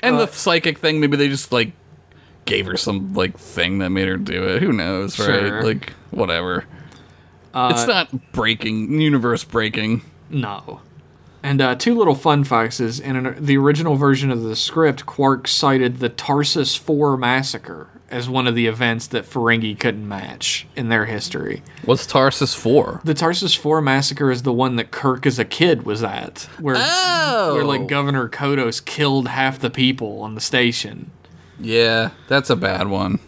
Speaker 2: And the psychic thing, maybe they just like gave her some like thing that made her do it. Who knows, right?
Speaker 1: Sure.
Speaker 2: Like whatever. it's not breaking, universe breaking.
Speaker 1: No. And uh, two little fun facts is in an, the original version of the script, Quark cited the Tarsus Four massacre as one of the events that Ferengi couldn't match in their history.
Speaker 2: What's Tarsus for?
Speaker 1: The Tarsus Four massacre is the one that Kirk as a kid was at, where
Speaker 2: Oh,
Speaker 1: where like Governor Kodos killed half the people on the station.
Speaker 2: yeah, that's a bad one.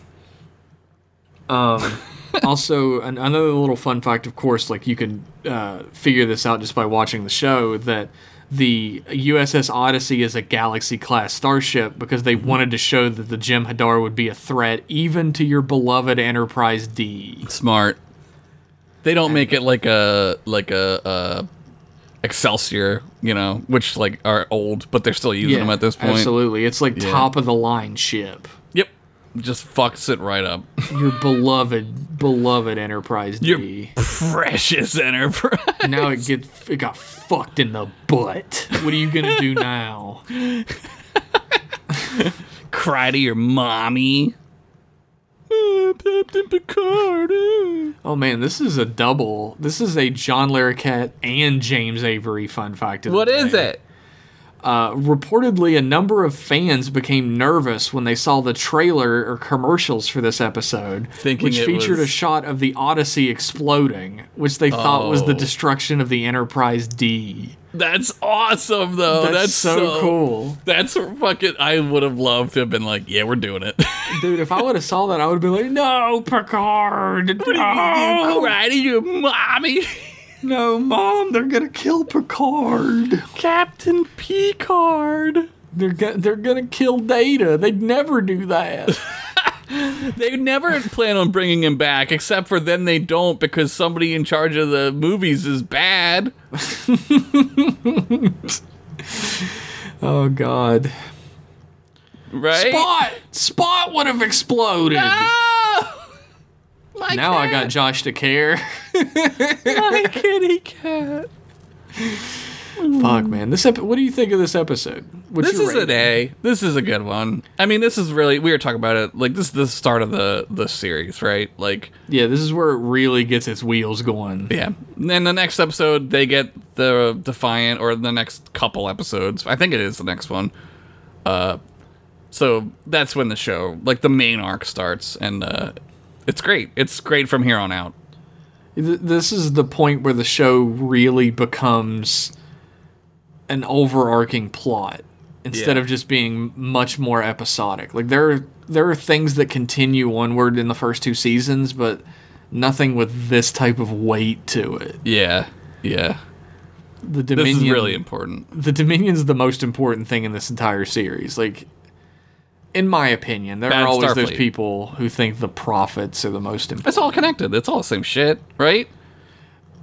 Speaker 1: also, an, another little fun fact, of course, like you can uh, figure this out just by watching the show that the USS Odyssey is a galaxy class starship because
Speaker 2: Mm-hmm.
Speaker 1: they wanted to show that the Jim Hadar would be a threat even to your beloved Enterprise D.
Speaker 2: Smart. They don't make it like a like a uh, Excelsior, you know, which like are old, but they're still using them at this point.
Speaker 1: absolutely. It's like top of the line ship.
Speaker 2: Yep, just fucks it right up. [LAUGHS]
Speaker 1: Your beloved, beloved Enterprise
Speaker 2: Your
Speaker 1: D.
Speaker 2: precious Enterprise.
Speaker 1: Now it get it got fucked in the butt. What are you gonna do now?
Speaker 2: cry to your mommy. Captain Picard.
Speaker 1: Oh man, this is a double. This is a John Larroquette and James Avery fun fact.
Speaker 2: What is it?
Speaker 1: Uh, reportedly, a number of fans became nervous when they saw the trailer or commercials for this episode,
Speaker 2: Thinking
Speaker 1: which
Speaker 2: it
Speaker 1: featured a
Speaker 2: was-
Speaker 1: shot of the Odyssey exploding, which they thought was the
Speaker 2: Oh.
Speaker 1: destruction of the Enterprise D.
Speaker 2: That's awesome, though.
Speaker 1: That's,
Speaker 2: Oh, That's,
Speaker 1: so cool,
Speaker 2: That's fucking. I would have loved to have been like, yeah, we're doing [LAUGHS] it.
Speaker 1: dude. If I would have saw that, I would have been like, "No, Picard, no,
Speaker 2: cry to your mommy. [LAUGHS]
Speaker 1: no, Mom, they're gonna kill Picard."
Speaker 2: Captain Picard.
Speaker 1: They're go- they're gonna kill Data. They'd never do
Speaker 2: [LAUGHS]
Speaker 1: that.
Speaker 2: They never plan on bringing him back, except for then they don't because somebody in charge of the movies is bad.
Speaker 1: oh God!
Speaker 2: Right?
Speaker 1: Spot Spot would have exploded.
Speaker 2: Oh! My
Speaker 1: now I got
Speaker 2: cat.
Speaker 1: Josh to
Speaker 2: [LAUGHS]
Speaker 1: care. [LAUGHS]
Speaker 2: my kitty cat.
Speaker 1: Fuck, man. This ep- What do you think of this episode? What's
Speaker 2: This
Speaker 1: your
Speaker 2: is an
Speaker 1: rating?
Speaker 2: A. This is a good one. I mean, this is really we were talking about it. Like this is the start of the the series, right? Like
Speaker 1: Yeah, this is where it really gets its wheels going.
Speaker 2: yeah. And then the next episode they get the Defiant or the next couple episodes. I think it is the next one. Uh so that's when the show, like the main arc starts and uh it's great. It's great from here on out.
Speaker 1: Th- This is the point where the show really becomes an overarching plot instead
Speaker 2: Yeah.
Speaker 1: of just being much more episodic. Like there are, there are things that continue onward in the first two seasons, but nothing with this type of weight to it.
Speaker 2: Yeah. Yeah.
Speaker 1: The
Speaker 2: This
Speaker 1: Dominion
Speaker 2: is really important.
Speaker 1: the Dominion's the most important thing in this entire series. Like in my opinion, there
Speaker 2: Bad
Speaker 1: are always those
Speaker 2: Starfleet.
Speaker 1: people who think the profits are the most important.
Speaker 2: It's all connected. It's all the same shit, right?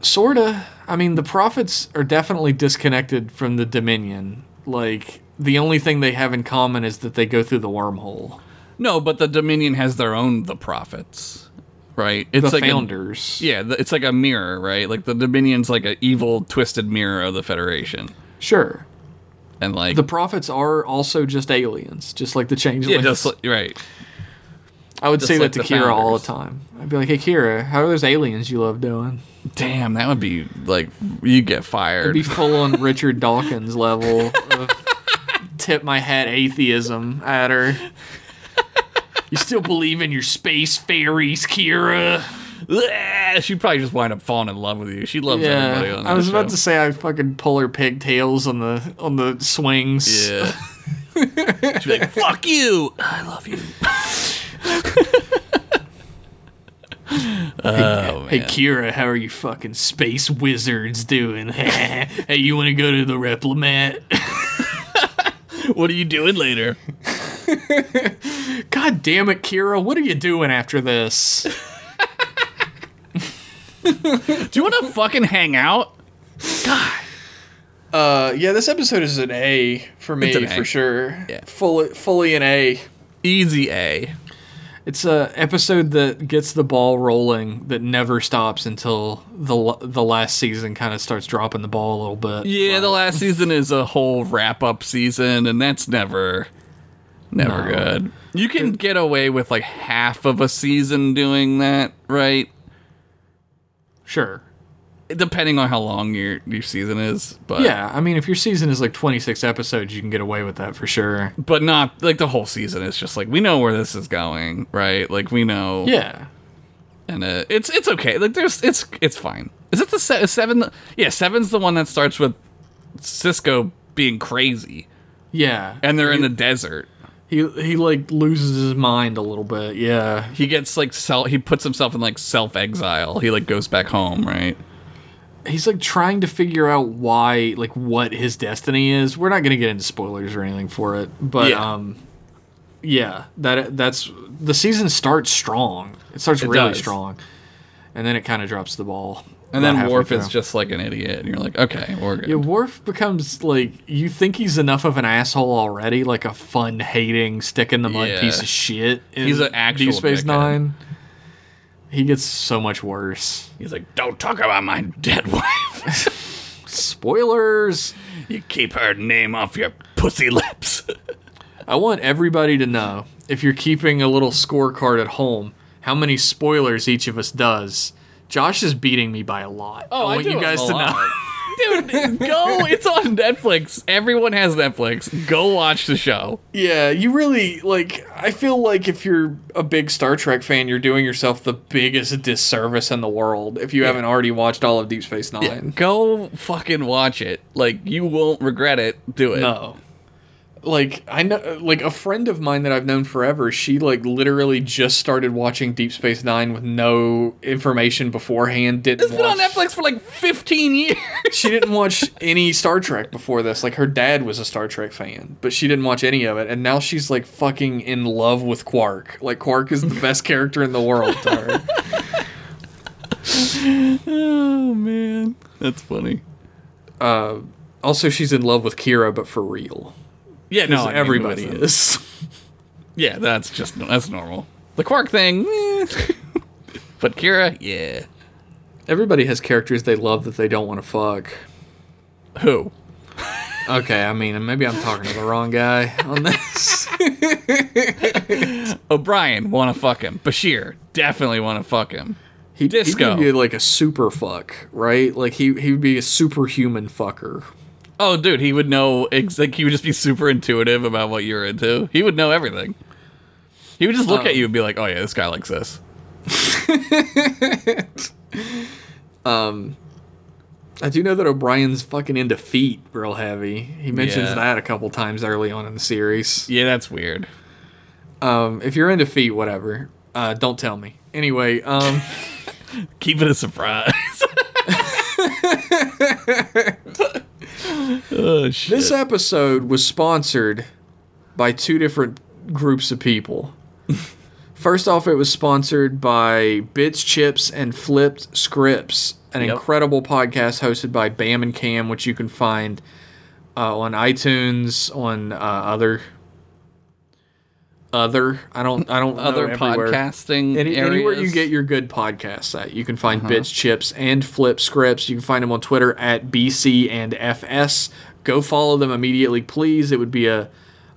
Speaker 1: Sorta. I mean, the prophets are definitely disconnected from the Dominion. Like, the only thing they have in common is that they go through the wormhole.
Speaker 2: No, but the Dominion has their own the prophets, right?
Speaker 1: The
Speaker 2: It's like a-
Speaker 1: founders.
Speaker 2: Yeah, th- it's like a mirror, right? Like the Dominion's like an evil, twisted mirror of the Federation,
Speaker 1: Sure.
Speaker 2: and like
Speaker 1: The prophets are also just aliens, just like the changelings.
Speaker 2: yeah, just like, right.
Speaker 1: I would
Speaker 2: just
Speaker 1: say
Speaker 2: like
Speaker 1: that to
Speaker 2: the
Speaker 1: Kira all the
Speaker 2: founders.
Speaker 1: time. I'd be like, hey, Kira, how are those aliens you love doing?
Speaker 2: Damn, that would be like you get fired.
Speaker 1: Be full
Speaker 2: [LAUGHS]
Speaker 1: on Richard Dawkins level of tip my hat atheism at her. You still believe in your space fairies, Kira?
Speaker 2: [LAUGHS] she probably just wind up falling in love with you. She loves everybody on
Speaker 1: I
Speaker 2: that
Speaker 1: was about
Speaker 2: show.
Speaker 1: to say I fucking pull her pigtails on the on the swings.
Speaker 2: Yeah. [LAUGHS] She'd be like, "Fuck you, I love you." oh
Speaker 1: Hey
Speaker 2: man.
Speaker 1: Kira, how are you fucking space wizards doing? [LAUGHS] hey, you want to go to the Replimat?
Speaker 2: what are you doing later?
Speaker 1: [LAUGHS] God damn it, Kira, what are you doing after this?
Speaker 2: Do you want to fucking hang out?
Speaker 1: [LAUGHS] Uh, yeah, this episode is an A for me
Speaker 2: It's an A.
Speaker 1: for sure.
Speaker 2: Yeah.
Speaker 1: fully fully an A.
Speaker 2: Easy A.
Speaker 1: It's a episode that gets the ball rolling that never stops until the l- the last season kind of starts dropping the ball a little bit.
Speaker 2: Yeah, the last season is a whole wrap up season, and that's never, never
Speaker 1: No.
Speaker 2: good. You can get away with like half of a season doing that, right?
Speaker 1: Sure.
Speaker 2: Depending on how long your your season is, but
Speaker 1: Yeah, I mean, if your season is like 26 episodes, you can get away with that for sure.
Speaker 2: but not like the whole season is just like we know where this is going, right? Like we know,
Speaker 1: Yeah.
Speaker 2: and uh, it's it's okay. Like there's it's it's fine. Is it the se- is seven? the- yeah, seven's the one that starts with Cisco being crazy,
Speaker 1: Yeah.
Speaker 2: and they're in the desert.
Speaker 1: He he like loses his mind a little bit. Yeah.
Speaker 2: he gets like self he puts himself in like self exile he like goes back home right
Speaker 1: He's like trying to figure out why like what his destiny is. We're not going to get into spoilers or anything for it, but
Speaker 2: Yeah.
Speaker 1: um yeah, that that's the season starts strong. It starts really
Speaker 2: does.
Speaker 1: strong. And then it kind of drops the ball.
Speaker 2: and
Speaker 1: about
Speaker 2: then
Speaker 1: halfway
Speaker 2: Worf is
Speaker 1: through.
Speaker 2: just like an idiot and you're like okay we're good
Speaker 1: Yeah, Worf becomes like you think he's enough of an asshole already, like a fun hating, stick in the mud
Speaker 2: Yeah.
Speaker 1: piece of shit. in
Speaker 2: He's an actual
Speaker 1: Deep Space
Speaker 2: dickhead.
Speaker 1: Nine. He gets so much worse.
Speaker 2: he's like don't talk about my dead [LAUGHS] wife
Speaker 1: Spoilers.
Speaker 2: you keep her name off your pussy lips
Speaker 1: I want everybody to know if you're keeping a little scorecard at home, how many spoilers each of us does. Josh is beating me by a lot. Oh, I, want you guys to know.
Speaker 2: dude go it's on netflix everyone has netflix go watch the show
Speaker 1: Yeah, you really like. I feel like if you're a big Star Trek fan, you're doing yourself the biggest disservice in the world if you haven't already watched all of Deep Space Nine.
Speaker 2: go fucking watch it like you won't regret it do it
Speaker 1: No. Like I know, like a friend of mine that I've known forever. She like literally just started watching Deep Space Nine with no information beforehand. Didn't
Speaker 2: it's been on
Speaker 1: watch-
Speaker 2: netflix for like 15 years
Speaker 1: she didn't watch any Star Trek before this. Like her dad was a Star Trek fan, but she didn't watch any of it. And now she's like fucking in love with Quark. Like Quark is the best character in the world to her.
Speaker 2: oh man that's funny
Speaker 1: [LAUGHS] Also, she's in love with Kira, but for real.
Speaker 2: Yeah, no, I mean, who
Speaker 1: everybody
Speaker 2: isn't?
Speaker 1: is.
Speaker 2: Yeah, that's just that's normal. The Quark thing, eh. but Kira, yeah.
Speaker 1: Everybody has characters they love that they don't want to fuck.
Speaker 2: Who?
Speaker 1: Okay, I mean, and maybe I'm talking to the wrong guy on this.
Speaker 2: O'Brien, want to fuck him. Bashir, definitely want to fuck him.
Speaker 1: He
Speaker 2: Disco.
Speaker 1: He'd give you like a super fuck, right? Like he he would be a superhuman fucker.
Speaker 2: Oh, dude, he would know. Ex- like he would just be super intuitive about what you're into. He would know everything. He would just look at you and be like, "Oh yeah, this guy likes this."
Speaker 1: I do know that O'Brien's fucking into feet real heavy. He mentions
Speaker 2: Yeah.
Speaker 1: that a couple times early on in the series.
Speaker 2: Yeah, that's weird.
Speaker 1: Um, if you're into feet, whatever. Uh, don't tell me. Anyway, um,
Speaker 2: Keep it a
Speaker 1: [LAUGHS]
Speaker 2: surprise. [LAUGHS] oh shit!
Speaker 1: this episode was sponsored by two different groups of
Speaker 2: [LAUGHS]
Speaker 1: people. First off, it was sponsored by Bits, Chips, and Flipped Scripts, an
Speaker 2: Yep.
Speaker 1: incredible podcast hosted by Bam and Cam, which you can find uh, on iTunes, on uh, other other. I don't. I don't. know
Speaker 2: Other
Speaker 1: everywhere.
Speaker 2: podcasting
Speaker 1: Any, anywhere you
Speaker 2: areas?
Speaker 1: get your good podcasts at, you can find Bits, Chips, and Flip Scripts. You can find them on Twitter at BC and FS. Go follow them immediately, please. It would be a,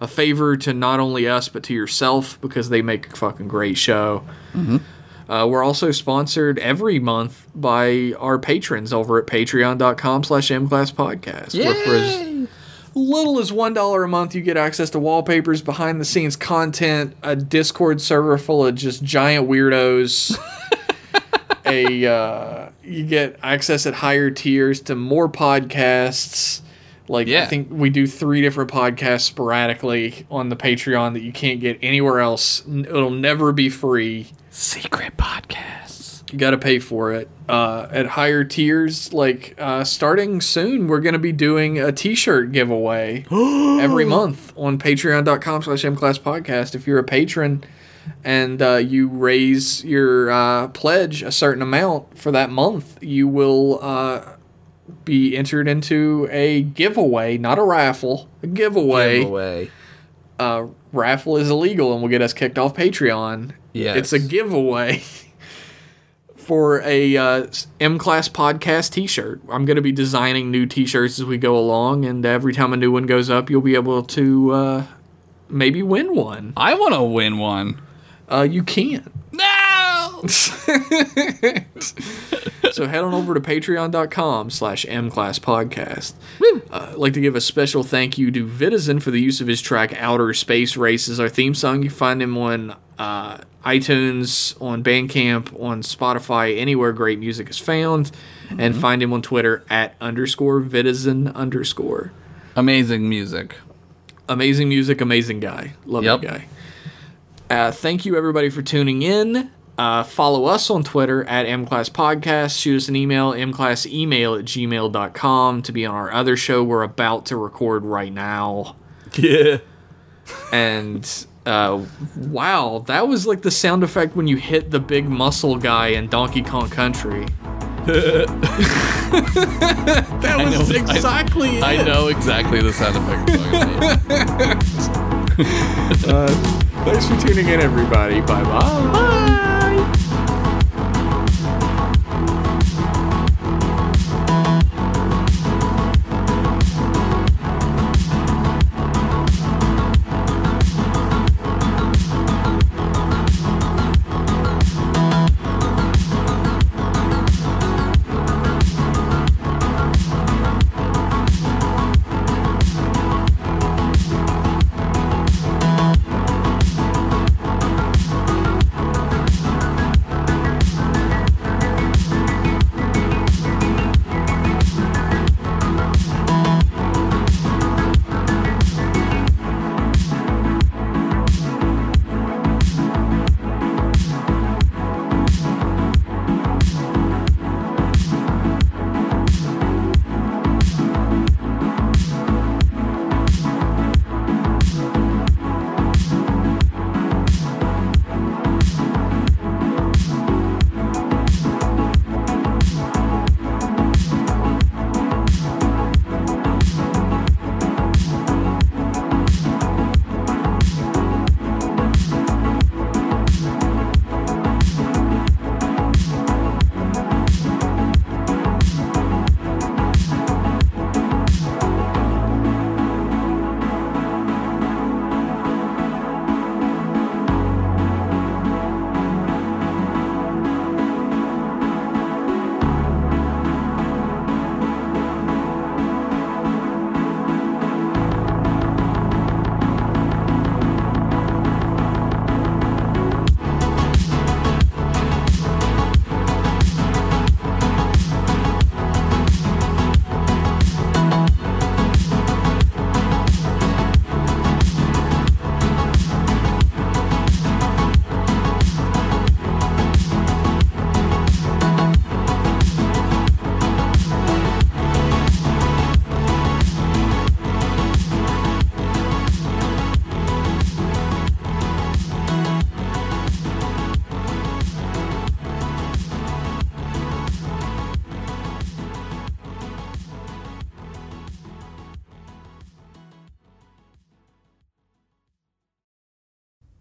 Speaker 1: a favor to not only us, but to yourself because they make a fucking great show. Uh, we're also sponsored every month by our patrons over at patreon.com slash mclasspodcast. Where for as little as $1 a month, you get access to wallpapers, behind-the-scenes content, a Discord server full of just giant weirdos. a uh, You get access at higher tiers to more podcasts. Like, I
Speaker 2: Yeah.
Speaker 1: think we do three different podcasts sporadically on the Patreon that you can't get anywhere else. N- It'll never be free
Speaker 2: secret podcasts.
Speaker 1: you got to pay for it uh, at higher tiers like uh, starting soon we're going to be doing a t-shirt giveaway every month on patreon.com slash mclasspodcast if you're a patron and uh, you raise your uh, pledge a certain amount for that month you will uh, be entered into a giveaway not a raffle a giveaway,
Speaker 2: away.
Speaker 1: Uh, raffle is illegal and will get us kicked off patreon
Speaker 2: Yeah.
Speaker 1: It's a giveaway [LAUGHS] for a uh, M Class podcast T-shirt. I'm going to be designing new T-shirts as we go along, and every time a new one goes up, you'll be able to uh, maybe win one.
Speaker 2: I want to win one.
Speaker 1: Uh, you can. [LAUGHS]
Speaker 2: No.
Speaker 1: So head on over to patreon.com slash mclasspodcast. Uh, I'd like to give a special thank you to Vitizen for the use of his track Outer Space Race as our theme song. You can find him on uh, iTunes, on Bandcamp, on Spotify, anywhere great music is found. And find him on Twitter at underscore Vitizen underscore.
Speaker 2: Amazing music.
Speaker 1: Amazing music, amazing guy. Love
Speaker 2: Yep.
Speaker 1: that guy. Uh, thank you everybody for tuning in. Uh, follow us on Twitter at MClass Podcast. Shoot us an email, mclassemail at gmail.com to be on our other show we're about to record right now.
Speaker 2: Yeah.
Speaker 1: And uh, wow, that was like the sound effect when you hit the big muscle guy in Donkey Kong Country. that was
Speaker 2: know, I-
Speaker 1: exactly it.
Speaker 2: I know exactly the sound effect. you're talking about.
Speaker 1: Thanks for tuning in, everybody. Bye bye.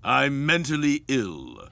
Speaker 8: I'm mentally ill.